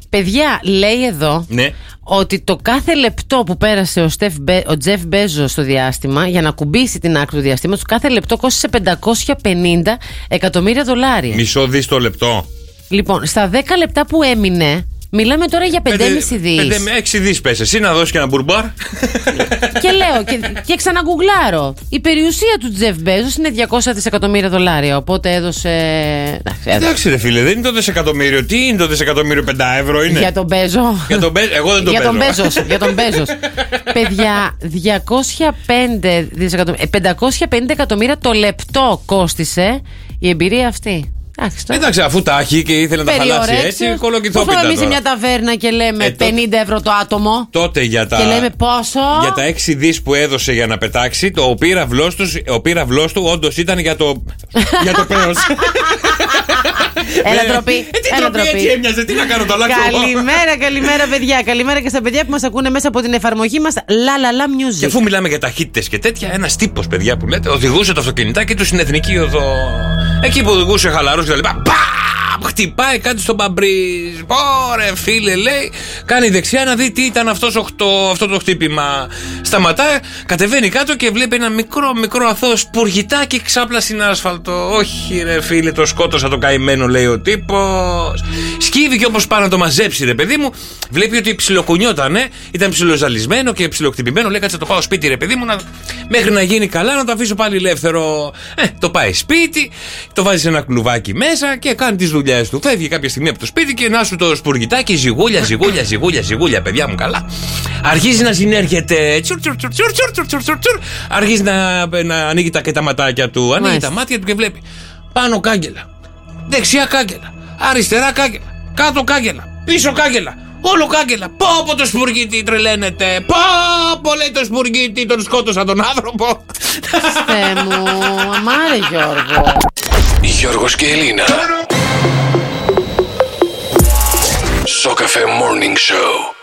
Speaker 6: Παιδιά, λέει εδώ
Speaker 5: Ναι.
Speaker 6: ότι το κάθε λεπτό που πέρασε ο, Στεφ Μπέ- ο Τζεφ Μπέζο στο διάστημα για να κουμπίσει την άκρη του διαστήματος, κάθε λεπτό κόστησε 550 εκατομμύρια δολάρια.
Speaker 5: Μισό δις το λεπτό.
Speaker 6: Λοιπόν, στα 10 λεπτά που έμεινε, μιλάμε τώρα για 5,5 δι.
Speaker 5: 6 δις πες. Εσύ να δώσεις και ένα μπουρμπάρ.
Speaker 6: και λέω και, και ξαναγκουγκλάρω. Η περιουσία του Τζεφ Μπέζος είναι 200 δισεκατομμύρια δολάρια. Οπότε έδωσε. εντάξει, έδωσε.
Speaker 5: Εντάξει, ρε φίλε, δεν είναι το δισεκατομμύριο. Τι είναι το δισεκατομμύριο, 5 ευρώ είναι.
Speaker 6: Για τον Μπέζο.
Speaker 5: ναι. Για τον Μπέ- Εγώ δεν το
Speaker 6: για τον
Speaker 5: παίζω.
Speaker 6: Μπέζος, για τον Μπέζος. Παιδιά, 205 δισεκατομμύρια. 550 ε, εκατομμύρια το λεπτό κόστισε η εμπειρία αυτή. Εντάξει, τώρα.
Speaker 5: Εντάξει, αφού τα έχει και ήθελε να τα χαλάσει
Speaker 6: Περιορέξεως.
Speaker 5: έτσι,
Speaker 6: Πού θα
Speaker 5: κολοκυθόπιτα
Speaker 6: πάμε σε
Speaker 5: τώρα.
Speaker 6: μια ταβέρνα και λέμε
Speaker 5: Ε,
Speaker 6: 50
Speaker 5: τότε-
Speaker 6: ευρώ το άτομο
Speaker 5: Τότε για τα.
Speaker 6: και λέμε πόσο.
Speaker 5: Για τα 6 δις που έδωσε για να πετάξει, το ο πύραυλός τους, ο πύραυλός του όντως ήταν για το. για το πέος.
Speaker 6: Έλα
Speaker 5: Ε,
Speaker 6: ντροπή.
Speaker 5: ε, τι
Speaker 6: Έλα
Speaker 5: ντροπή,
Speaker 6: ντροπή.
Speaker 5: έτσι έμοιαζε, τι να κάνω, το αλλάξω εγώ.
Speaker 6: Καλημέρα, καλημέρα, παιδιά. Καλημέρα και στα παιδιά που μας ακούνε μέσα από την εφαρμογή μας La La La Music.
Speaker 5: Και αφού μιλάμε για ταχύτητες και τέτοια, ένας τύπος, παιδιά που λέτε, οδηγούσε το αυτοκινητάκι του στην εθνική οδό. Εκεί που οδηγούσε χαλαρό και τα λοιπά. Παμ! Χτυπάει κάτι στον παμπρίζ. Ωρε, φίλε, λέει. Κάνει δεξιά να δει τι ήταν αυτός ο χτο- αυτό το χτύπημα. Σταματάει, κατεβαίνει κάτω και βλέπει ένα μικρό, μικρό αθώος σπουργητάκι ξάπλα στην άσφαλτο. Όχι, ρε φίλε, το σκότωσα το καημένο, λέει ο τύπος. Σκύβει και όπως πάει να το μαζέψει, ρε παιδί μου, βλέπει ότι ψιλοκουνιότανε, ήταν ψιλοζαλισμένο και ψιλοκτυπημένο. Λέει, κάτσε να το πάω σπίτι, ρε παιδί μου, να... μέχρι να γίνει καλά, να το αφήσω πάλι ελεύθερο. Ε, το πάει σπίτι, το βάζει σε ένα κλουβάκι μέσα και κάνει τις δουλειές του. Φεύγει κάποια στιγμή από το σπίτι και να σου το σπουργητάκι ζυγούλια, ζυγούλια, ζυγούλια, ζυγούλια, παιδιά μου καλά. Αρχίζει να συνέρχεται. τσουρ, τσουρ, τσουρ, τσουρ, τσουρ, τσουρ, τσουρ, τσουρ, τσουρ. Αρχίζει να, να ανοίγει τα, και τα ματάκια του. Ανοίγει
Speaker 18: Μάλιστα.
Speaker 5: τα μάτια του και βλέπει. Πάνω κάγκελα. Δεξιά κάγκελα. Αριστερά κάγκελα. Κάτω κάγκελα. Πίσω κάγκελα. Όλο κάγκελα. Πω από το σπουργίτι τρελαίνεται. Πω από λέει το σπουργίτι τον σκότωσα τον άνθρωπο.
Speaker 6: Θεέ μου, αμάρε Γιώργο.
Speaker 3: Γιώργος και Ελίνα. Σοκαφέ Morning Show.